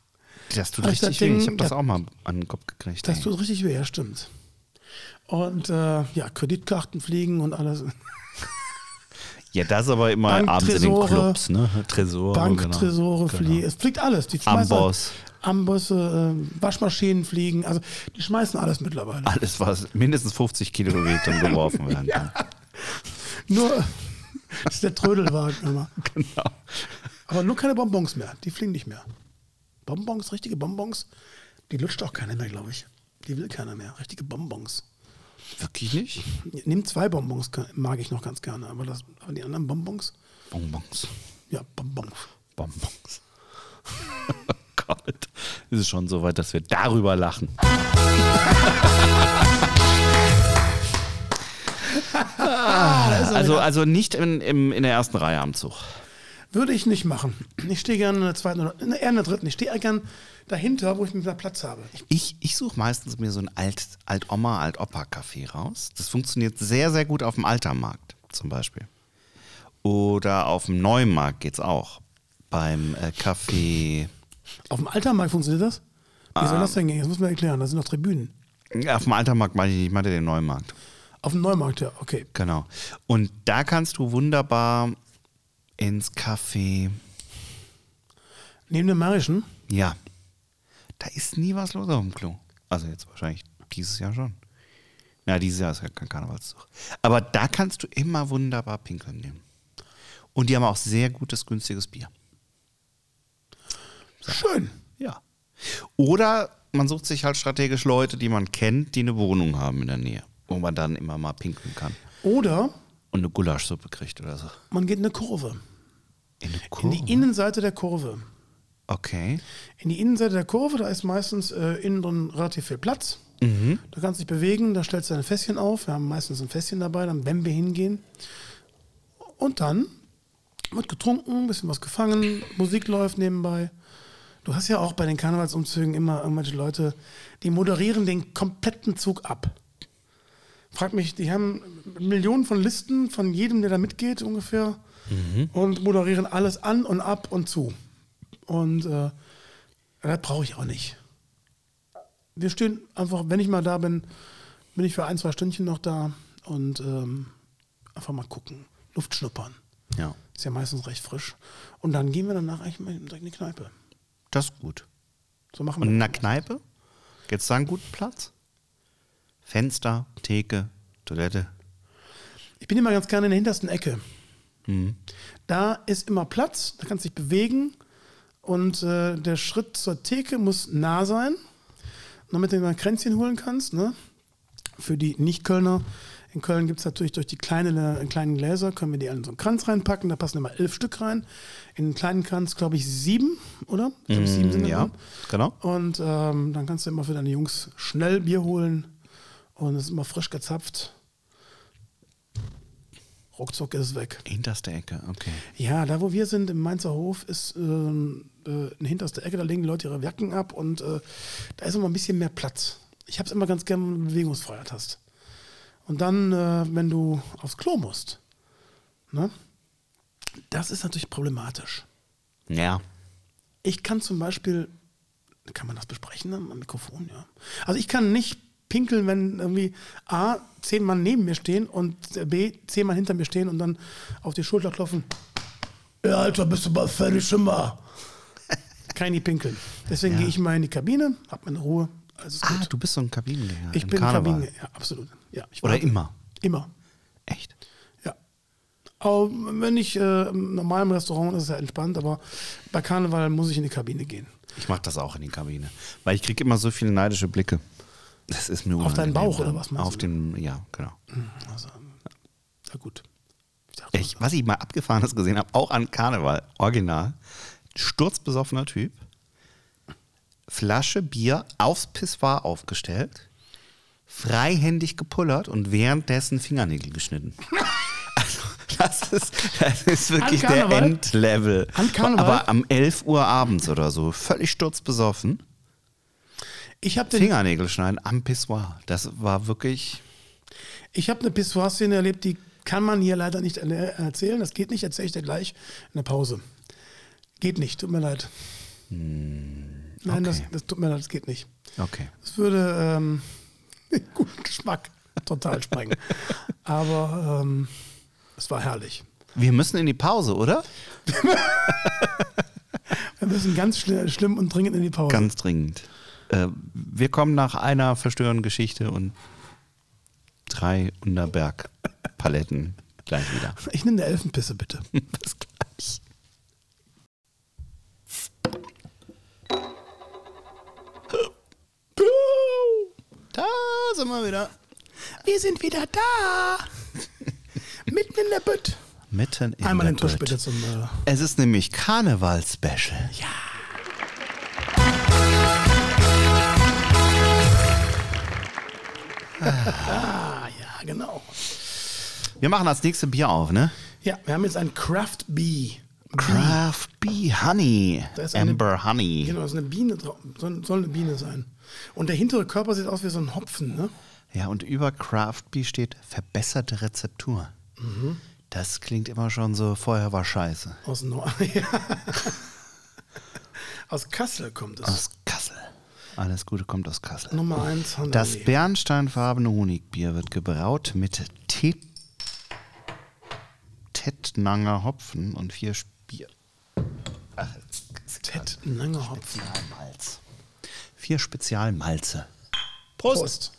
[SPEAKER 2] Das tut
[SPEAKER 1] Hat
[SPEAKER 2] richtig
[SPEAKER 1] das
[SPEAKER 2] weh.
[SPEAKER 1] Ding-
[SPEAKER 2] Ich habe das
[SPEAKER 1] ja.
[SPEAKER 2] auch mal an den Kopf gekriegt.
[SPEAKER 1] Das
[SPEAKER 2] ey.
[SPEAKER 1] tut richtig weh, ja, stimmt. Und äh, ja, Kreditkarten fliegen und alles.
[SPEAKER 2] Oh, ja, das ist aber immer
[SPEAKER 1] Bank-
[SPEAKER 2] abends in den
[SPEAKER 1] Tresore,
[SPEAKER 2] Clubs, ne? Tresore,
[SPEAKER 1] Banktresore
[SPEAKER 2] genau.
[SPEAKER 1] fliegen, es fliegt alles. Die schmeißen
[SPEAKER 2] Amboss.
[SPEAKER 1] Ambosse, äh, Waschmaschinen fliegen, also die schmeißen alles mittlerweile.
[SPEAKER 2] Alles, was mindestens 50 Kilometer geworfen werden kann.
[SPEAKER 1] Nur, das ist der Trödelwagen immer.
[SPEAKER 2] Genau.
[SPEAKER 1] Aber nur keine Bonbons mehr. Die fliegen nicht mehr. Bonbons, richtige Bonbons, die lutscht auch keiner mehr, glaube ich. Die will keiner mehr. Richtige Bonbons.
[SPEAKER 2] Wirklich nicht?
[SPEAKER 1] Nimm zwei Bonbons, ka- mag ich noch ganz gerne. Aber, das, aber die anderen Bonbons,
[SPEAKER 2] Bonbons.
[SPEAKER 1] ja, Bonbons.
[SPEAKER 2] Bonbons. Oh Gott. Es ist schon so weit, dass wir darüber lachen. Ah, also, also nicht in, im, in der ersten Reihe am Zug.
[SPEAKER 1] Würde ich nicht machen. Ich stehe gerne in der zweiten oder ne, eher in der dritten. Ich stehe gerne dahinter, wo ich mehr Platz habe. Ich,
[SPEAKER 2] Ich, ich suche meistens mir so ein Alt, Alt-Oma, Alt-Opa-Café raus. Das funktioniert sehr, sehr gut auf dem Altermarkt zum Beispiel. Oder auf dem Neumarkt geht's auch. Beim äh, Café.
[SPEAKER 1] auf dem Altermarkt funktioniert das? Wie
[SPEAKER 2] Ah.
[SPEAKER 1] soll das denn gehen? Das muss man erklären. Da sind noch Tribünen.
[SPEAKER 2] Auf dem Altermarkt meine ich nicht, ich meinte den Neumarkt.
[SPEAKER 1] Auf dem Neumarkt, ja, okay.
[SPEAKER 2] Genau. Und da kannst du wunderbar ins Café.
[SPEAKER 1] Neben dem Marischen?
[SPEAKER 2] Ja. Da ist nie was los auf dem Klo. Also jetzt wahrscheinlich dieses Jahr schon. Na, dieses Jahr ist ja kein Karnevalszug. Aber da kannst du immer wunderbar pinkeln nehmen. Und die haben auch sehr gutes, günstiges Bier.
[SPEAKER 1] Schön.
[SPEAKER 2] Ja. Oder man sucht sich halt strategisch Leute, die man kennt, die eine Wohnung haben in der Nähe, wo man dann immer mal pinkeln kann
[SPEAKER 1] Oder
[SPEAKER 2] und eine Gulaschsuppe kriegt oder so.
[SPEAKER 1] man geht in eine Kurve.
[SPEAKER 2] In eine
[SPEAKER 1] In
[SPEAKER 2] Kurve.
[SPEAKER 1] die Innenseite der Kurve.
[SPEAKER 2] okay.
[SPEAKER 1] In die Innenseite der Kurve, da ist meistens äh, innen drin relativ viel Platz. Da kannst du dich bewegen, da stellst du dein Fässchen auf. Wir haben meistens ein Fässchen dabei, dann wenn wir hingehen. Und dann wird getrunken, ein bisschen was gefangen, Musik läuft nebenbei. Du hast ja auch bei den Karnevalsumzügen immer irgendwelche Leute, die moderieren den kompletten Zug ab. Frag mich, die haben Millionen von Listen von jedem, der da mitgeht ungefähr und moderieren alles an und ab und zu. Und äh, das brauche ich auch nicht. Wir stehen einfach, wenn ich mal da bin, bin ich für ein, zwei Stündchen noch da und ähm, einfach mal gucken. Luft schnuppern.
[SPEAKER 2] Ja.
[SPEAKER 1] Ist ja meistens recht frisch. Und dann gehen wir danach eigentlich mal direkt in die Kneipe.
[SPEAKER 2] Das ist gut.
[SPEAKER 1] So machen
[SPEAKER 2] Und
[SPEAKER 1] wir.
[SPEAKER 2] in der Kneipe? Gibt es da einen guten Platz? Fenster, Theke, Toilette.
[SPEAKER 1] Ich bin immer ganz gerne in der hintersten Ecke. Da ist immer Platz, da kannst du dich bewegen und äh, der Schritt zur Theke muss nah sein, damit du dir mal ein Kränzchen holen kannst. Ne? Für die Nicht-Kölner, in Köln gibt es natürlich durch die kleine, äh, kleinen Gläser, können wir die alle in so einen Kranz reinpacken, da passen immer elf Stück rein. In einen kleinen Kranz, glaube ich, sieben, oder? Ich glaub, sieben
[SPEAKER 2] Mm,
[SPEAKER 1] da
[SPEAKER 2] ja,
[SPEAKER 1] drin.
[SPEAKER 2] genau.
[SPEAKER 1] Und ähm, dann kannst du immer für deine Jungs schnell Bier holen. Und es ist immer frisch gezapft. Ruckzuck ist es weg.
[SPEAKER 2] Hinterste Ecke, okay.
[SPEAKER 1] Ja, da wo wir sind, im Mainzer Hof, ist ähm, äh, eine hinterste Ecke, da legen die Leute ihre Jacken ab und äh, da ist immer ein bisschen mehr Platz. Ich hab's immer ganz gern, wenn du Bewegungsfreiheit hast. Und dann, äh, wenn du aufs Klo musst, ne? das ist natürlich problematisch.
[SPEAKER 2] Ja.
[SPEAKER 1] Ich kann zum Beispiel, kann man das besprechen am am Mikrofon, ja. Also ich kann nicht pinkeln, wenn irgendwie A, zehn Mann neben mir stehen und B, zehn Mann hinter mir stehen und dann auf die Schulter klopfen. Ja, Alter, bist du mal fertig schon mal. Kann ich nicht pinkeln. Deswegen gehe ich mal in die Kabine, hab meine Ruhe. Also ist
[SPEAKER 2] Ah,
[SPEAKER 1] gut.
[SPEAKER 2] du bist so ein Kabinengänger.
[SPEAKER 1] Ich
[SPEAKER 2] im
[SPEAKER 1] bin
[SPEAKER 2] Karneval.
[SPEAKER 1] Kabine, ja, absolut. Ja, ich war-
[SPEAKER 2] Oder immer.
[SPEAKER 1] Immer.
[SPEAKER 2] Echt?
[SPEAKER 1] Ja. Auch wenn ich äh, im normalen Restaurant ist es ja entspannt, aber bei Karneval muss ich in die Kabine gehen.
[SPEAKER 2] Ich mache das auch in die Kabine. Weil ich kriege immer so viele neidische Blicke. Das ist mir
[SPEAKER 1] Auf deinen
[SPEAKER 2] unangenehm.
[SPEAKER 1] Bauch oder was meinst
[SPEAKER 2] Auf
[SPEAKER 1] du?
[SPEAKER 2] den, ja, genau.
[SPEAKER 1] Also, na gut. Ich dachte,
[SPEAKER 2] Ich, was ich mal abgefahrenes gesehen habe, auch an Karneval, original. Sturzbesoffener Typ. Flasche Bier aufs Pissoir aufgestellt, freihändig gepullert und währenddessen Fingernägel geschnitten. Also, das ist, das ist wirklich
[SPEAKER 1] An
[SPEAKER 2] der
[SPEAKER 1] Karneval?
[SPEAKER 2] Endlevel.
[SPEAKER 1] An Karneval?
[SPEAKER 2] Aber am 11 Uhr abends oder so, völlig sturzbesoffen,
[SPEAKER 1] ich habe den,
[SPEAKER 2] Fingernägel schneiden am Pissoir. Das war wirklich.
[SPEAKER 1] ich habe eine Pissoir-Szene erlebt, die kann man hier leider nicht erle- erzählen. Das geht nicht, erzähle ich dir gleich in der Pause. Geht nicht, tut mir leid. Nein, das,
[SPEAKER 2] Hm, okay.
[SPEAKER 1] das tut mir leid, das geht nicht.
[SPEAKER 2] Okay.
[SPEAKER 1] Das würde ähm, den guten Geschmack total sprengen. Aber ähm, es war herrlich.
[SPEAKER 2] Wir müssen in die Pause, oder?
[SPEAKER 1] Wir müssen ganz schnell, schlimm und dringend in die Pause.
[SPEAKER 2] Ganz dringend. Äh, wir kommen nach einer verstörenden Geschichte und drei Unterberg-Paletten gleich wieder.
[SPEAKER 1] Ich nehme eine Elfenpisse, bitte.
[SPEAKER 2] Bis gleich. Da sind wir wieder.
[SPEAKER 1] Wir sind wieder da. Mitten in der Bütt.
[SPEAKER 2] Mitten in
[SPEAKER 1] Einmal
[SPEAKER 2] der
[SPEAKER 1] den Tusch
[SPEAKER 2] Bild.
[SPEAKER 1] bitte zum. Äh,
[SPEAKER 2] Es ist nämlich Karneval-Special. Ja.
[SPEAKER 1] ah, ja, genau.
[SPEAKER 2] Wir machen das nächste Bier auf, ne?
[SPEAKER 1] Ja, wir haben jetzt ein Craft Bee.
[SPEAKER 2] Craft Bee Honey.
[SPEAKER 1] Da ist eine-
[SPEAKER 2] Amber Honey.
[SPEAKER 1] Genau, das ist eine Biene drauf. Soll, soll eine Biene sein. Und der hintere Körper sieht aus wie so ein Hopfen, ne?
[SPEAKER 2] Ja, und über Craft Bee steht verbesserte Rezeptur.
[SPEAKER 1] Mhm.
[SPEAKER 2] Das klingt immer schon so, vorher war scheiße.
[SPEAKER 1] Aus, Nor ja. aus Kassel kommt es.
[SPEAKER 2] Aus Kassel. Alles Gute kommt aus Kassel.
[SPEAKER 1] Nummer eins Honey.
[SPEAKER 2] Das bernsteinfarbene Honigbier wird gebraut mit Te Tettnanger Hopfen und vier Spier. Ach, es-
[SPEAKER 1] Ted Langer Hopfen.
[SPEAKER 2] Spezialmalz. Vier Spezialmalze.
[SPEAKER 1] Prost.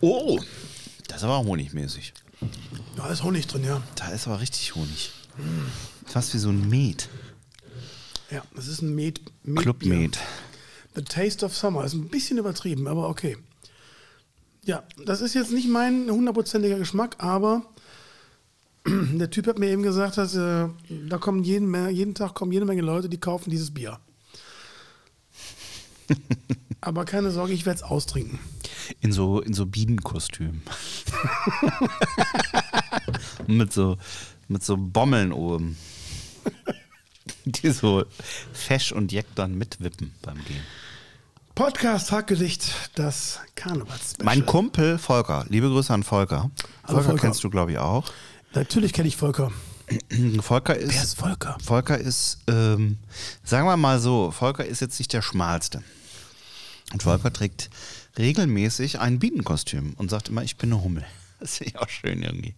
[SPEAKER 2] Oh, das war honigmäßig.
[SPEAKER 1] Da ist Honig drin, ja.
[SPEAKER 2] Da ist aber richtig Honig. Fast wie so ein Met.
[SPEAKER 1] Ja, das ist ein Met. Met
[SPEAKER 2] Clubmet.
[SPEAKER 1] The Taste of Summer. Ist ein bisschen übertrieben, aber okay. Ja, das ist jetzt nicht mein hundertprozentiger Geschmack, aber der Typ hat mir eben gesagt, dass äh, da kommen jeden, Me- jeden Tag kommen jede Menge Leute, die kaufen dieses Bier. aber keine Sorge, ich werde es austrinken.
[SPEAKER 2] In so, in so Bienenkostüm. mit, so, mit so Bommeln oben. Die so fesch und jeck dann mitwippen beim Gehen.
[SPEAKER 1] Podcast Hackgedicht, das Karnevals.
[SPEAKER 2] Mein Kumpel Volker, liebe Grüße an Volker.
[SPEAKER 1] Hallo,
[SPEAKER 2] Volker,
[SPEAKER 1] Volker.
[SPEAKER 2] kennst du, glaube ich, auch.
[SPEAKER 1] Natürlich kenne ich Volker.
[SPEAKER 2] Volker ist.
[SPEAKER 1] Wer ist Volker?
[SPEAKER 2] Volker ist, ähm, sagen wir mal so, Volker ist jetzt nicht der Schmalste. Und Volker trägt regelmäßig ein Bienenkostüm und sagt immer, ich bin eine Hummel. Das finde ich auch schön irgendwie.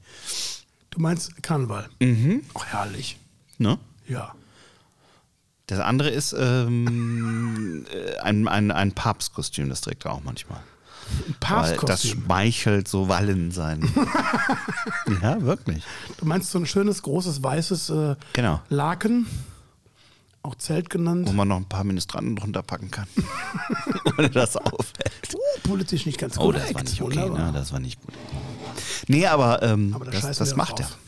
[SPEAKER 1] Du meinst Karneval? Mhm. Ach, herrlich.
[SPEAKER 2] Ne?
[SPEAKER 1] Ja.
[SPEAKER 2] Das andere ist ähm, äh, ein, ein, ein Papstkostüm, das trägt er auch manchmal. Weil das
[SPEAKER 1] Papstkostüm.
[SPEAKER 2] schmeichelt so Wallen sein. ja, wirklich.
[SPEAKER 1] Du meinst so ein schönes, großes, weißes äh,
[SPEAKER 2] Genau.
[SPEAKER 1] Laken, auch Zelt genannt.
[SPEAKER 2] Wo man noch ein paar Ministranten drunter packen kann. Ohne dass auffällt.
[SPEAKER 1] Uh, politisch nicht ganz
[SPEAKER 2] Oh,
[SPEAKER 1] korrekt.
[SPEAKER 2] das war nicht okay,
[SPEAKER 1] Wunderbar.
[SPEAKER 2] ne? Das war nicht gut. Nee, aber, ähm,
[SPEAKER 1] Aber da
[SPEAKER 2] das,
[SPEAKER 1] scheißen
[SPEAKER 2] das
[SPEAKER 1] wir
[SPEAKER 2] macht
[SPEAKER 1] drauf.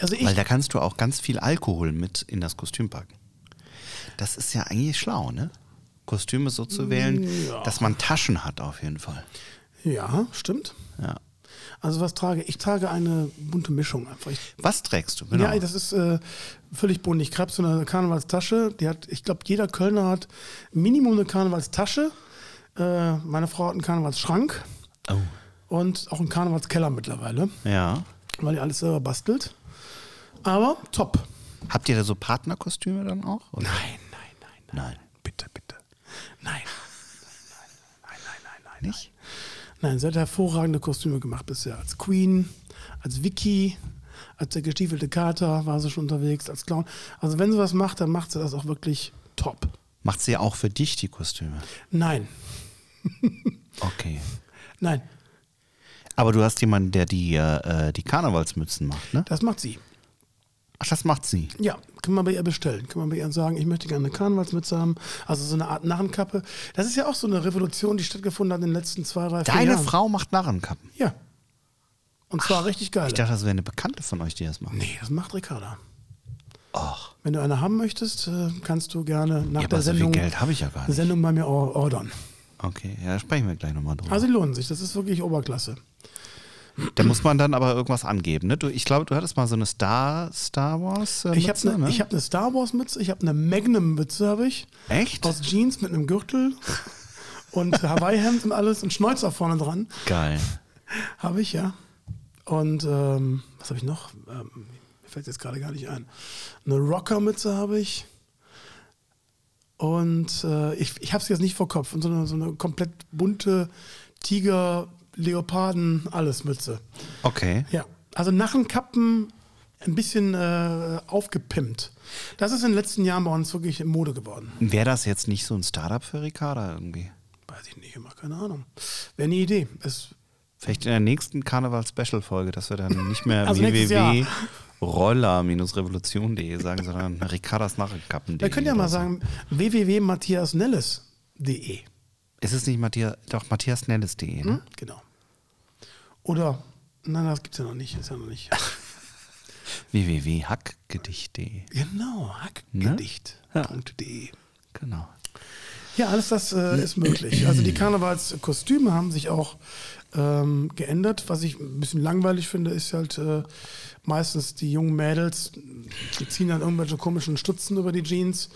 [SPEAKER 1] Also
[SPEAKER 2] er. Weil
[SPEAKER 1] ich,
[SPEAKER 2] da kannst du auch ganz viel Alkohol mit in das Kostüm packen. Das ist ja eigentlich schlau, ne? Kostüme so zu
[SPEAKER 1] Mm,
[SPEAKER 2] wählen, dass man Taschen hat auf jeden Fall.
[SPEAKER 1] ja, stimmt.
[SPEAKER 2] Ja.
[SPEAKER 1] Also was trage ich? Ich trage eine bunte Mischung einfach. Ich,
[SPEAKER 2] Was trägst du? Genau.
[SPEAKER 1] Ja, das ist äh, völlig bunt. Ich habe so eine Karnevalstasche. Die hat, ich glaube, jeder Kölner hat Minimum eine Karnevalstasche. Äh, meine Frau hat einen Karnevalsschrank
[SPEAKER 2] oh.
[SPEAKER 1] und auch einen Karnevalskeller mittlerweile,
[SPEAKER 2] ja.
[SPEAKER 1] weil die alles selber bastelt. Aber top.
[SPEAKER 2] Habt ihr da so Partnerkostüme dann auch? Oder?
[SPEAKER 1] Nein, nein, nein, nein.
[SPEAKER 2] Nein.
[SPEAKER 1] Bitte, bitte. Nein. Nein, nein, nein, nein, nein.
[SPEAKER 2] Nicht?
[SPEAKER 1] Nein, sie hat hervorragende Kostüme gemacht bisher. Als Queen, als Vicky, als der gestiefelte Kater war sie schon unterwegs, als Clown. Also wenn sie was macht, dann macht sie das auch wirklich top.
[SPEAKER 2] Macht sie auch für dich die Kostüme?
[SPEAKER 1] Nein,
[SPEAKER 2] Okay.
[SPEAKER 1] nein,
[SPEAKER 2] Aber du hast jemanden, der die, äh, die Karnevalsmützen macht, ne?
[SPEAKER 1] das macht sie.
[SPEAKER 2] Ach, das macht sie.
[SPEAKER 1] Ja, kann man bei ihr bestellen. Kann man bei ihr sagen, ich möchte gerne eine Karnevalsmütze haben. Also so eine Art Narrenkappe. Das ist ja auch so eine Revolution, die stattgefunden hat in den letzten zwei, drei, vier
[SPEAKER 2] Deine
[SPEAKER 1] Jahren.
[SPEAKER 2] Frau macht Narrenkappen.
[SPEAKER 1] Ja. Und zwar richtig geil.
[SPEAKER 2] Ich dachte, das wäre eine Bekannte von euch, die das macht.
[SPEAKER 1] Nee, das macht Ricarda.
[SPEAKER 2] Och.
[SPEAKER 1] Wenn du eine haben möchtest, äh, kannst du gerne nach
[SPEAKER 2] Ja,
[SPEAKER 1] der
[SPEAKER 2] aber so viel
[SPEAKER 1] Sendung,
[SPEAKER 2] Geld habe ich ja gar nicht.
[SPEAKER 1] Sendung bei mir or- ordern.
[SPEAKER 2] Okay, ja, da sprechen wir gleich nochmal drüber.
[SPEAKER 1] Also die lohnen sich, das ist wirklich Oberklasse.
[SPEAKER 2] da muss man dann aber irgendwas angeben, ne? Du, ich glaube, du hattest mal so eine Star, Star Wars. Äh,
[SPEAKER 1] Ich habe
[SPEAKER 2] Mütze,
[SPEAKER 1] eine
[SPEAKER 2] ne?
[SPEAKER 1] hab ne Star Wars Mütze, ich habe eine Magnum Mütze habe ich.
[SPEAKER 2] Echt?
[SPEAKER 1] Aus Jeans mit einem Gürtel und Hawaii Hemd und alles und Schnäuzer vorne dran
[SPEAKER 2] Geil.
[SPEAKER 1] habe ich ja. Und ähm, was habe ich noch? Ähm, mir fällt jetzt gerade gar nicht ein. Eine Rocker Mütze habe ich. Und äh, ich, ich habe es jetzt nicht vor Kopf, und so eine, so eine komplett bunte Tiger, Leoparden, alles Mütze.
[SPEAKER 2] Okay.
[SPEAKER 1] Ja, also Narrenkappen ein bisschen äh, aufgepimpt. Das ist in den letzten Jahren bei uns wirklich in Mode geworden.
[SPEAKER 2] Wäre das jetzt nicht so ein Startup für Ricarda irgendwie?
[SPEAKER 1] Weiß ich nicht immer, keine Ahnung. Wäre eine Idee. Es,
[SPEAKER 2] Vielleicht in der nächsten Karneval-Special-Folge, dass wir dann nicht mehr
[SPEAKER 1] Also nächstes
[SPEAKER 2] www.roller-revolution.de sagen, sondern Ricardas Narrenkappen.de.
[SPEAKER 1] wir können ja
[SPEAKER 2] oder
[SPEAKER 1] mal
[SPEAKER 2] so.
[SPEAKER 1] sagen, www.matthiasnelles.de.
[SPEAKER 2] Ist es nicht Matthias, doch matthiasnellis.de, ne?
[SPEAKER 1] Genau. Oder, nein, das gibt's ja noch nicht. Ist ja noch nicht.
[SPEAKER 2] www.hackgedicht.de.
[SPEAKER 1] Genau, hackgedicht.de.
[SPEAKER 2] Genau.
[SPEAKER 1] Ja, alles das äh, ist möglich. Also die Karnevalskostüme haben sich auch ähm, geändert. Was ich ein bisschen langweilig finde, ist halt äh, meistens die jungen Mädels, die ziehen dann irgendwelche komischen Stutzen über die Jeans.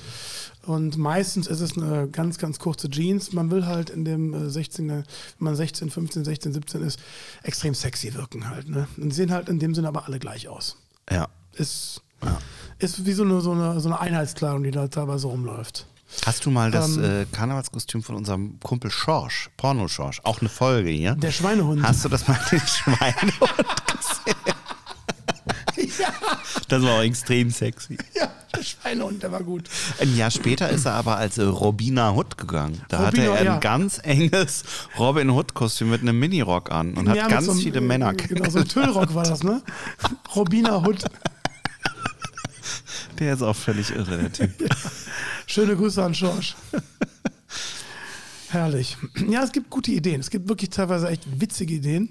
[SPEAKER 1] Und meistens ist es eine ganz, ganz kurze Jeans. Man will halt in dem äh, 16, wenn man 16, 15, 16, 17 ist, extrem sexy wirken halt. Ne? Und sehen halt in dem Sinne aber alle gleich aus.
[SPEAKER 2] Ja.
[SPEAKER 1] Ist, ist wie so eine, so, eine, so eine Einheitskleidung, die da teilweise rumläuft.
[SPEAKER 2] Hast du mal das
[SPEAKER 1] Ähm.
[SPEAKER 2] äh, Karnevalskostüm von unserem Kumpel Schorsch, Porno Schorsch, auch eine Folge hier?
[SPEAKER 1] Der Schweinehund.
[SPEAKER 2] Hast du das mal den Schweinehund gesehen?
[SPEAKER 1] ja,
[SPEAKER 2] Das war auch extrem sexy.
[SPEAKER 1] ja, der Schweinehund, der war gut.
[SPEAKER 2] Ein Jahr später ist er aber als äh, Robina Hood gegangen. Da hatte
[SPEAKER 1] Robina,
[SPEAKER 2] er ein
[SPEAKER 1] ja.
[SPEAKER 2] ganz enges Robin Hood-Kostüm mit einem Minirock an und hat
[SPEAKER 1] Ja, mit
[SPEAKER 2] ganz
[SPEAKER 1] so einem-
[SPEAKER 2] viele Männer
[SPEAKER 1] Genau, so ein
[SPEAKER 2] kennengelernt.
[SPEAKER 1] Tüllrock war das, ne? Robina Hood.
[SPEAKER 2] Der ist auch völlig irre, der Typ.
[SPEAKER 1] Schöne Grüße an George. Herrlich. Ja, es gibt gute Ideen. Es gibt wirklich teilweise echt witzige Ideen.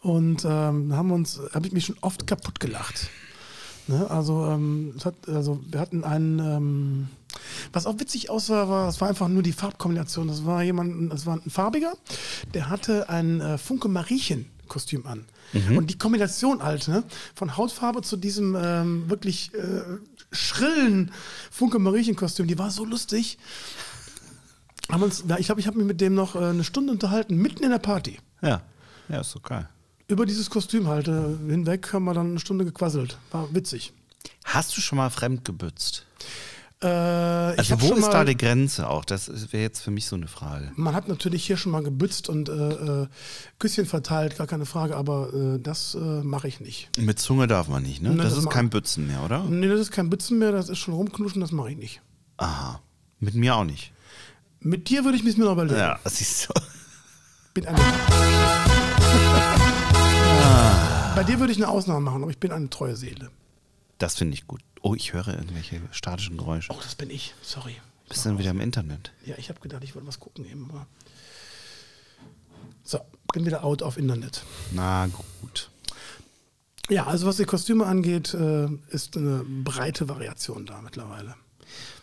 [SPEAKER 1] Und ähm, haben uns, habe ich mich schon oft kaputt gelacht. Ne? Also, ähm, es hat, also, wir hatten einen, ähm, was auch witzig aussah, war, es war einfach nur die Farbkombination. Das war jemand, das war ein farbiger, der hatte ein äh, Funke Mariechen. Kostüm an. Und die Kombination halt, ne, von Hautfarbe zu diesem ähm, wirklich äh, schrillen Funke Mariechen Kostüm, die war so lustig. Haben uns, na, ich glaube, ich habe mich mit dem noch äh, eine Stunde unterhalten, mitten in der Party.
[SPEAKER 2] Ja. Ja, ist so geil.
[SPEAKER 1] Über dieses Kostüm halt äh, hinweg haben wir dann eine Stunde gequasselt. War witzig.
[SPEAKER 2] Hast du schon mal fremd gebützt?
[SPEAKER 1] Äh, ich
[SPEAKER 2] Also
[SPEAKER 1] hab
[SPEAKER 2] wo
[SPEAKER 1] schon
[SPEAKER 2] ist
[SPEAKER 1] mal,
[SPEAKER 2] da die Grenze auch? Das ist- wäre jetzt für mich so eine Frage.
[SPEAKER 1] Man hat natürlich hier schon mal gebützt und äh, äh, Küsschen verteilt, gar keine Frage, aber äh, das äh, mache ich nicht.
[SPEAKER 2] Mit Zunge darf man nicht, ne?
[SPEAKER 1] Ne,
[SPEAKER 2] das,
[SPEAKER 1] das
[SPEAKER 2] ist
[SPEAKER 1] ma-
[SPEAKER 2] kein Bützen mehr, oder?
[SPEAKER 1] Nee, das ist kein Bützen mehr, das ist schon rumknuschen, das mache ich nicht.
[SPEAKER 2] Aha. Mit mir auch nicht.
[SPEAKER 1] Mit dir würde ich mir's mir noch überlegen.
[SPEAKER 2] Ja, siehst du.
[SPEAKER 1] Bin eine
[SPEAKER 2] Ah.
[SPEAKER 1] Bei dir würde ich eine Ausnahme machen, aber ich bin eine treue Seele.
[SPEAKER 2] Das finde ich gut. Oh, ich höre irgendwelche statischen Geräusche.
[SPEAKER 1] Oh, das bin ich. Sorry.
[SPEAKER 2] Bist du dann wieder im Internet?
[SPEAKER 1] Ja, ich habe gedacht, ich wollte was gucken eben, aber. So, bin wieder out auf Internet.
[SPEAKER 2] Na gut.
[SPEAKER 1] Ja, also was die Kostüme angeht, äh, ist eine breite Variation da mittlerweile.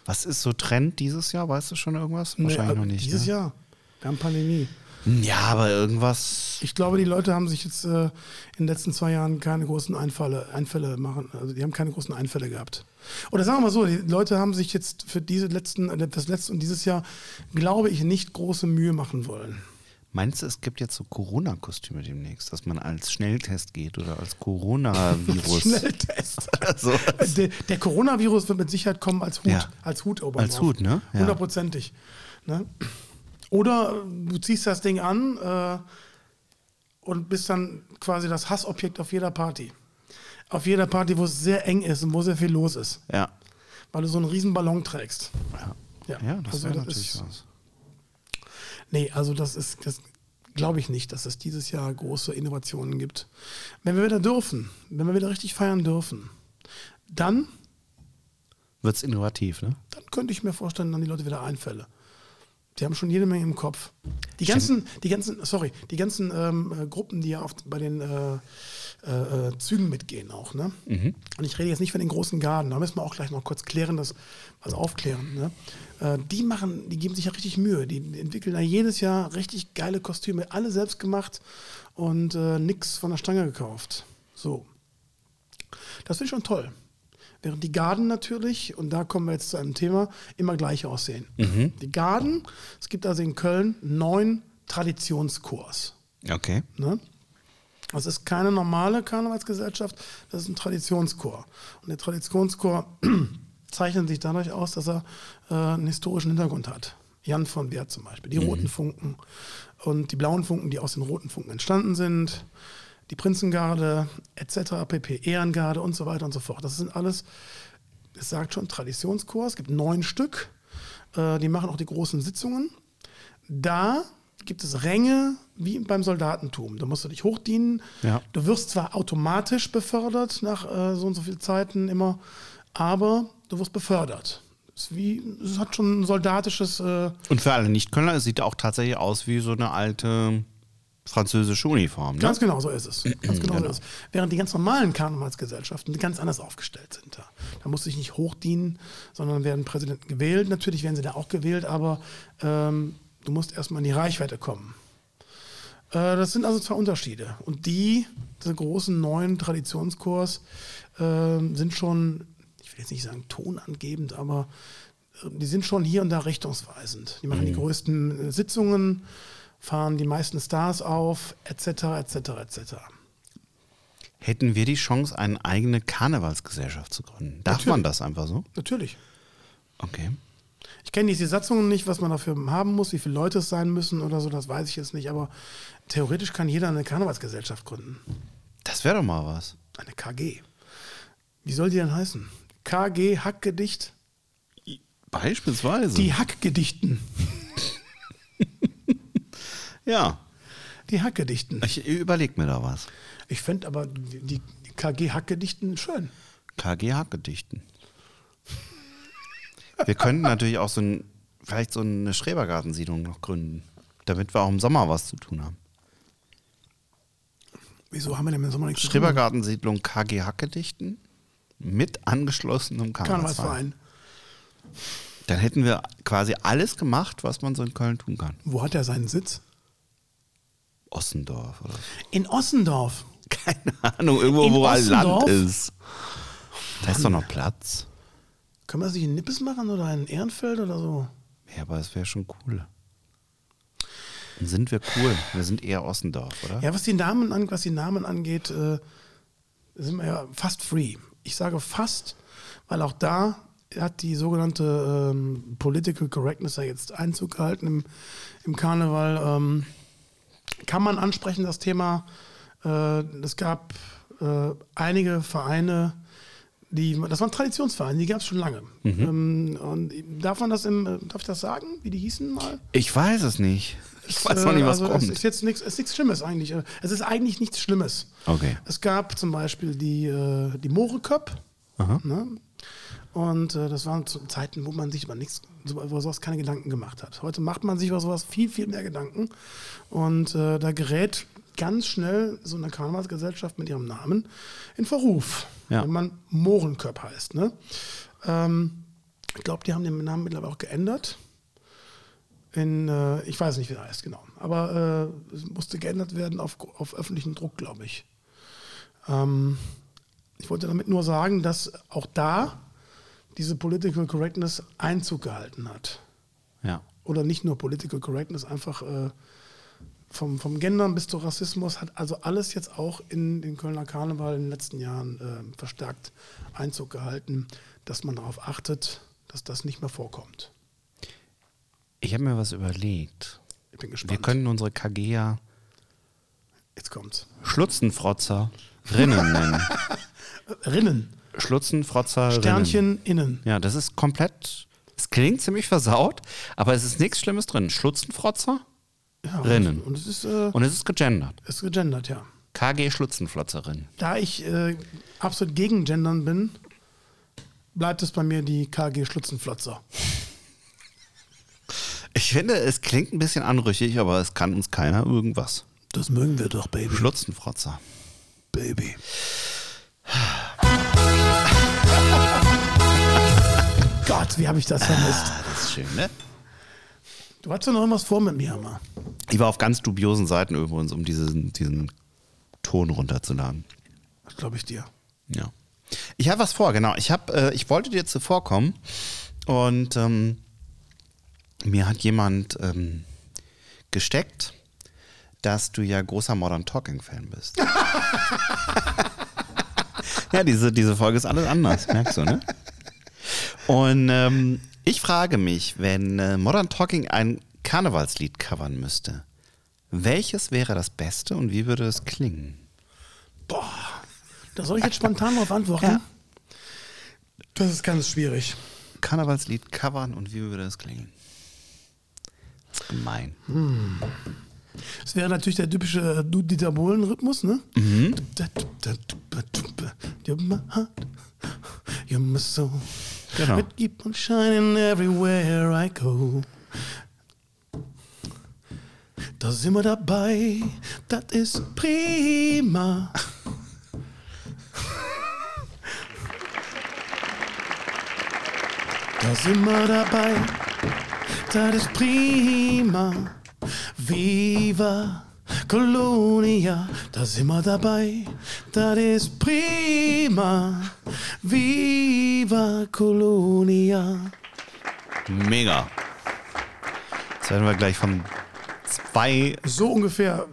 [SPEAKER 2] Was ist so Trend dieses Jahr? Weißt du schon irgendwas?
[SPEAKER 1] Nee,
[SPEAKER 2] Wahrscheinlich
[SPEAKER 1] äh,
[SPEAKER 2] noch nicht.
[SPEAKER 1] Dieses
[SPEAKER 2] ne?
[SPEAKER 1] Jahr. Wir haben Pandemie.
[SPEAKER 2] Ja, aber irgendwas.
[SPEAKER 1] Ich glaube, die Leute haben sich jetzt äh, in den letzten zwei Jahren keine großen Einfalle, Einfälle machen. Also die haben keine großen Einfälle gehabt. Oder sagen wir mal so, die Leute haben sich jetzt für diese letzten, äh, das letzte und dieses Jahr, glaube ich, nicht große Mühe machen wollen.
[SPEAKER 2] Meinst du, es gibt jetzt so Corona-Kostüme demnächst, dass man als Schnelltest geht oder als Coronavirus?
[SPEAKER 1] Schnelltest.
[SPEAKER 2] also,
[SPEAKER 1] Der, der Coronavirus wird mit Sicherheit kommen als Hut.
[SPEAKER 2] Ja.
[SPEAKER 1] Als Hut oben
[SPEAKER 2] Als
[SPEAKER 1] drauf.
[SPEAKER 2] Hut, ne? Ja.
[SPEAKER 1] Hundertprozentig. Ne? Oder äh, du ziehst das Ding an äh, und bist dann quasi das Hassobjekt auf jeder Party. Auf jeder Party, wo es sehr eng ist und wo sehr viel los ist.
[SPEAKER 2] ja.
[SPEAKER 1] Weil du so einen riesen Ballon trägst.
[SPEAKER 2] Ja,
[SPEAKER 1] Ja.
[SPEAKER 2] ja das
[SPEAKER 1] Also
[SPEAKER 2] wäre
[SPEAKER 1] das
[SPEAKER 2] natürlich
[SPEAKER 1] ist-
[SPEAKER 2] was.
[SPEAKER 1] Nee, also das ist, das glaube ich nicht, dass es dieses Jahr große Innovationen gibt. Wenn wir wieder dürfen, wenn wir wieder richtig feiern dürfen, dann,
[SPEAKER 2] Wird's innovativ, ne?
[SPEAKER 1] dann könnte ich mir vorstellen, dann die Leute wieder Einfälle. Die haben schon jede Menge im Kopf. Die
[SPEAKER 2] Stimmt.
[SPEAKER 1] ganzen, die ganzen, sorry, die ganzen ähm, äh, Gruppen, die ja oft bei den äh, äh, äh, Zügen mitgehen auch, ne? Und ich rede jetzt nicht von den großen Garden, da müssen wir auch gleich noch kurz klären, das, also aufklären, ne? Äh, die machen, die geben sich ja richtig Mühe, die entwickeln da jedes Jahr richtig geile Kostüme, alle selbst gemacht und äh, nix von der Stange gekauft. So. Das finde ich schon toll. Während die Garden natürlich, und da kommen wir jetzt zu einem Thema, immer gleich aussehen. Die Garden, es gibt also in Köln neun Traditionskurs.
[SPEAKER 2] Okay.
[SPEAKER 1] Ne? Das ist keine normale Karnevalsgesellschaft, das ist ein Traditionschor. Und der Traditionschor zeichnet sich dadurch aus, dass er äh, einen historischen Hintergrund hat. Jan von Wehr zum Beispiel, die roten Funken und die blauen Funken, die aus den roten Funken entstanden sind, die Prinzengarde etc., pp, Ehrengarde und so weiter und so fort. Das sind alles, es sagt schon, Traditionschor, es gibt neun Stück, äh, die machen auch die großen Sitzungen. Da gibt es Ränge wie beim Soldatentum. Da musst du dich hochdienen.
[SPEAKER 2] Ja.
[SPEAKER 1] Du wirst zwar automatisch befördert nach äh, so und so viel Zeiten immer, aber du wirst befördert. Ist wie, es hat schon ein soldatisches äh,
[SPEAKER 2] Und für alle Nicht-Kölner, es sieht auch tatsächlich aus wie so eine alte französische Uniform. Ne?
[SPEAKER 1] Ganz genau so ist es. Ganz genau, So ist es. Während die ganz normalen Karnevalsgesellschaften ganz anders aufgestellt sind. Da, da muss sich nicht hochdienen, sondern werden Präsidenten gewählt. Natürlich werden sie da auch gewählt, aber ähm, du musst erstmal in die Reichweite kommen. Äh, das sind also zwei Unterschiede. Und die, diese großen neuen Traditionskurs, ähm, sind schon, ich will jetzt nicht sagen tonangebend, aber äh, die sind schon hier und da richtungsweisend. Die machen die größten äh, Sitzungen, fahren die meisten Stars auf, etc., etc., etc.
[SPEAKER 2] Hätten wir die Chance, eine eigene Karnevalsgesellschaft zu gründen? Darf
[SPEAKER 1] Natürlich.
[SPEAKER 2] man das einfach so?
[SPEAKER 1] Natürlich.
[SPEAKER 2] Okay.
[SPEAKER 1] Ich kenne diese Satzungen nicht, was man dafür haben muss, wie viele Leute es sein müssen oder so, das weiß ich jetzt nicht, aber theoretisch kann jeder eine Karnevalsgesellschaft gründen.
[SPEAKER 2] Das wäre doch mal was.
[SPEAKER 1] Eine KG. Wie soll die denn heißen? KG Hackgedicht?
[SPEAKER 2] Beispielsweise.
[SPEAKER 1] Die Hackgedichten.
[SPEAKER 2] ja.
[SPEAKER 1] Die Hackgedichten.
[SPEAKER 2] Ich überleg mir da was.
[SPEAKER 1] Ich fände aber die die KG Hackgedichten schön.
[SPEAKER 2] KGH-Gedichten. Wir könnten natürlich auch so ein, vielleicht so eine Schrebergartensiedlung noch gründen, damit wir auch im Sommer was zu tun haben.
[SPEAKER 1] Wieso haben wir denn im Sommer nichts zu tun?
[SPEAKER 2] Schrebergartensiedlung KGH-Gedichten mit angeschlossenem Karnevalsverein.
[SPEAKER 1] Karnevalsverein.
[SPEAKER 2] Dann hätten wir quasi alles gemacht, was man so in Köln tun kann.
[SPEAKER 1] Wo hat er seinen Sitz?
[SPEAKER 2] Ossendorf oder so.
[SPEAKER 1] In Ossendorf.
[SPEAKER 2] Keine Ahnung, irgendwo,
[SPEAKER 1] In
[SPEAKER 2] wo all Land
[SPEAKER 1] Ossendorf?
[SPEAKER 2] ist. Da ist doch noch Platz.
[SPEAKER 1] Können wir das nicht in Nippes machen oder in Ehrenfeld oder so?
[SPEAKER 2] Ja, aber es wäre schon cool. Dann sind wir cool. Wir sind eher Ossendorf, oder?
[SPEAKER 1] Ja, was die Namen, an, was die Namen angeht, äh, sind wir ja fast free. Ich sage fast, weil auch da hat die sogenannte ähm, Political Correctness ja jetzt Einzug gehalten im, im Karneval. Ähm, kann man ansprechen, das Thema. Äh, es gab äh, einige Vereine, die, das waren Traditionsvereine, die gab es schon lange. Ähm, und darf man das im, äh, darf ich das sagen, wie die hießen mal?
[SPEAKER 2] Ich weiß es nicht. Ich weiß
[SPEAKER 1] Äh,
[SPEAKER 2] noch nicht, was
[SPEAKER 1] also Es
[SPEAKER 2] kommt.
[SPEAKER 1] ist jetzt nichts, es ist nichts Schlimmes eigentlich. Äh, Es ist eigentlich nichts Schlimmes.
[SPEAKER 2] Okay.
[SPEAKER 1] Es gab zum Beispiel die, äh, die Moore Cup. Ne? Und äh, das waren zu Zeiten, wo man sich über nichts, über sowas keine Gedanken gemacht hat. Heute macht man sich über sowas viel, viel mehr Gedanken. Und äh, da gerät ganz schnell so eine Karnevalsgesellschaft mit ihrem Namen in Verruf.
[SPEAKER 2] Ja.
[SPEAKER 1] Wenn man Mohrenköp heißt. Ne? Ähm, ich glaube, die haben den Namen mittlerweile auch geändert. In, äh, ich weiß nicht, wie er heißt, genau. Aber äh, es musste geändert werden auf, auf öffentlichen Druck, glaube ich. Ähm, ich wollte damit nur sagen, dass auch da diese Political Correctness Einzug gehalten hat.
[SPEAKER 2] Ja.
[SPEAKER 1] Oder nicht nur Political Correctness, einfach äh, vom, vom Gendern bis zu Rassismus hat also alles jetzt auch in den Kölner Karneval in den letzten Jahren äh, verstärkt Einzug gehalten, dass man darauf achtet, dass das nicht mehr vorkommt.
[SPEAKER 2] Ich habe mir was überlegt.
[SPEAKER 1] Ich bin gespannt.
[SPEAKER 2] Wir können unsere Kagea
[SPEAKER 1] Jetzt kommt's.
[SPEAKER 2] Schlutzenfrotzer Rinnen nennen.
[SPEAKER 1] Rinnen.
[SPEAKER 2] Schlutzenfrotzer Rinnen.
[SPEAKER 1] Sternchen innen.
[SPEAKER 2] Ja, das ist komplett. Es klingt ziemlich versaut, aber es ist nichts Schlimmes drin. Schlutzenfrotzer
[SPEAKER 1] Ja,
[SPEAKER 2] Rinnen.
[SPEAKER 1] Und es ist, äh,
[SPEAKER 2] und es ist gegendert.
[SPEAKER 1] ist gegendert, ja.
[SPEAKER 2] KG Schlutzenfrotzerin.
[SPEAKER 1] Da ich äh, absolut gegen Gendern bin, bleibt es bei mir die KG Schlutzenflotzer.
[SPEAKER 2] Ich finde, es klingt ein bisschen anrüchig, aber es kann uns keiner irgendwas.
[SPEAKER 1] Das mögen wir doch, Baby.
[SPEAKER 2] Schlutzenfrotzer.
[SPEAKER 1] Baby. Gott, wie habe ich das vermisst?
[SPEAKER 2] Das ist schön, ne?
[SPEAKER 1] Du hattest ja noch irgendwas vor mit mir, Hammer.
[SPEAKER 2] Ich war auf ganz dubiosen Seiten übrigens, um diesen, diesen Ton runterzuladen.
[SPEAKER 1] Das glaube ich dir.
[SPEAKER 2] Ja. Ich habe was vor, genau. Ich, hab, äh, ich wollte dir zuvorkommen und ähm, mir hat jemand ähm, gesteckt, dass du ja großer Modern Talking-Fan bist. ja, diese, diese Folge ist alles anders, merkst du, ne? Und ähm, ich frage mich, wenn äh, Modern Talking ein Karnevalslied covern müsste, welches wäre das Beste und wie würde es klingen?
[SPEAKER 1] Boah. Da soll ich jetzt spontan darauf antworten?
[SPEAKER 2] Ja.
[SPEAKER 1] Das ist ganz schwierig.
[SPEAKER 2] Karnevalslied covern und wie würde das klingen? Das ist gemein.
[SPEAKER 1] Es wäre natürlich der typische äh, Du Dieter Bohlen-Rhythmus, ne? Mhm. You're my heart, you're my soul.
[SPEAKER 2] Genau.
[SPEAKER 1] It keep on shining everywhere I go. Da, Da sind wir dabei, das ist prima. Da sind wir dabei, das ist prima. Viva Colonia, da sind wir dabei, das ist prima. Viva Colonia.
[SPEAKER 2] Mega. Jetzt werden wir gleich von zwei
[SPEAKER 1] So ungefähr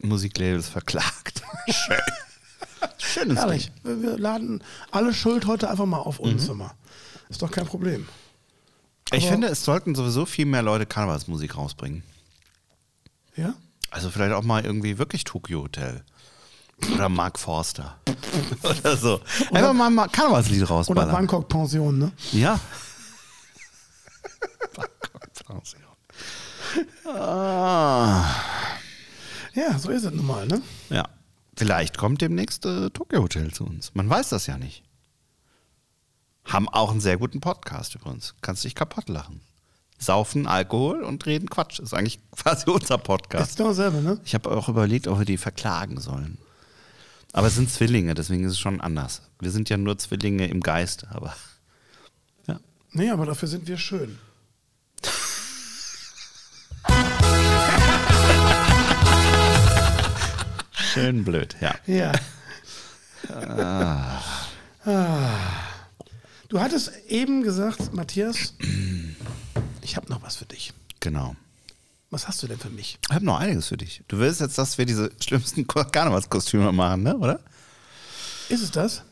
[SPEAKER 2] Musiklabels verklagt. Schön. Schönes
[SPEAKER 1] Ehrlich, wir, wir laden alle Schuld heute einfach mal auf uns immer. Ist doch kein Problem.
[SPEAKER 2] Ding. Ich
[SPEAKER 1] Aber-
[SPEAKER 2] finde, es sollten sowieso viel mehr Leute Karnevalsmusik rausbringen.
[SPEAKER 1] Ja?
[SPEAKER 2] Also vielleicht auch mal irgendwie wirklich Tokyo Hotel. Oder Mark Forster. Oder so. Einfach mal ein Karnevalslied
[SPEAKER 1] Oder
[SPEAKER 2] rausballern.
[SPEAKER 1] Bangkok Pension, ne?
[SPEAKER 2] Ja.
[SPEAKER 1] Oh
[SPEAKER 2] ah.
[SPEAKER 1] Ja, so ist es nun mal, ne?
[SPEAKER 2] Ja. Vielleicht kommt demnächst äh, Tokyo Hotel zu uns. Man weiß das ja nicht. Haben auch einen sehr guten Podcast übrigens. Kannst dich kaputt lachen. Saufen Alkohol und reden Quatsch. Ist eigentlich quasi unser Podcast.
[SPEAKER 1] Ist doch selber, ne?
[SPEAKER 2] Ich habe auch überlegt, ob wir die verklagen sollen. Aber es sind Zwillinge, deswegen ist es schon anders. Wir sind ja nur Zwillinge im Geist, aber. Ja.
[SPEAKER 1] Nee, aber dafür sind wir schön.
[SPEAKER 2] Schön blöd, ja.
[SPEAKER 1] Ja. Ah. Du hattest eben gesagt, Matthias, ich habe noch was für dich.
[SPEAKER 2] Genau.
[SPEAKER 1] Was hast du denn für mich?
[SPEAKER 2] Ich habe noch einiges für dich. Du willst jetzt, dass wir diese schlimmsten Ko- Karnevalskostüme machen, ne? oder?
[SPEAKER 1] Ist es das?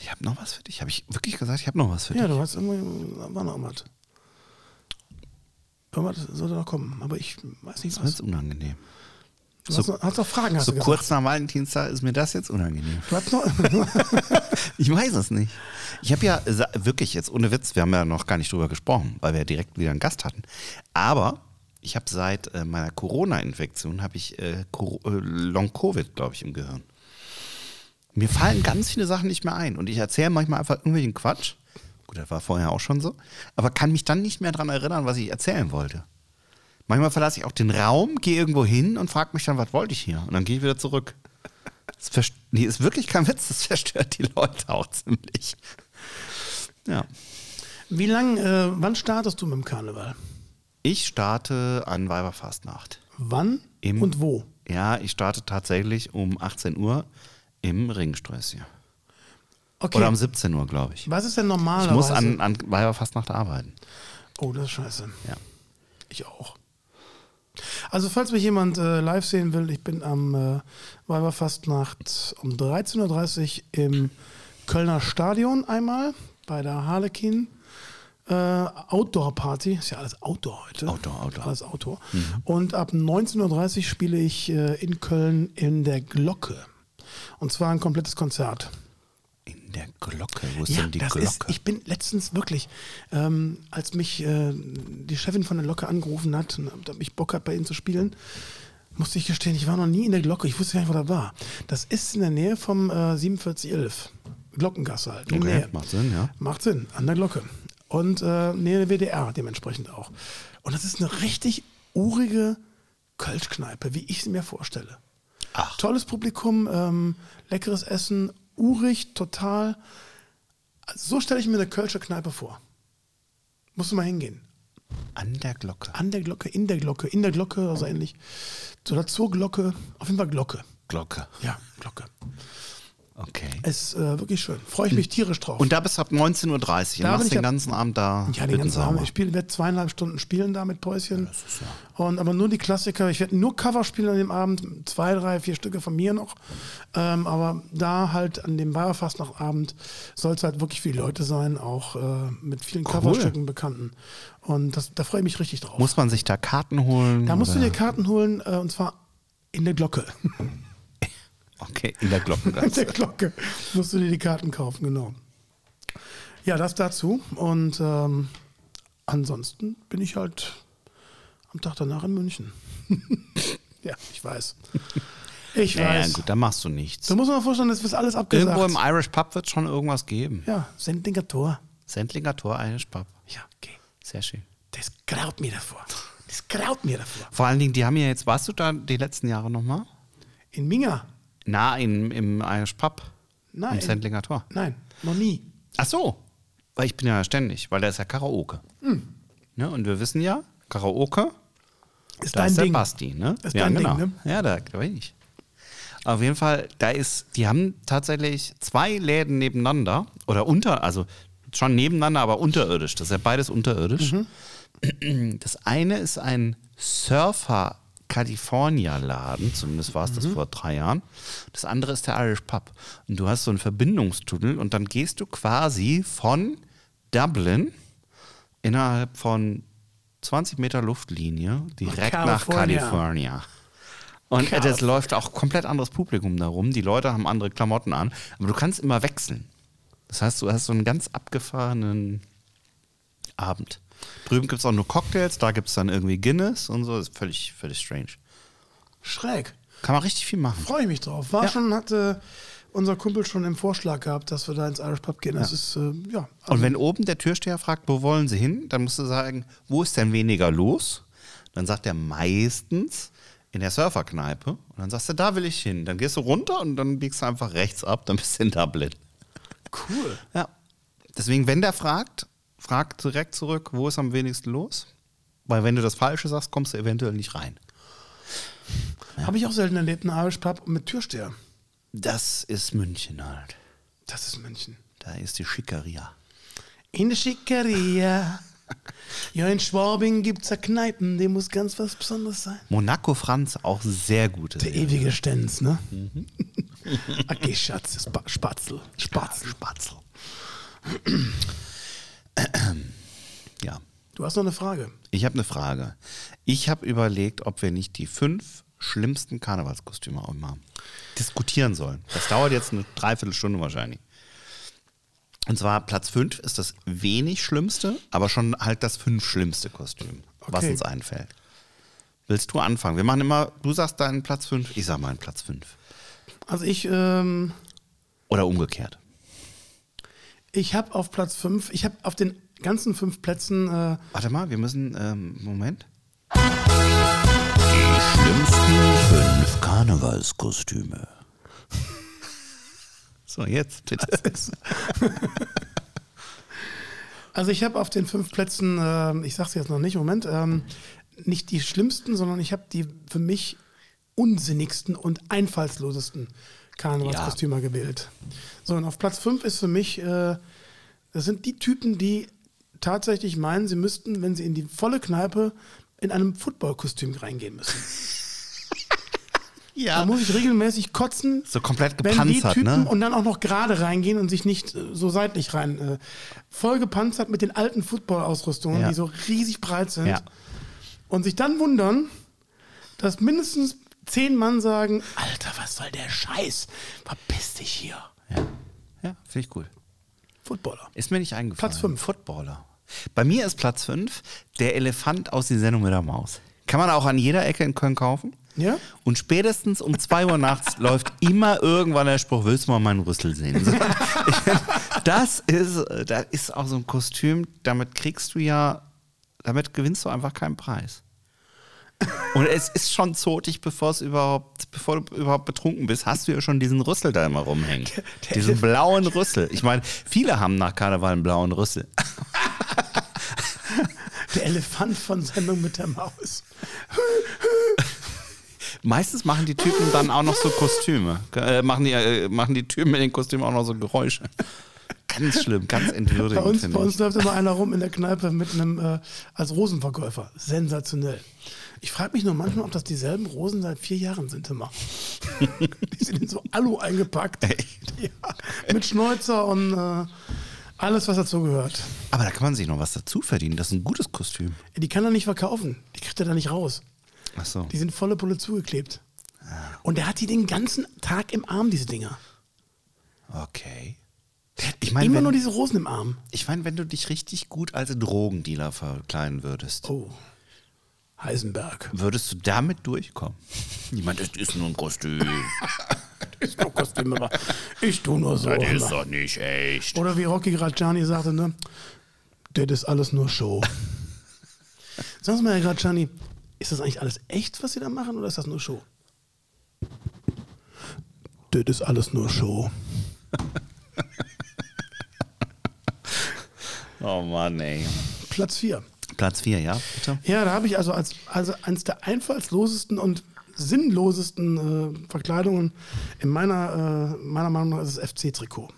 [SPEAKER 2] Ich habe noch was für dich. Habe ich wirklich gesagt, ich habe noch was für
[SPEAKER 1] Ja,
[SPEAKER 2] dich?
[SPEAKER 1] du hast irgendwie, da war noch irgendwas. Irgendwas sollte noch kommen, aber ich weiß nicht
[SPEAKER 2] Das ist
[SPEAKER 1] was.
[SPEAKER 2] jetzt unangenehm.
[SPEAKER 1] Du hast, noch, hast noch Fragen, hast
[SPEAKER 2] So
[SPEAKER 1] du gesagt.
[SPEAKER 2] kurz nach Valentinstag ist mir das jetzt unangenehm.
[SPEAKER 1] Du hast noch,
[SPEAKER 2] Ich weiß es nicht. Ich habe ja äh, sa- wirklich jetzt ohne Witz, wir haben ja noch gar nicht drüber gesprochen, weil wir ja direkt wieder einen Gast hatten. Aber ich habe seit äh, meiner Corona-Infektion habe ich äh, Cor- äh, Long Covid, glaube ich, im Gehirn. Mir fallen ganz viele Sachen nicht mehr ein und ich erzähle manchmal einfach irgendwelchen Quatsch. Gut, das war vorher auch schon so, aber kann mich dann nicht mehr daran erinnern, was ich erzählen wollte. Manchmal verlasse ich auch den Raum, gehe irgendwo hin und frage mich dann, was wollte ich hier? Und dann gehe ich wieder zurück. Das verst- nee, ist wirklich kein Witz, das verstört die Leute auch ziemlich. Ja.
[SPEAKER 1] wie lang, äh, wann startest du mit dem Karneval?
[SPEAKER 2] Ich starte an Weiberfastnacht.
[SPEAKER 1] Wann
[SPEAKER 2] Im-
[SPEAKER 1] und wo?
[SPEAKER 2] Ja, ich starte tatsächlich um 18 Uhr im Ringsträußchen.
[SPEAKER 1] Okay.
[SPEAKER 2] Oder um 17 Uhr, glaube ich.
[SPEAKER 1] was ist denn
[SPEAKER 2] Ich
[SPEAKER 1] normalerweise?
[SPEAKER 2] muss an, an Weiberfastnacht arbeiten.
[SPEAKER 1] oh, das ist scheiße.
[SPEAKER 2] Ja.
[SPEAKER 1] Ich auch. Also, falls mich jemand äh, live sehen will, ich bin am äh, Weiberfastnacht um 13.30 Uhr im Kölner Stadion einmal bei der Harlekin äh, Outdoor Party. Ist ja alles Outdoor heute.
[SPEAKER 2] Outdoor, Outdoor.
[SPEAKER 1] Alles Outdoor. Und ab 19.30 Uhr spiele ich äh, in Köln in der Glocke. Und zwar ein komplettes Konzert.
[SPEAKER 2] In der Glocke. Wo ist denn die
[SPEAKER 1] das
[SPEAKER 2] Glocke?
[SPEAKER 1] Ist, ich bin letztens wirklich, ähm, als mich äh, die Chefin von der Glocke angerufen hat und ob ich Bock hat, bei ihnen zu spielen, musste ich gestehen, ich war noch nie in der Glocke. Ich wusste gar nicht, wo das war. Das ist in der Nähe vom äh, 4711. Glockengasse halt. in der
[SPEAKER 2] okay,
[SPEAKER 1] Nähe.
[SPEAKER 2] macht Sinn, ja.
[SPEAKER 1] Macht Sinn, an der Glocke. Und äh, Nähe der WDR dementsprechend auch. Und das ist eine richtig urige Kölschkneipe, wie ich sie mir vorstelle.
[SPEAKER 2] Ach.
[SPEAKER 1] Tolles Publikum, ähm, leckeres Essen, urig, total. So stelle ich mir eine Kölsche Kneipe vor. Musst du mal hingehen.
[SPEAKER 2] An der Glocke.
[SPEAKER 1] An der Glocke, in der Glocke, in der Glocke oder so ähnlich. Oder zur Glocke. Auf jeden Fall Glocke.
[SPEAKER 2] Glocke.
[SPEAKER 1] Ja, Glocke.
[SPEAKER 2] Okay.
[SPEAKER 1] Es ist äh, wirklich schön. Freue ich mich tierisch drauf.
[SPEAKER 2] Und da bist du ab 19.30 Uhr. Dann
[SPEAKER 1] Da bin
[SPEAKER 2] machst
[SPEAKER 1] ich
[SPEAKER 2] du den
[SPEAKER 1] ab-
[SPEAKER 2] ganzen Abend da.
[SPEAKER 1] Ja, den ganzen
[SPEAKER 2] Wittensauer.
[SPEAKER 1] Abend. Ich spiele, werde zweieinhalb Stunden spielen da mit Päuschen.
[SPEAKER 2] ist
[SPEAKER 1] Und aber nur die Klassiker. Ich werde nur Cover spielen an dem Abend. Zwei, drei, vier Stücke von mir noch. Ähm, aber da halt an dem Weiberfastnachtabend soll es halt wirklich viele Leute sein, auch äh, mit vielen Coverstücken Bekannten. Und das, da freue ich mich richtig drauf.
[SPEAKER 2] Muss man sich da Karten holen?
[SPEAKER 1] da musst du
[SPEAKER 2] oder-
[SPEAKER 1] dir Karten holen äh, und zwar in der Glocke.
[SPEAKER 2] Okay, in der
[SPEAKER 1] Mit der
[SPEAKER 2] Glockengasse.
[SPEAKER 1] Glocke musst du dir die Karten kaufen, genau. Ja, das dazu. Und ähm, ansonsten bin ich halt am Tag danach in München. ja, ich weiß. Ich
[SPEAKER 2] ja, ja,
[SPEAKER 1] weiß.
[SPEAKER 2] gut, dann machst du nichts.
[SPEAKER 1] Da muss man mal vorstellen, das wird alles abgesagt.
[SPEAKER 2] Irgendwo im Irish Pub wird schon irgendwas geben.
[SPEAKER 1] ja, Sendlinger Tor.
[SPEAKER 2] Sendlinger Tor, Irish Pub.
[SPEAKER 1] Ja, okay.
[SPEAKER 2] Sehr schön.
[SPEAKER 1] Das graut mir davor. Das graut mir dafür.
[SPEAKER 2] Vor allen Dingen, die haben ja jetzt, warst du da die letzten Jahre nochmal?
[SPEAKER 1] In Minga?
[SPEAKER 2] Na, in, im Irish Pub.
[SPEAKER 1] Nein.
[SPEAKER 2] Im Sendlinger Tor.
[SPEAKER 1] Nein, noch nie.
[SPEAKER 2] Ach so. Weil ich bin ja ständig, weil da ist ja Karaoke.
[SPEAKER 1] Hm.
[SPEAKER 2] Ne? Und wir wissen ja, Karaoke,
[SPEAKER 1] Ist
[SPEAKER 2] da
[SPEAKER 1] dein
[SPEAKER 2] ist der
[SPEAKER 1] Ding.
[SPEAKER 2] Basti, ne?
[SPEAKER 1] Ist
[SPEAKER 2] ja,
[SPEAKER 1] dein
[SPEAKER 2] genau.
[SPEAKER 1] Ding,
[SPEAKER 2] Ja, da, da bin ich. Auf jeden Fall, da ist, die haben tatsächlich zwei Läden nebeneinander oder unter, also schon nebeneinander, aber unterirdisch. Das ist ja beides
[SPEAKER 1] Mhm.
[SPEAKER 2] unterirdisch. Das eine ist ein Surfer California Laden, zumindest war es das vor drei Jahren. Das andere ist der Irish Pub. Und du hast so einen Verbindungstunnel und dann gehst du quasi von Dublin innerhalb von 20 Meter Luftlinie direkt nach
[SPEAKER 1] California.
[SPEAKER 2] California. Und äh, das läuft auch komplett anderes Publikum darum. Die Leute haben andere Klamotten an, aber du kannst immer wechseln. Das heißt, du hast so einen ganz abgefahrenen Abend. Drüben gibt es auch nur Cocktails, da gibt es dann irgendwie Guinness und so. Das ist völlig, völlig strange.
[SPEAKER 1] Schräg.
[SPEAKER 2] Kann man richtig viel machen.
[SPEAKER 1] Freue ich mich drauf. War schon, hatte unser Kumpel schon im Vorschlag gehabt, dass wir da ins Irish Pub gehen. Das ist, äh, ja.
[SPEAKER 2] Und wenn oben der Türsteher fragt, wo wollen Sie hin, dann musst du sagen, wo ist denn weniger los? Dann sagt er meistens in der Surferkneipe. Und dann sagst du, da will ich hin. Dann gehst du runter und dann biegst du einfach rechts ab, dann bist du in Dublin.
[SPEAKER 1] Cool.
[SPEAKER 2] Ja. Deswegen, wenn der fragt, frag direkt zurück, wo ist am wenigsten los? Weil wenn du das Falsche sagst, kommst du eventuell nicht rein.
[SPEAKER 1] Habe ich auch selten erlebt, einen Irish Pub mit Türsteher.
[SPEAKER 2] Das ist München halt.
[SPEAKER 1] Das ist München.
[SPEAKER 2] Da ist die Schickeria.
[SPEAKER 1] In der Schickeria. Ja, in Schwabing gibt es ja Kneipen, die muss ganz was Besonderes sein.
[SPEAKER 2] Monaco Franz, auch sehr gute.
[SPEAKER 1] Der
[SPEAKER 2] Serie.
[SPEAKER 1] ewige Stenz, ne? Okay, Schatz, Spa- Spatzel. Spatzel.
[SPEAKER 2] Spatzel. ja,
[SPEAKER 1] Du hast noch eine Frage.
[SPEAKER 2] ich habe eine Frage. Ich habe überlegt, ob wir nicht die fünf schlimmsten Karnevalskostüme auch mal diskutieren sollen. Das dauert jetzt eine Dreiviertelstunde wahrscheinlich. Und zwar Platz 5 ist das wenig schlimmste, aber schon halt das fünf schlimmste Kostüm, was
[SPEAKER 1] Okay.
[SPEAKER 2] uns einfällt. Willst du anfangen? Wir machen immer, du sagst deinen Platz 5, ich sag meinen Platz 5.
[SPEAKER 1] Also ich, ähm,
[SPEAKER 2] Oder umgekehrt.
[SPEAKER 1] ich habe auf Platz 5, ich habe auf den ganzen fünf Plätzen, äh,
[SPEAKER 2] Warte mal, wir müssen, ähm, Moment. Die schlimmsten fünf Karnevalskostüme. So, jetzt bitte.
[SPEAKER 1] also ich habe auf den fünf Plätzen, ähm, ich sag's jetzt noch nicht, Moment, ähm, nicht die schlimmsten, sondern ich habe die für mich unsinnigsten und einfallslosesten Karnevalskostümer gewählt. So, und auf Platz 5 ist für mich, äh, das sind die Typen, die tatsächlich meinen, sie müssten, wenn sie in die volle Kneipe in einem Footballkostüm reingehen müssen. Da
[SPEAKER 2] Ja.
[SPEAKER 1] muss ich regelmäßig kotzen,
[SPEAKER 2] So komplett
[SPEAKER 1] wenn die
[SPEAKER 2] gepanzert,
[SPEAKER 1] Typen
[SPEAKER 2] ne?
[SPEAKER 1] und dann auch noch gerade reingehen und sich nicht äh, so seitlich rein. Äh, voll gepanzert mit den alten Football-Ausrüstungen,
[SPEAKER 2] Ja.
[SPEAKER 1] die so riesig breit sind.
[SPEAKER 2] Ja.
[SPEAKER 1] Und sich dann wundern, dass mindestens zehn Mann sagen: Alter, was soll der Scheiß? Verpiss dich hier.
[SPEAKER 2] Ja, finde ich gut.
[SPEAKER 1] Footballer.
[SPEAKER 2] Ist mir nicht eingefallen.
[SPEAKER 1] Platz fünf.
[SPEAKER 2] Footballer. Bei mir ist Platz 5 der Elefant aus die Sendung mit der Maus. Kann man auch an jeder Ecke in Köln kaufen.
[SPEAKER 1] Ja?
[SPEAKER 2] Und spätestens um 2 Uhr nachts läuft immer irgendwann der Spruch, willst du mal meinen Rüssel sehen? So, ich find, das ist, das ist auch so ein Kostüm, damit kriegst du ja, damit gewinnst du einfach keinen Preis. Und es ist schon zotig, bevor es überhaupt, bevor du überhaupt betrunken bist, hast du ja schon diesen Rüssel da immer rumhängen. diesen blauen Rüssel. Ich meine, viele haben nach Karneval einen blauen Rüssel.
[SPEAKER 1] Der Elefant von Sendung mit der Maus.
[SPEAKER 2] Meistens machen die Typen dann auch noch so Kostüme. Äh, machen, die, äh, machen die Typen in den Kostümen auch noch so Geräusche. Ganz schlimm, ganz
[SPEAKER 1] Bei
[SPEAKER 2] entwürdigend.
[SPEAKER 1] uns,
[SPEAKER 2] finde
[SPEAKER 1] bei uns
[SPEAKER 2] ich.
[SPEAKER 1] läuft immer einer rum in der Kneipe mit einem äh, als Rosenverkäufer. Sensationell. Ich frage mich nur manchmal, ob das dieselben Rosen seit vier Jahren sind immer. die sind in so Alu eingepackt. Ja, mit Schnäuzer und äh, alles, was dazu gehört.
[SPEAKER 2] Aber da kann man sich noch was dazu verdienen. Das ist ein gutes Kostüm.
[SPEAKER 1] Die kann er nicht verkaufen. Die kriegt er da nicht raus.
[SPEAKER 2] Ach so.
[SPEAKER 1] Die sind volle Pulle zugeklebt.
[SPEAKER 2] Ah.
[SPEAKER 1] Und der hat die den ganzen Tag im Arm, diese Dinger.
[SPEAKER 2] Okay. Ich meine,
[SPEAKER 1] Immer nur
[SPEAKER 2] wenn,
[SPEAKER 1] diese Rosen im Arm.
[SPEAKER 2] ich mein, wenn du dich richtig gut als Drogendealer verkleiden würdest,
[SPEAKER 1] Oh. Heisenberg.
[SPEAKER 2] würdest du damit durchkommen? Niemand, das ist nur ein Kostüm.
[SPEAKER 1] Ich guck Kostüm, aber ich tu nur so. ne?
[SPEAKER 2] das ist doch nicht echt.
[SPEAKER 1] Oder wie Rocky Graziani sagte, ne? Das ist alles nur Show. Sagen Sie mal, Herr Gratschani, ist das eigentlich alles echt, was Sie da machen, oder ist das nur Show? Das ist alles nur Show.
[SPEAKER 2] Oh Mann, ey.
[SPEAKER 1] Platz 4.
[SPEAKER 2] Platz 4, ja, bitte.
[SPEAKER 1] Ja, da habe ich also als also eines der einfallslosesten und sinnlosesten äh, Verkleidungen in meiner, äh, meiner Meinung nach ist das FC-Trikot.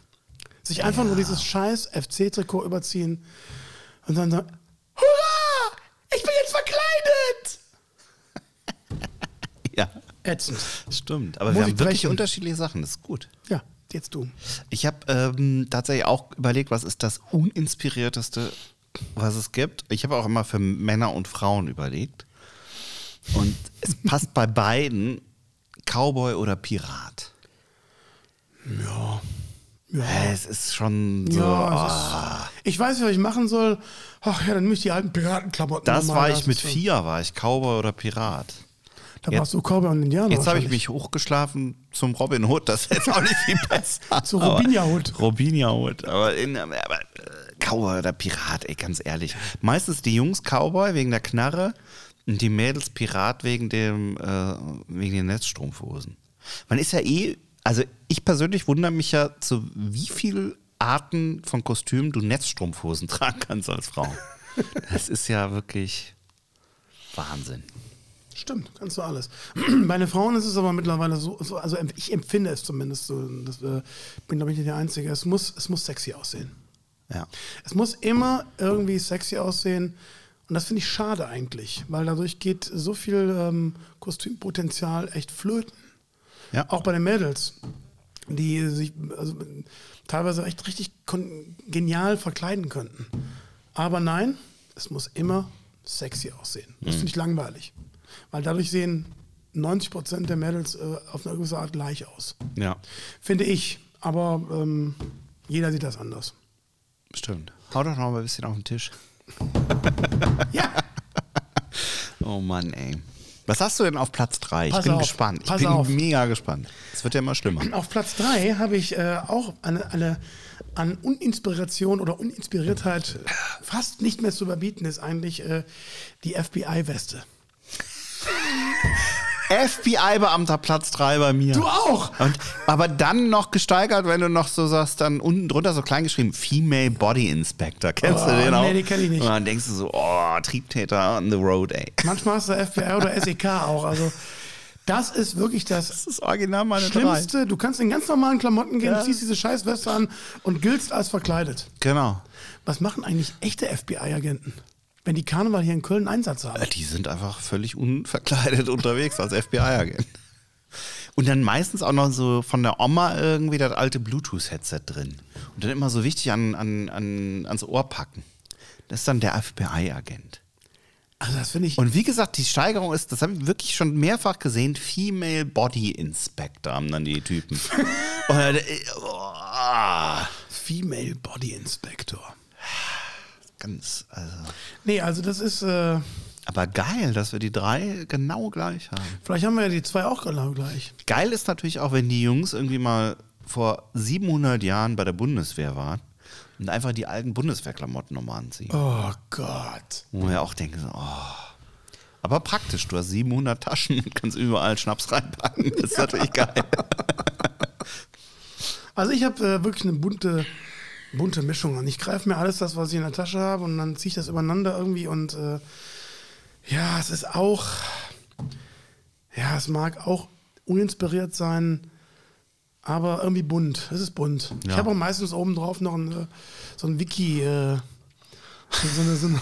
[SPEAKER 1] Sich einfach nur dieses scheiß FC-Trikot überziehen und dann sagen, Hurra! Ich bin jetzt verkleidet!
[SPEAKER 2] Ja,
[SPEAKER 1] Ätzend.
[SPEAKER 2] stimmt. Aber
[SPEAKER 1] Muss
[SPEAKER 2] wir
[SPEAKER 1] ich
[SPEAKER 2] haben wirklich
[SPEAKER 1] brechen.
[SPEAKER 2] unterschiedliche Sachen, das ist gut.
[SPEAKER 1] Ja, jetzt du.
[SPEAKER 2] Ich habe ähm, tatsächlich auch überlegt, was ist das uninspirierteste, was es gibt. Ich habe auch immer für Männer und Frauen überlegt. Und es passt bei beiden Cowboy oder Pirat.
[SPEAKER 1] Ja. Ja.
[SPEAKER 2] Es ist schon so. ah.
[SPEAKER 1] Ja, es ist, ich weiß nicht, was ich machen soll. Ach ja, dann nehme ich die alten Piratenklamotten.
[SPEAKER 2] das
[SPEAKER 1] nochmal.
[SPEAKER 2] war ich mit
[SPEAKER 1] ist so-
[SPEAKER 2] vier, war ich Cowboy oder Pirat.
[SPEAKER 1] Da
[SPEAKER 2] Jetzt-
[SPEAKER 1] warst du Cowboy und Indianer.
[SPEAKER 2] Jetzt habe ich
[SPEAKER 1] wahrscheinlich.
[SPEAKER 2] mich hochgeschlafen zum Robin Hood. Das ist jetzt auch nicht viel besser.
[SPEAKER 1] Zu
[SPEAKER 2] Aber-
[SPEAKER 1] Robinia Hood.
[SPEAKER 2] Robinia Hood. Aber, in, aber äh, Cowboy oder Pirat, ey, ganz ehrlich. Meistens die Jungs Cowboy wegen der Knarre und die Mädels Pirat wegen, dem, äh, wegen den Netzstrumpfhosen. Man ist ja eh, also ich persönlich wundere mich ja, zu wie viel Arten von Kostümen du Netzstrumpfhosen tragen kannst als Frau. Das ist ja wirklich Wahnsinn.
[SPEAKER 1] Stimmt, kannst du alles. Bei den Frauen ist es aber mittlerweile so, so also em- ich empfinde es zumindest so, das, äh, bin glaube ich nicht der Einzige, es muss, es muss sexy aussehen.
[SPEAKER 2] Ja.
[SPEAKER 1] Es muss immer irgendwie sexy aussehen und das finde ich schade eigentlich, weil dadurch geht so viel ähm, Kostümpotenzial echt flöten.
[SPEAKER 2] ja.
[SPEAKER 1] Auch bei den Mädels, die sich also, teilweise echt richtig kon- genial verkleiden könnten. Aber nein, es muss immer sexy aussehen. Das finde ich langweilig. Weil dadurch sehen 90% der Mädels äh, auf eine gewisse Art gleich aus.
[SPEAKER 2] ja.
[SPEAKER 1] Finde ich. Aber ähm, jeder sieht das anders.
[SPEAKER 2] Stimmt. Hau doch noch mal ein bisschen auf den Tisch.
[SPEAKER 1] Ja,
[SPEAKER 2] Oh Mann, ey. Was hast du denn auf Platz 3? Ich
[SPEAKER 1] Pass
[SPEAKER 2] bin
[SPEAKER 1] auf,
[SPEAKER 2] gespannt. Ich
[SPEAKER 1] pass
[SPEAKER 2] bin
[SPEAKER 1] auf.
[SPEAKER 2] mega gespannt. Es wird ja immer schlimmer.
[SPEAKER 1] auf Platz 3 habe ich äh, auch eine, eine an Uninspiration oder Uninspiriertheit fast nicht mehr zu überbieten ist eigentlich äh, die FBI-Weste.
[SPEAKER 2] FBI-Beamter Platz 3 bei mir.
[SPEAKER 1] Du auch!
[SPEAKER 2] Und, aber dann noch gesteigert, wenn du noch so sagst, dann unten drunter so klein geschrieben, Female Body Inspector. Kennst du
[SPEAKER 1] Oh,
[SPEAKER 2] den auch?
[SPEAKER 1] nee, den kenn ich nicht.
[SPEAKER 2] Und dann denkst du so, oh, Triebtäter on the road, ey.
[SPEAKER 1] Manchmal ist der FBI oder SEK auch. Also, das ist wirklich das
[SPEAKER 2] Das ist original meine drei.
[SPEAKER 1] Schlimmste. Du kannst in ganz normalen Klamotten gehen, ziehst diese scheiß Weste an und giltst als verkleidet.
[SPEAKER 2] Genau.
[SPEAKER 1] Was machen eigentlich echte FBI-Agenten, wenn die Karneval hier in Köln Einsatz haben?
[SPEAKER 2] Äh, Die sind einfach völlig unverkleidet unterwegs als FBI-Agent. Und dann meistens auch noch so von der Oma irgendwie das alte Bluetooth-Headset drin. Und dann immer so wichtig an, an, an, ans Ohr packen. Das ist dann der FBI-Agent.
[SPEAKER 1] Also, das finde ich.
[SPEAKER 2] Und wie gesagt, die Steigerung ist, das haben wir wirklich schon mehrfach gesehen, Female Body Inspector haben dann die Typen. Und dann, äh, oh,
[SPEAKER 1] Female Body Inspector.
[SPEAKER 2] ganz, also.
[SPEAKER 1] Nee, also, das ist. Äh,
[SPEAKER 2] Aber geil, dass wir die drei genau gleich haben.
[SPEAKER 1] vielleicht haben wir ja die zwei auch genau gleich.
[SPEAKER 2] Geil ist natürlich auch, wenn die Jungs irgendwie mal vor 700 Jahren bei der Bundeswehr waren und einfach die alten Bundeswehrklamotten nochmal anziehen.
[SPEAKER 1] Oh Gott.
[SPEAKER 2] Wo wir auch denken, so, oh. Aber praktisch, du hast 700 Taschen und kannst überall Schnaps reinpacken. Das ist natürlich geil.
[SPEAKER 1] Also ich habe äh, wirklich eine bunte, bunte Mischung an. Ich greife mir alles das, was ich in der Tasche habe und dann ziehe ich das übereinander irgendwie und äh, ja, es ist auch, ja, es mag auch uninspiriert sein, aber irgendwie bunt. Es ist bunt. Ich
[SPEAKER 2] Ja.
[SPEAKER 1] habe auch meistens obendrauf noch ein, äh, so ein Wiki, äh, so eine, so eine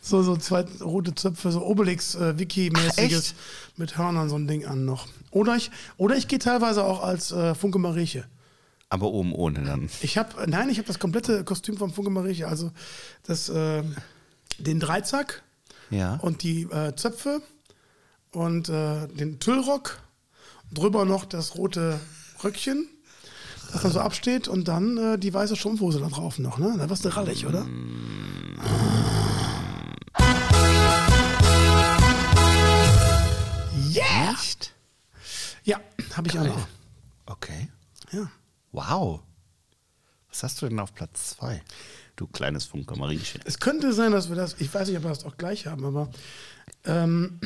[SPEAKER 1] So, so zwei rote Zöpfe, so
[SPEAKER 2] Ach,
[SPEAKER 1] Obelix-Wiki-mäßiges
[SPEAKER 2] echt?
[SPEAKER 1] mit Hörnern so ein Ding an noch. Oder ich, oder ich gehe teilweise auch als äh, Funke Marieche.
[SPEAKER 2] Aber oben ohne dann.
[SPEAKER 1] Ich habe, nein, ich habe das komplette Kostüm von Funke Marieche, also das, äh, den Dreizack
[SPEAKER 2] Ja.
[SPEAKER 1] und die äh, Zöpfe und äh, den Tüllrock, drüber noch das rote Röckchen, das dann so absteht und dann äh, die weiße Strumpfhose da drauf noch. Ne? Da wirst du rallig, oder?
[SPEAKER 2] yeah! Echt?
[SPEAKER 1] Ja, habe ich auch noch.
[SPEAKER 2] Okay.
[SPEAKER 1] Ja.
[SPEAKER 2] Wow. Was hast du denn auf Platz 2? Du kleines Funkermariechen.
[SPEAKER 1] Es könnte sein, dass wir das, ich weiß nicht, ob wir das auch gleich haben, aber ähm,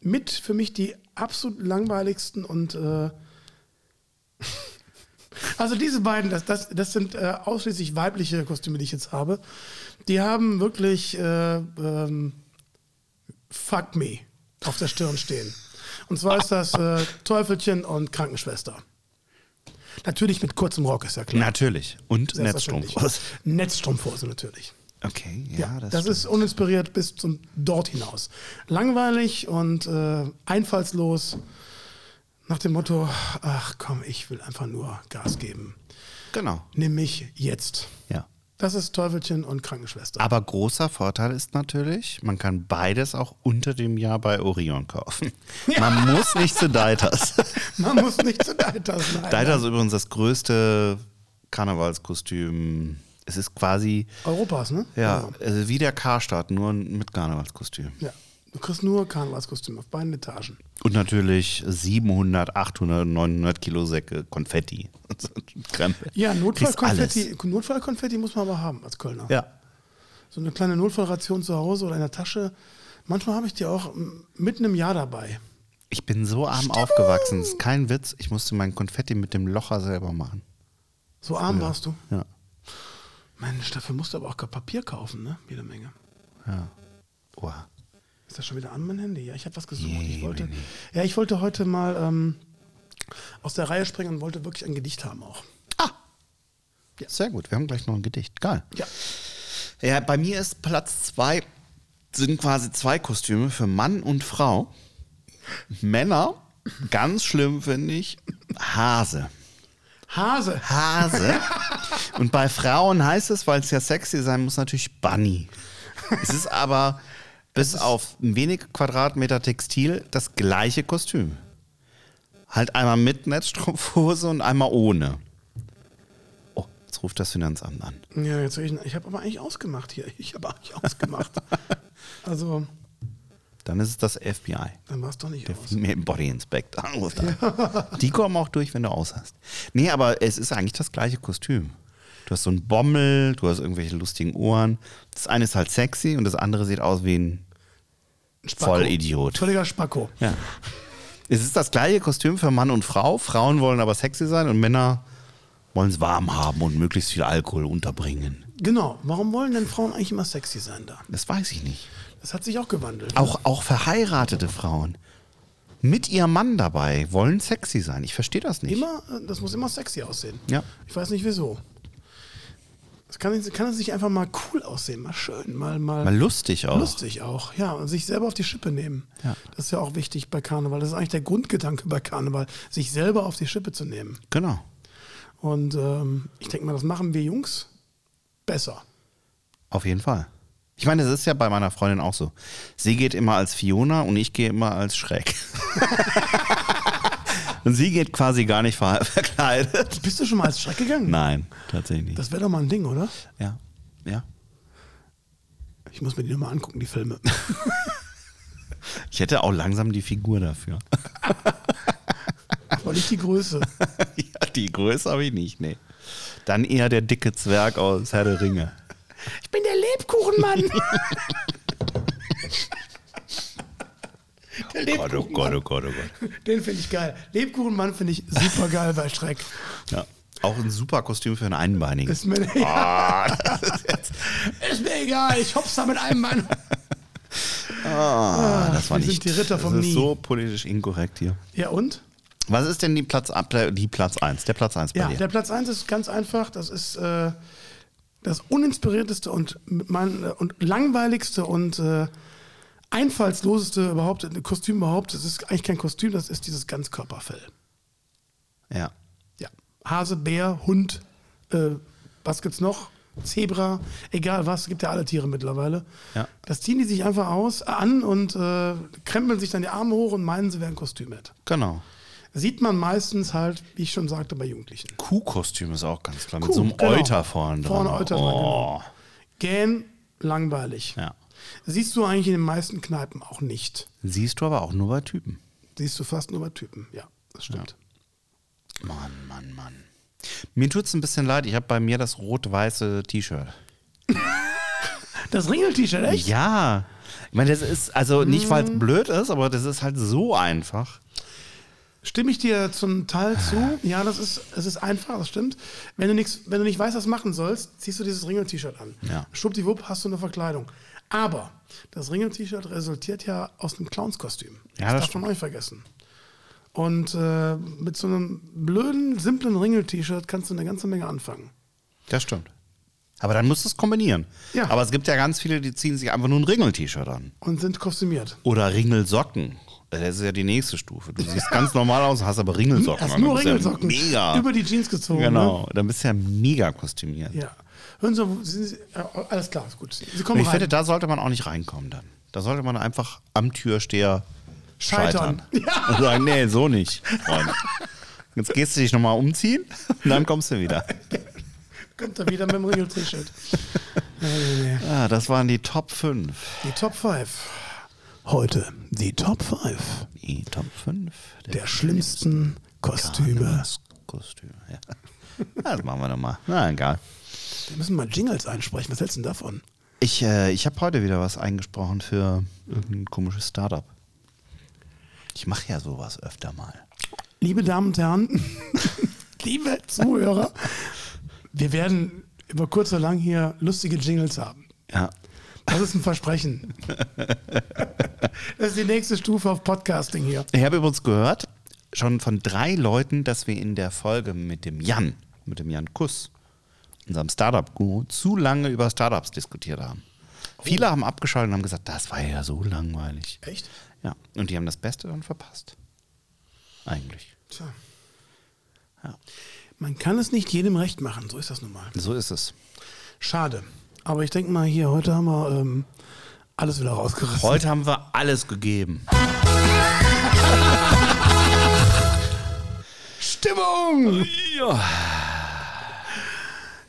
[SPEAKER 1] mit für mich die absolut langweiligsten und äh, also diese beiden, das, das, das sind äh, ausschließlich weibliche Kostüme, die ich jetzt habe. Die haben wirklich äh, ähm, Fuck me auf der Stirn stehen. Und zwar ist das äh, Teufelchen und Krankenschwester. Natürlich mit kurzem Rock, ist ja klar.
[SPEAKER 2] Natürlich. Und Netzstrumpf.
[SPEAKER 1] Selbstverständlich. Netzstrumpfhose natürlich.
[SPEAKER 2] Okay, ja,
[SPEAKER 1] Ja,
[SPEAKER 2] das,
[SPEAKER 1] das, ist uninspiriert bis zum dort hinaus. Langweilig und äh, einfallslos. Nach dem Motto, ach komm, ich will einfach nur Gas geben.
[SPEAKER 2] Genau.
[SPEAKER 1] Nimm mich jetzt.
[SPEAKER 2] Ja.
[SPEAKER 1] Das ist Teufelchen und Krankenschwester.
[SPEAKER 2] Aber großer Vorteil ist natürlich, man kann beides auch unter dem Jahr bei Orion kaufen. Man muss nicht zu Deiters.
[SPEAKER 1] Man muss nicht zu Deitas sein.
[SPEAKER 2] Deiters ist übrigens das größte Karnevalskostüm. Es ist quasi,
[SPEAKER 1] Europas, ne?
[SPEAKER 2] ja, also wie der Karstadt, nur mit Karnevalskostüm.
[SPEAKER 1] ja. Du kriegst nur Karnevalskostüme auf beiden Etagen.
[SPEAKER 2] Und natürlich 700, 800, 900 Kilo Säcke Konfetti. Krempel.
[SPEAKER 1] Ja,
[SPEAKER 2] Kriegst alles.
[SPEAKER 1] Notfallkonfetti, Notfallkonfetti muss man aber haben als Kölner.
[SPEAKER 2] Ja.
[SPEAKER 1] So eine kleine Notfallration zu Hause oder in der Tasche. Manchmal habe ich die auch m, mitten im Jahr dabei.
[SPEAKER 2] Ich bin so arm aufgewachsen. Das ist kein Witz. Ich musste mein Konfetti mit dem Locher selber machen.
[SPEAKER 1] So arm warst du.
[SPEAKER 2] Ja.
[SPEAKER 1] Mensch, dafür musst du aber auch Papier kaufen, ne? Jede Menge.
[SPEAKER 2] Oha.
[SPEAKER 1] Ist das schon wieder an mein Handy? Ja, ich habe was gesucht. ich
[SPEAKER 2] Jemine.
[SPEAKER 1] wollte, ja, ich wollte heute mal ähm, aus der Reihe springen und wollte wirklich ein Gedicht haben auch.
[SPEAKER 2] Sehr gut. Wir haben gleich noch ein Gedicht. Geil.
[SPEAKER 1] Ja.
[SPEAKER 2] Ja, bei mir ist Platz zwei, sind quasi zwei Kostüme für Mann und Frau. Männer, ganz schlimm finde ich, Hase.
[SPEAKER 1] Hase.
[SPEAKER 2] Hase. Und bei Frauen heißt es, weil es ja sexy sein muss, natürlich Bunny. Es ist aber bis auf wenige Quadratmeter Textil das gleiche Kostüm. Halt einmal mit Netzstrumpfhose und einmal ohne. Oh, jetzt ruft das Finanzamt an.
[SPEAKER 1] Ja, jetzt hab ich, ich habe aber eigentlich ausgemacht hier. Ich habe eigentlich ausgemacht. also,
[SPEAKER 2] Dann ist es das FBI.
[SPEAKER 1] dann war es doch nicht aus.
[SPEAKER 2] Mehr im Body Inspector. Ruf an. Die kommen auch durch, wenn du aus hast. Nee, aber es ist eigentlich das gleiche Kostüm. Du hast so einen Bommel, du hast irgendwelche lustigen Ohren. Das eine ist halt sexy und das andere sieht aus wie ein
[SPEAKER 1] Ein Spacko.
[SPEAKER 2] Vollidiot.
[SPEAKER 1] Völliger Spacko.
[SPEAKER 2] Ja. Es ist das gleiche Kostüm für Mann und Frau. Frauen wollen aber sexy sein und Männer wollen es warm haben und möglichst viel Alkohol unterbringen.
[SPEAKER 1] Genau. Warum wollen denn Frauen eigentlich immer sexy sein da?
[SPEAKER 2] Das weiß ich nicht.
[SPEAKER 1] Das hat sich auch gewandelt.
[SPEAKER 2] Auch, auch verheiratete Frauen mit ihrem Mann dabei wollen sexy sein. Ich verstehe das nicht.
[SPEAKER 1] Immer, äh, das muss immer sexy aussehen.
[SPEAKER 2] Ja.
[SPEAKER 1] Ich weiß nicht wieso. Es kann, nicht- kann es nicht einfach mal cool aussehen, mal schön, mal, mal,
[SPEAKER 2] Mal lustig auch.
[SPEAKER 1] lustig auch. Ja, und sich selber auf die Schippe nehmen.
[SPEAKER 2] Ja.
[SPEAKER 1] Das ist ja auch wichtig bei Karneval. Das ist eigentlich der Grundgedanke bei Karneval, sich selber auf die Schippe zu nehmen.
[SPEAKER 2] Genau.
[SPEAKER 1] Und ähm, ich denke mal, das machen wir Jungs besser.
[SPEAKER 2] Auf jeden Fall. Ich meine, das ist ja bei meiner Freundin auch so. Sie geht immer als Fiona und ich gehe immer als Schreck. und sie geht quasi gar nicht ver verkleidet.
[SPEAKER 1] Bist du schon mal als Schreck gegangen?
[SPEAKER 2] Nein, tatsächlich nicht.
[SPEAKER 1] Das wäre doch mal ein Ding, oder?
[SPEAKER 2] ja. ja.
[SPEAKER 1] Ich muss mir die nochmal angucken, die Filme.
[SPEAKER 2] Ich hätte auch langsam die Figur dafür.
[SPEAKER 1] Aber nicht die Größe.
[SPEAKER 2] ja, die Größe habe ich nicht, nee. Dann eher der dicke Zwerg aus Herr der Ringe.
[SPEAKER 1] Ich bin der Lebkuchenmann. der
[SPEAKER 2] Gott, oh Gott, oh Gott, oh Gott.
[SPEAKER 1] Den finde ich geil. Lebkuchenmann finde ich super geil bei Schreck.
[SPEAKER 2] Ja. Auch ein super Kostüm für einen Einbeinigen.
[SPEAKER 1] Ist mir,
[SPEAKER 2] Ah, das ist jetzt,
[SPEAKER 1] ist mir egal, ich hop's da mit einem Mann.
[SPEAKER 2] ah, das war
[SPEAKER 1] wir sind
[SPEAKER 2] nicht.
[SPEAKER 1] die Ritter vom
[SPEAKER 2] das ist
[SPEAKER 1] Nie.
[SPEAKER 2] so politisch inkorrekt hier.
[SPEAKER 1] Ja und?
[SPEAKER 2] Was ist denn die Platz, ab- der- die Platz 1? Der Platz 1 bei
[SPEAKER 1] Ja,
[SPEAKER 2] dir.
[SPEAKER 1] der Platz 1 ist ganz einfach. Das ist äh, das uninspirierteste und, mein, äh, und langweiligste und äh, einfallsloseste überhaupt, Kostüm überhaupt. Das ist eigentlich kein Kostüm, das ist dieses Ganzkörperfell.
[SPEAKER 2] ja.
[SPEAKER 1] Ja. Hase, Bär, Hund, äh, was gibt's noch? Zebra, egal was, gibt ja alle Tiere mittlerweile.
[SPEAKER 2] Ja.
[SPEAKER 1] Das ziehen die sich einfach aus, an und äh, krempeln sich dann die Arme hoch und meinen, sie wären Kostümett.
[SPEAKER 2] Genau.
[SPEAKER 1] Sieht man meistens halt, wie ich schon sagte, bei Jugendlichen.
[SPEAKER 2] Kuhkostüm ist auch ganz klar. Mit
[SPEAKER 1] Kuh,
[SPEAKER 2] so einem
[SPEAKER 1] genau.
[SPEAKER 2] Euter vorne dran.
[SPEAKER 1] Vorne Euter dran,
[SPEAKER 2] oh.
[SPEAKER 1] genau. Gähn, langweilig.
[SPEAKER 2] ja.
[SPEAKER 1] Siehst du eigentlich in den meisten Kneipen auch nicht.
[SPEAKER 2] Siehst du aber auch nur bei Typen.
[SPEAKER 1] Siehst du fast nur bei Typen. Ja, das stimmt.
[SPEAKER 2] Mann, Mann, Mann. Mir tut es ein bisschen leid, ich habe bei mir das rot-weiße T-Shirt.
[SPEAKER 1] Das Ringel-T-Shirt, echt? Mm.
[SPEAKER 2] Ja. Ich meine, das ist, also nicht, weil es blöd ist, aber das ist halt so einfach.
[SPEAKER 1] Stimme ich dir zum Teil zu? Ja, das ist, es ist einfach, das stimmt. Wenn du, nix, wenn du nicht weißt, was machen sollst, ziehst du dieses Ringel-T-Shirt an.
[SPEAKER 2] Ja.
[SPEAKER 1] Schwuppdiwupp hast du eine Verkleidung. Aber das Ringel-T-Shirt resultiert ja aus einem Clownskostüm.
[SPEAKER 2] Ja, das
[SPEAKER 1] das darf man auch nicht vergessen. Und äh, mit so einem blöden, simplen Ringel-T-Shirt kannst du eine ganze Menge anfangen.
[SPEAKER 2] Das stimmt. Aber dann musst du es kombinieren.
[SPEAKER 1] Ja.
[SPEAKER 2] Aber es gibt ja ganz viele, die ziehen sich einfach nur ein Ringel-T-Shirt an.
[SPEAKER 1] Und sind kostümiert.
[SPEAKER 2] Oder Ringelsocken. Also Das ist ja die nächste Stufe. Du siehst ganz normal aus, hast aber Ringelsocken.
[SPEAKER 1] Hast
[SPEAKER 2] an. Dann
[SPEAKER 1] nur
[SPEAKER 2] bist du ja
[SPEAKER 1] Ringelsocken.
[SPEAKER 2] Mega.
[SPEAKER 1] Über die Jeans gezogen.
[SPEAKER 2] Genau, dann bist du ja mega kostümiert.
[SPEAKER 1] Ne? Ja. Hören Sie, wo sind Sie, äh, alles klar, ist gut. Sie kommen
[SPEAKER 2] Ich
[SPEAKER 1] rein.
[SPEAKER 2] finde, da sollte man auch nicht reinkommen dann. Da sollte man einfach am Türsteher scheitern.
[SPEAKER 1] Scheitern.
[SPEAKER 2] Und sagen, nee, so nicht. Freund. Jetzt gehst du dich nochmal umziehen und dann kommst du wieder.
[SPEAKER 1] Kommt er wieder mit dem Ringel-T-Shirt. nee, nee, nee.
[SPEAKER 2] Ah, das waren die Top 5.
[SPEAKER 1] Die Top 5. Heute die Top 5
[SPEAKER 2] Die Top 5
[SPEAKER 1] der schlimmsten Kostüme.
[SPEAKER 2] Kostüme. Ja. Ja, Das machen wir nochmal. Na, egal.
[SPEAKER 1] Wir müssen mal Jingles einsprechen. Was hältst du denn davon?
[SPEAKER 2] Ich, äh, ich habe heute wieder was eingesprochen für irgendein komisches Startup. Ich mache ja sowas öfter mal.
[SPEAKER 1] Liebe Damen und Herren, liebe Zuhörer, wir werden über kurz oder lang hier lustige Jingles haben.
[SPEAKER 2] Ja.
[SPEAKER 1] Das ist ein Versprechen. Das ist die nächste Stufe auf Podcasting hier.
[SPEAKER 2] Ich habe übrigens gehört, schon von drei Leuten, dass wir in der Folge mit dem Jan, mit dem Jan Kuss, unserem Startup-Guru, zu lange über Startups diskutiert haben. Viele haben abgeschaltet und haben gesagt, das war ja so langweilig.
[SPEAKER 1] Echt?
[SPEAKER 2] Ja, und die haben das Beste dann verpasst. Eigentlich.
[SPEAKER 1] Tja.
[SPEAKER 2] Ja.
[SPEAKER 1] Man kann es nicht jedem recht machen, so ist das nun mal.
[SPEAKER 2] So ist es.
[SPEAKER 1] Schade. Aber ich denke mal, hier heute haben wir ähm, alles wieder rausgerissen.
[SPEAKER 2] Heute haben wir alles gegeben.
[SPEAKER 1] Stimmung!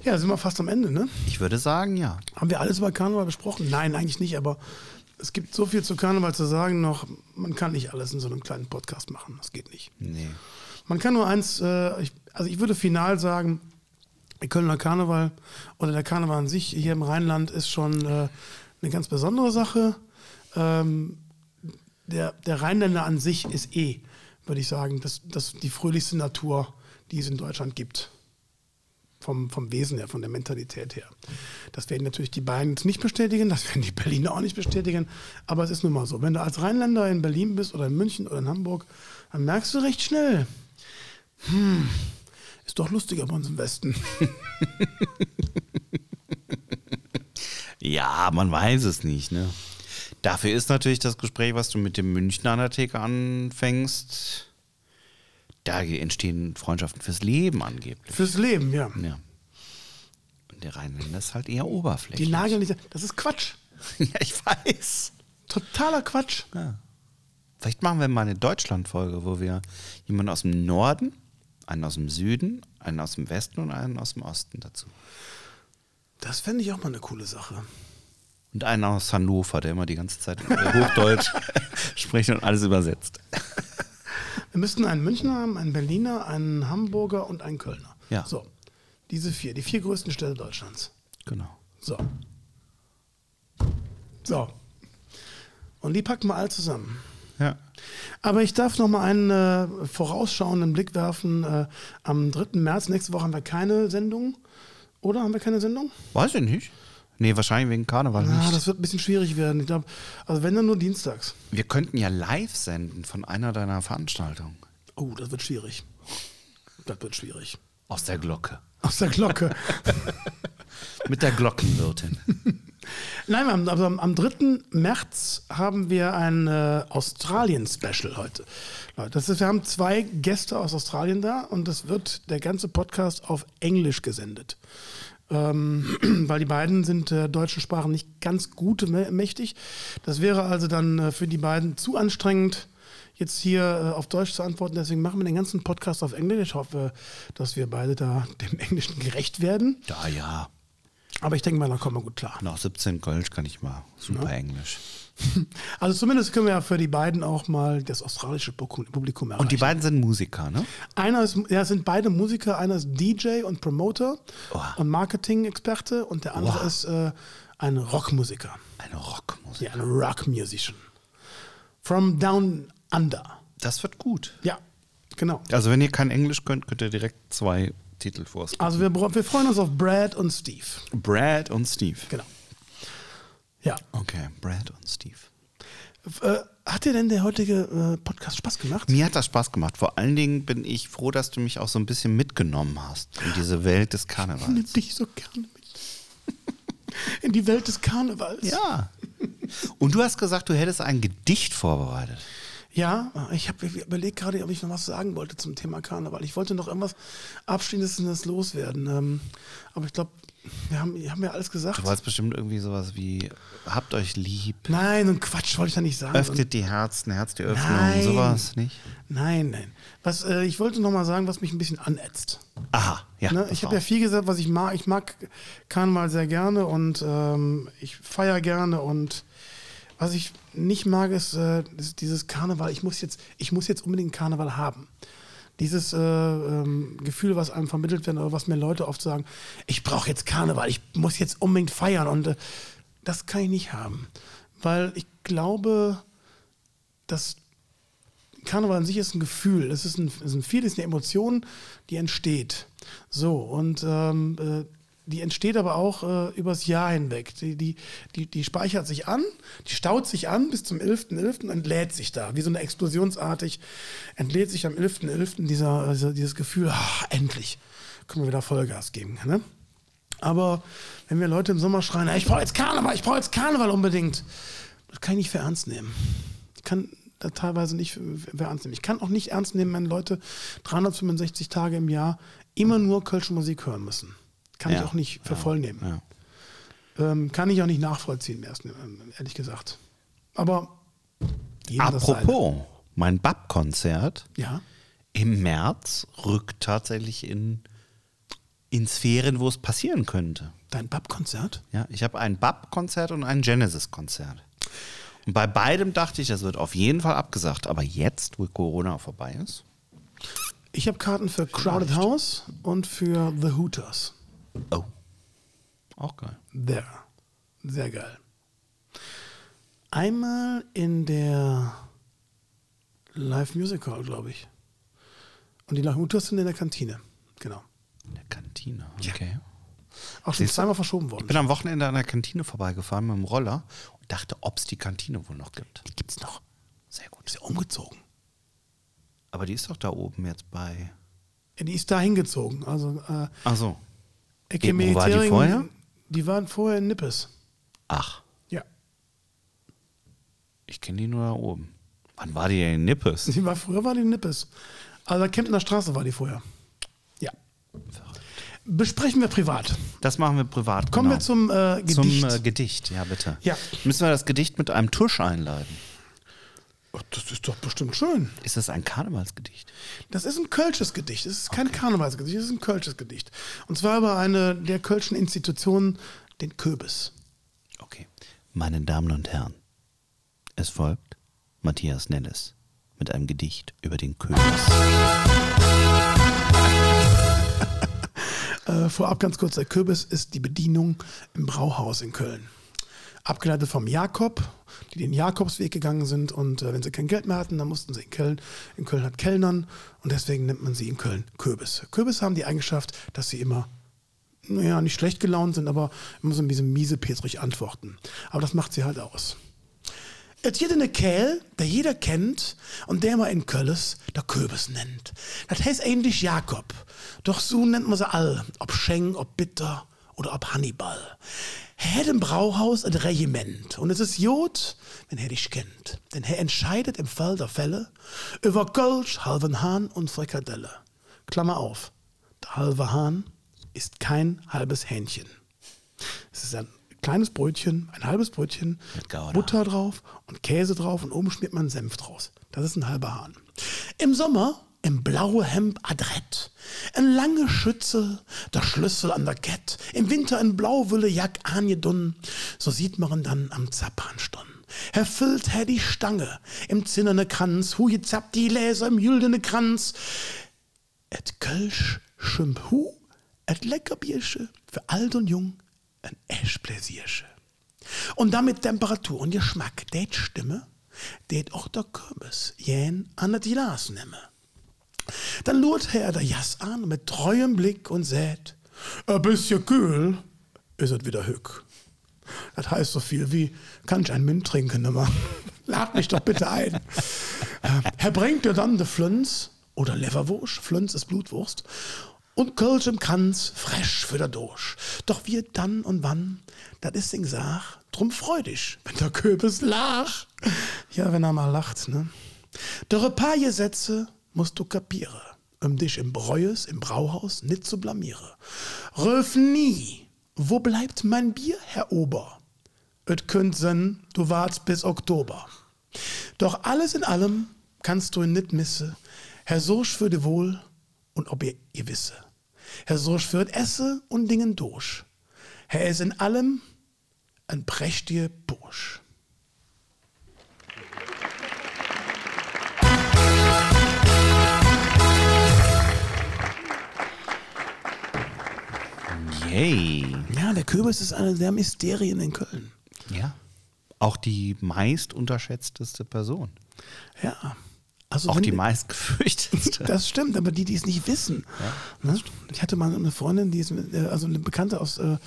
[SPEAKER 1] Ja, sind wir fast am Ende, ne?
[SPEAKER 2] Ich würde sagen, ja.
[SPEAKER 1] Haben wir alles über Karneval besprochen? Nein, eigentlich nicht, aber es gibt so viel zu Karneval zu sagen noch, man kann nicht alles in so einem kleinen Podcast machen. Das geht nicht.
[SPEAKER 2] Nee.
[SPEAKER 1] Man kann nur eins, äh, ich, also ich würde final sagen, der Kölner Karneval oder der Karneval an sich hier im Rheinland ist schon äh, eine ganz besondere Sache. Ähm, der, der Rheinländer an sich ist eh, würde ich sagen, das, das die fröhlichste Natur, die es in Deutschland gibt. Vom, vom Wesen her, von der Mentalität her. Das werden natürlich die Bayern jetzt nicht bestätigen, das werden die Berliner auch nicht bestätigen, aber es ist nun mal so. Wenn du als Rheinländer in Berlin bist oder in München oder in Hamburg, dann merkst du recht schnell, hm, ist doch lustiger bei uns im Westen.
[SPEAKER 2] Ja, man weiß es nicht, ne? Dafür ist natürlich das Gespräch, was du mit dem Münchner an der Theke anfängst, da entstehen Freundschaften fürs Leben angeblich.
[SPEAKER 1] Fürs Leben, ja.
[SPEAKER 2] Ja. Und der Rheinländer ist halt eher oberflächlich.
[SPEAKER 1] Die nageln nicht. Das ist Quatsch.
[SPEAKER 2] ja, ich weiß.
[SPEAKER 1] Totaler Quatsch.
[SPEAKER 2] Vielleicht machen wir mal eine Deutschland-Folge, wo wir jemanden aus dem Norden, einen aus dem Süden, einen aus dem Westen und einen aus dem Osten dazu.
[SPEAKER 1] Das fände ich auch mal eine coole Sache.
[SPEAKER 2] Und einen aus Hannover, der immer die ganze Zeit Hochdeutsch spricht und alles übersetzt.
[SPEAKER 1] Wir müssten einen Münchner haben, einen Berliner, einen Hamburger und einen Kölner.
[SPEAKER 2] Ja.
[SPEAKER 1] So. Diese vier, die vier größten Städte Deutschlands.
[SPEAKER 2] Genau.
[SPEAKER 1] So. So. Und die packen wir alle zusammen.
[SPEAKER 2] Ja.
[SPEAKER 1] Aber ich darf noch mal einen äh, vorausschauenden Blick werfen. Äh, am 3. März, nächste Woche haben wir keine Sendung. Oder haben wir keine Sendung?
[SPEAKER 2] Weiß ich nicht. Nee, wahrscheinlich wegen Karneval
[SPEAKER 1] Ah,
[SPEAKER 2] nicht.
[SPEAKER 1] das wird ein bisschen schwierig werden. Ich glaube, also wenn dann nur dienstags.
[SPEAKER 2] Wir könnten ja live senden von einer deiner Veranstaltungen.
[SPEAKER 1] Oh, das wird schwierig. Das wird schwierig.
[SPEAKER 2] Aus der Glocke.
[SPEAKER 1] Aus der Glocke.
[SPEAKER 2] Mit der Glockenwirtin.
[SPEAKER 1] Nein, am, also am, am 3. März haben wir ein äh, Australien-Special heute. Leute, Das ist, wir haben zwei Gäste aus Australien da und es wird der ganze Podcast auf Englisch gesendet. Ähm, weil die beiden sind äh, deutschen Sprachen nicht ganz gut mä- mächtig. Das wäre also dann äh, für die beiden zu anstrengend, jetzt hier äh, auf Deutsch zu antworten. Deswegen machen wir den ganzen Podcast auf Englisch. Ich hoffe, dass wir beide da dem Englischen gerecht werden.
[SPEAKER 2] ja, ja.
[SPEAKER 1] Aber ich denke mal, da kommen wir gut klar.
[SPEAKER 2] Noch 17 Kölsch kann ich mal. Super Englisch.
[SPEAKER 1] Also zumindest können wir ja für die beiden auch mal das australische Publikum Publikum erreichen.
[SPEAKER 2] Und die beiden sind Musiker, ne?
[SPEAKER 1] einer ist, ja, es sind beide Musiker, einer ist DJ und Promoter
[SPEAKER 2] Oha.
[SPEAKER 1] und Marketing-Experte und der andere
[SPEAKER 2] Oha.
[SPEAKER 1] ist äh, Ein Rockmusiker.
[SPEAKER 2] Eine Rockmusik.
[SPEAKER 1] Ja, ein Rockmusician. From Down Under.
[SPEAKER 2] Das wird gut.
[SPEAKER 1] Ja, genau.
[SPEAKER 2] Also wenn ihr kein Englisch könnt, könnt ihr direkt zwei Titel vorstellen.
[SPEAKER 1] Also wir, bra- wir freuen uns auf Brad und Steve.
[SPEAKER 2] Brad und Steve.
[SPEAKER 1] Genau. Ja.
[SPEAKER 2] Okay, Brad und Steve.
[SPEAKER 1] F- Äh, hat dir denn der heutige äh, Podcast Spaß gemacht?
[SPEAKER 2] Mir hat das Spaß gemacht. Vor allen Dingen bin ich froh, dass du mich auch so ein bisschen mitgenommen hast in diese Welt des
[SPEAKER 1] Nimm
[SPEAKER 2] Karnevals.
[SPEAKER 1] dich so gerne mit. In die Welt des Karnevals.
[SPEAKER 2] Ja. Und du hast gesagt, du hättest ein Gedicht vorbereitet.
[SPEAKER 1] Ja, ich habe überlegt gerade, ob ich noch was sagen wollte zum Thema Karneval. Ich wollte noch irgendwas Abschließendes loswerden. Ähm, aber ich glaube, wir haben, wir haben ja alles gesagt.
[SPEAKER 2] Du wolltest bestimmt irgendwie sowas wie Habt euch lieb,
[SPEAKER 1] Nein, und Quatsch wollte ich da nicht sagen.
[SPEAKER 2] öffnet die Herzen, Herz die Öffnung,
[SPEAKER 1] Nein.
[SPEAKER 2] sowas, nicht?
[SPEAKER 1] Nein, nein. Was, äh, ich wollte noch mal sagen, was mich ein bisschen anätzt.
[SPEAKER 2] Aha, ja.
[SPEAKER 1] Ne?
[SPEAKER 2] pass
[SPEAKER 1] Ich habe ja
[SPEAKER 2] auf.
[SPEAKER 1] viel gesagt, was ich mag. Ich mag Karneval sehr gerne und ähm, ich feiere gerne und was ich nicht mag, ist, äh, ist dieses Karneval. Ich muss jetzt, ich muss jetzt unbedingt Karneval haben. Dieses äh, ähm, Gefühl, was einem vermittelt wird oder was mir Leute oft sagen, ich brauche jetzt Karneval, ich muss jetzt unbedingt feiern und äh, das kann ich nicht haben. Weil ich glaube, dass Karneval an sich ist ein Gefühl, es ist ein, es ist ein viel, es ist eine Emotion, die entsteht. So, und ähm, äh, die entsteht aber auch äh, übers Jahr hinweg. Die, die, die, die speichert sich an, die staut sich an bis zum 11.11. und entlädt sich da, wie so eine explosionsartig, entlädt sich am 11.11. Dieser, also dieses Gefühl, ah, endlich können wir wieder Vollgas geben. Ne? Aber wenn wir Leute im Sommer schreien, "Ey, ich brauche jetzt Karneval, ich brauche jetzt Karneval unbedingt, das kann ich nicht für ernst nehmen. Ich kann da teilweise nicht für, für ernst nehmen. Ich kann auch nicht ernst nehmen, wenn Leute 365 Tage im Jahr immer nur kölsche Musik hören müssen. Kann ich
[SPEAKER 2] Ja.
[SPEAKER 1] auch nicht für voll nehmen.
[SPEAKER 2] Ja.
[SPEAKER 1] Ähm, kann ich auch nicht nachvollziehen, im ersten, ähm, ehrlich gesagt. Aber jedem das
[SPEAKER 2] Apropos, mein Bab-Konzert
[SPEAKER 1] seine. Ja.
[SPEAKER 2] im März rückt tatsächlich in, in Sphären, wo es passieren könnte.
[SPEAKER 1] Dein Bab-Konzert?
[SPEAKER 2] Ja, ich habe ein Bab-Konzert und ein Genesis-Konzert. Und bei beidem dachte ich, das wird auf jeden Fall abgesagt. Aber jetzt, wo Corona vorbei ist,
[SPEAKER 1] Ich habe Karten für Crowded House und für The Hooters.
[SPEAKER 2] oh, auch geil.
[SPEAKER 1] There. Sehr geil. Einmal in der Live Music Hall, glaube ich. Und die Lachutas sind in der Kantine. Genau.
[SPEAKER 2] In der Kantine, okay.
[SPEAKER 1] Auch schon
[SPEAKER 2] Siehst du?
[SPEAKER 1] zweimal verschoben
[SPEAKER 2] Ich
[SPEAKER 1] worden.
[SPEAKER 2] bin am Wochenende an der Kantine vorbeigefahren mit dem Roller und dachte, ob es die Kantine wohl noch gibt.
[SPEAKER 1] Die gibt's noch.
[SPEAKER 2] Sehr gut.
[SPEAKER 1] Ist ja umgezogen.
[SPEAKER 2] Aber die ist doch da oben jetzt bei.
[SPEAKER 1] Ja, die ist da hingezogen. Also, äh,
[SPEAKER 2] Ach so.
[SPEAKER 1] Ecke
[SPEAKER 2] Wo war die
[SPEAKER 1] Mediterringen,
[SPEAKER 2] vorher?
[SPEAKER 1] Die waren vorher in Nippes.
[SPEAKER 2] Ach,
[SPEAKER 1] Ja.
[SPEAKER 2] ich kenne die nur da oben. Wann war die denn in Nippes?
[SPEAKER 1] Die war, früher war die in Nippes. Also, Kemptener Straße war die vorher. Ja. Besprechen wir privat.
[SPEAKER 2] Das machen wir privat.
[SPEAKER 1] Kommen
[SPEAKER 2] genau.
[SPEAKER 1] wir zum äh,
[SPEAKER 2] Zum
[SPEAKER 1] Gedicht.
[SPEAKER 2] äh, Gedicht, ja bitte.
[SPEAKER 1] Ja.
[SPEAKER 2] Müssen wir das Gedicht mit einem Tusch einleiten?
[SPEAKER 1] Ach, das ist doch bestimmt schön.
[SPEAKER 2] Ist das ein Karnevalsgedicht?
[SPEAKER 1] Das ist ein kölsches Gedicht. Es ist kein Karnevalsgedicht, es ist ein kölsches Gedicht. Und zwar über eine der kölschen Institutionen, den Köbis.
[SPEAKER 2] Okay. Meine Damen und Herren, es folgt Matthias Nellis mit einem Gedicht über den König.
[SPEAKER 1] Äh, vorab ganz kurz, der Köbis ist die Bedienung im Brauhaus in Köln. Abgeleitet vom Jakob, die den Jakobsweg gegangen sind und äh, wenn sie kein Geld mehr hatten, dann mussten sie in Köln. In Köln hat Kellnern und deswegen nennt man sie in Köln Köbis. Köbis haben die Eigenschaft, dass sie immer naja, nicht schlecht gelaunt sind, aber immer so ein bisschen miese Petrig antworten. Aber das macht sie halt aus. Es gibt einen Kerl, der jeder kennt und der man in Kölles der Köbis nennt. Das heißt eigentlich Jakob. Doch so nennt man sie all. Ob Scheng, ob Bitter oder ob Hannibal. Herr im Brauhaus ein Regiment. Und es ist Jod, wenn er dich kennt. Denn er entscheidet im Fall der Fälle über Kölsch, halben Hahn und Frikadelle. Klammer auf. Der halbe Hahn ist kein halbes Hähnchen. Es ist ein kleines Brötchen, ein halbes Brötchen,
[SPEAKER 2] Mit Gouda.
[SPEAKER 1] Butter drauf und Käse drauf und oben schmiert man Senf draus. Das ist ein halber Hahn. Im Sommer im blaue Hemd adrett, ein lange Schütze, der Schlüssel an der Kette, im Winter in blauwülle Jack angedunnen, so sieht man ihn dann am Zappan stunden. Erfüllt er die Stange, im zinnerne Kranz, hu jetzt habt die Läser im jüldene Kranz, et Kölsch, Schimp Hu, et Leckerbiersche, für alt und jung, ein Eschpläsiersche. Und damit Temperatur und Geschmack, det stimme, det auch der Kürbis, jen an das Glas nehme. Dann lurt Herr der Jas an mit treuem Blick und sät, a bisschen kühl is et wieder hück. Das heißt so viel wie, kann ich einen Mint trinken immer? Lad mich doch bitte ein. Äh, Herr bringt dir dann de Flönz oder Leverwurst, Flönz ist Blutwurst, und Kölsch im Kranz, fresh für der Dorsch. Doch wir dann und wann, das ist in Saach, drum freudig, wenn der Köbis lach. Ja, wenn er mal lacht, ne? Doch ein paar Gesetze musst du kapiere, um dich im Breues, im Brauhaus nit zu blamiere. Röf nie, wo bleibt mein Bier, Herr Ober? Et könnt sein, du wartst bis Oktober. Doch alles in allem kannst du ihn nit misse. Herr Sorsch für de wohl und ob ihr ihr wisse. Herr Sorsch für et esse und Dingen durch. Herr ist in allem ein prächtiger Bursch.
[SPEAKER 2] Yay.
[SPEAKER 1] Ja, der Kürbis ist eine der Mysterien in Köln.
[SPEAKER 2] Ja. Auch die meist unterschätzteste Person.
[SPEAKER 1] Ja. Also
[SPEAKER 2] Auch
[SPEAKER 1] wenn-
[SPEAKER 2] die meist gefürchtetste.
[SPEAKER 1] Das stimmt, aber die, die es nicht wissen. ne? Ich hatte mal eine Freundin, die ist, mit- äh, also eine Bekannte aus, äh,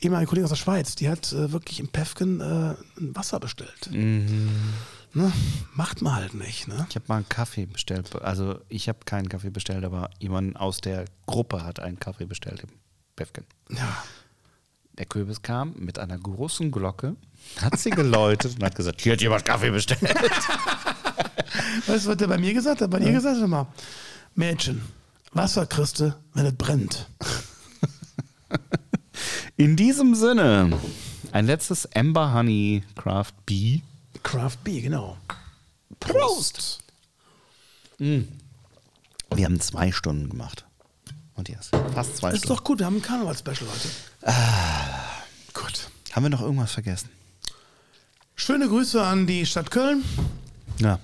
[SPEAKER 1] ehemalige Kollegin aus der Schweiz, die hat äh, wirklich im Päffken äh, ein Wasser bestellt. Ne? Macht man halt nicht, ne?
[SPEAKER 2] Ich habe mal einen Kaffee bestellt. Also ich habe keinen Kaffee bestellt, aber jemand aus der Gruppe hat einen Kaffee bestellt im Päffken.
[SPEAKER 1] Ja.
[SPEAKER 2] Der Kürbis kam mit einer großen Glocke, hat sie geläutet und hat gesagt, hier hat jemand Kaffee bestellt.
[SPEAKER 1] Weißt du, was der bei mir gesagt hat? Bei dir gesagt hat mal, Mädchen, Wasser kriegst du, wenn es brennt.
[SPEAKER 2] In diesem Sinne, ein letztes Amber Honey Craft Bee.
[SPEAKER 1] Craft Beer, genau.
[SPEAKER 2] Prost! Wir haben zwei Stunden gemacht. Und jetzt fast zwei
[SPEAKER 1] Ist
[SPEAKER 2] Stunden.
[SPEAKER 1] doch gut, wir haben ein Karneval-Special heute. Ah. Gut.
[SPEAKER 2] Haben wir noch irgendwas vergessen?
[SPEAKER 1] Schöne Grüße an die Stadt Köln.
[SPEAKER 2] Ja.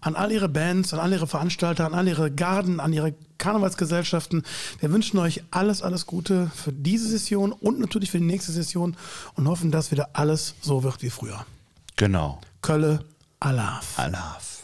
[SPEAKER 1] an all ihre Bands, an all ihre Veranstalter, an all ihre Garden, an ihre Karnevalsgesellschaften. Wir wünschen euch alles, alles Gute für diese Session und natürlich für die nächste Session und hoffen, dass wieder alles so wird wie früher.
[SPEAKER 2] Genau.
[SPEAKER 1] Kölle, Allah.
[SPEAKER 2] Alaf.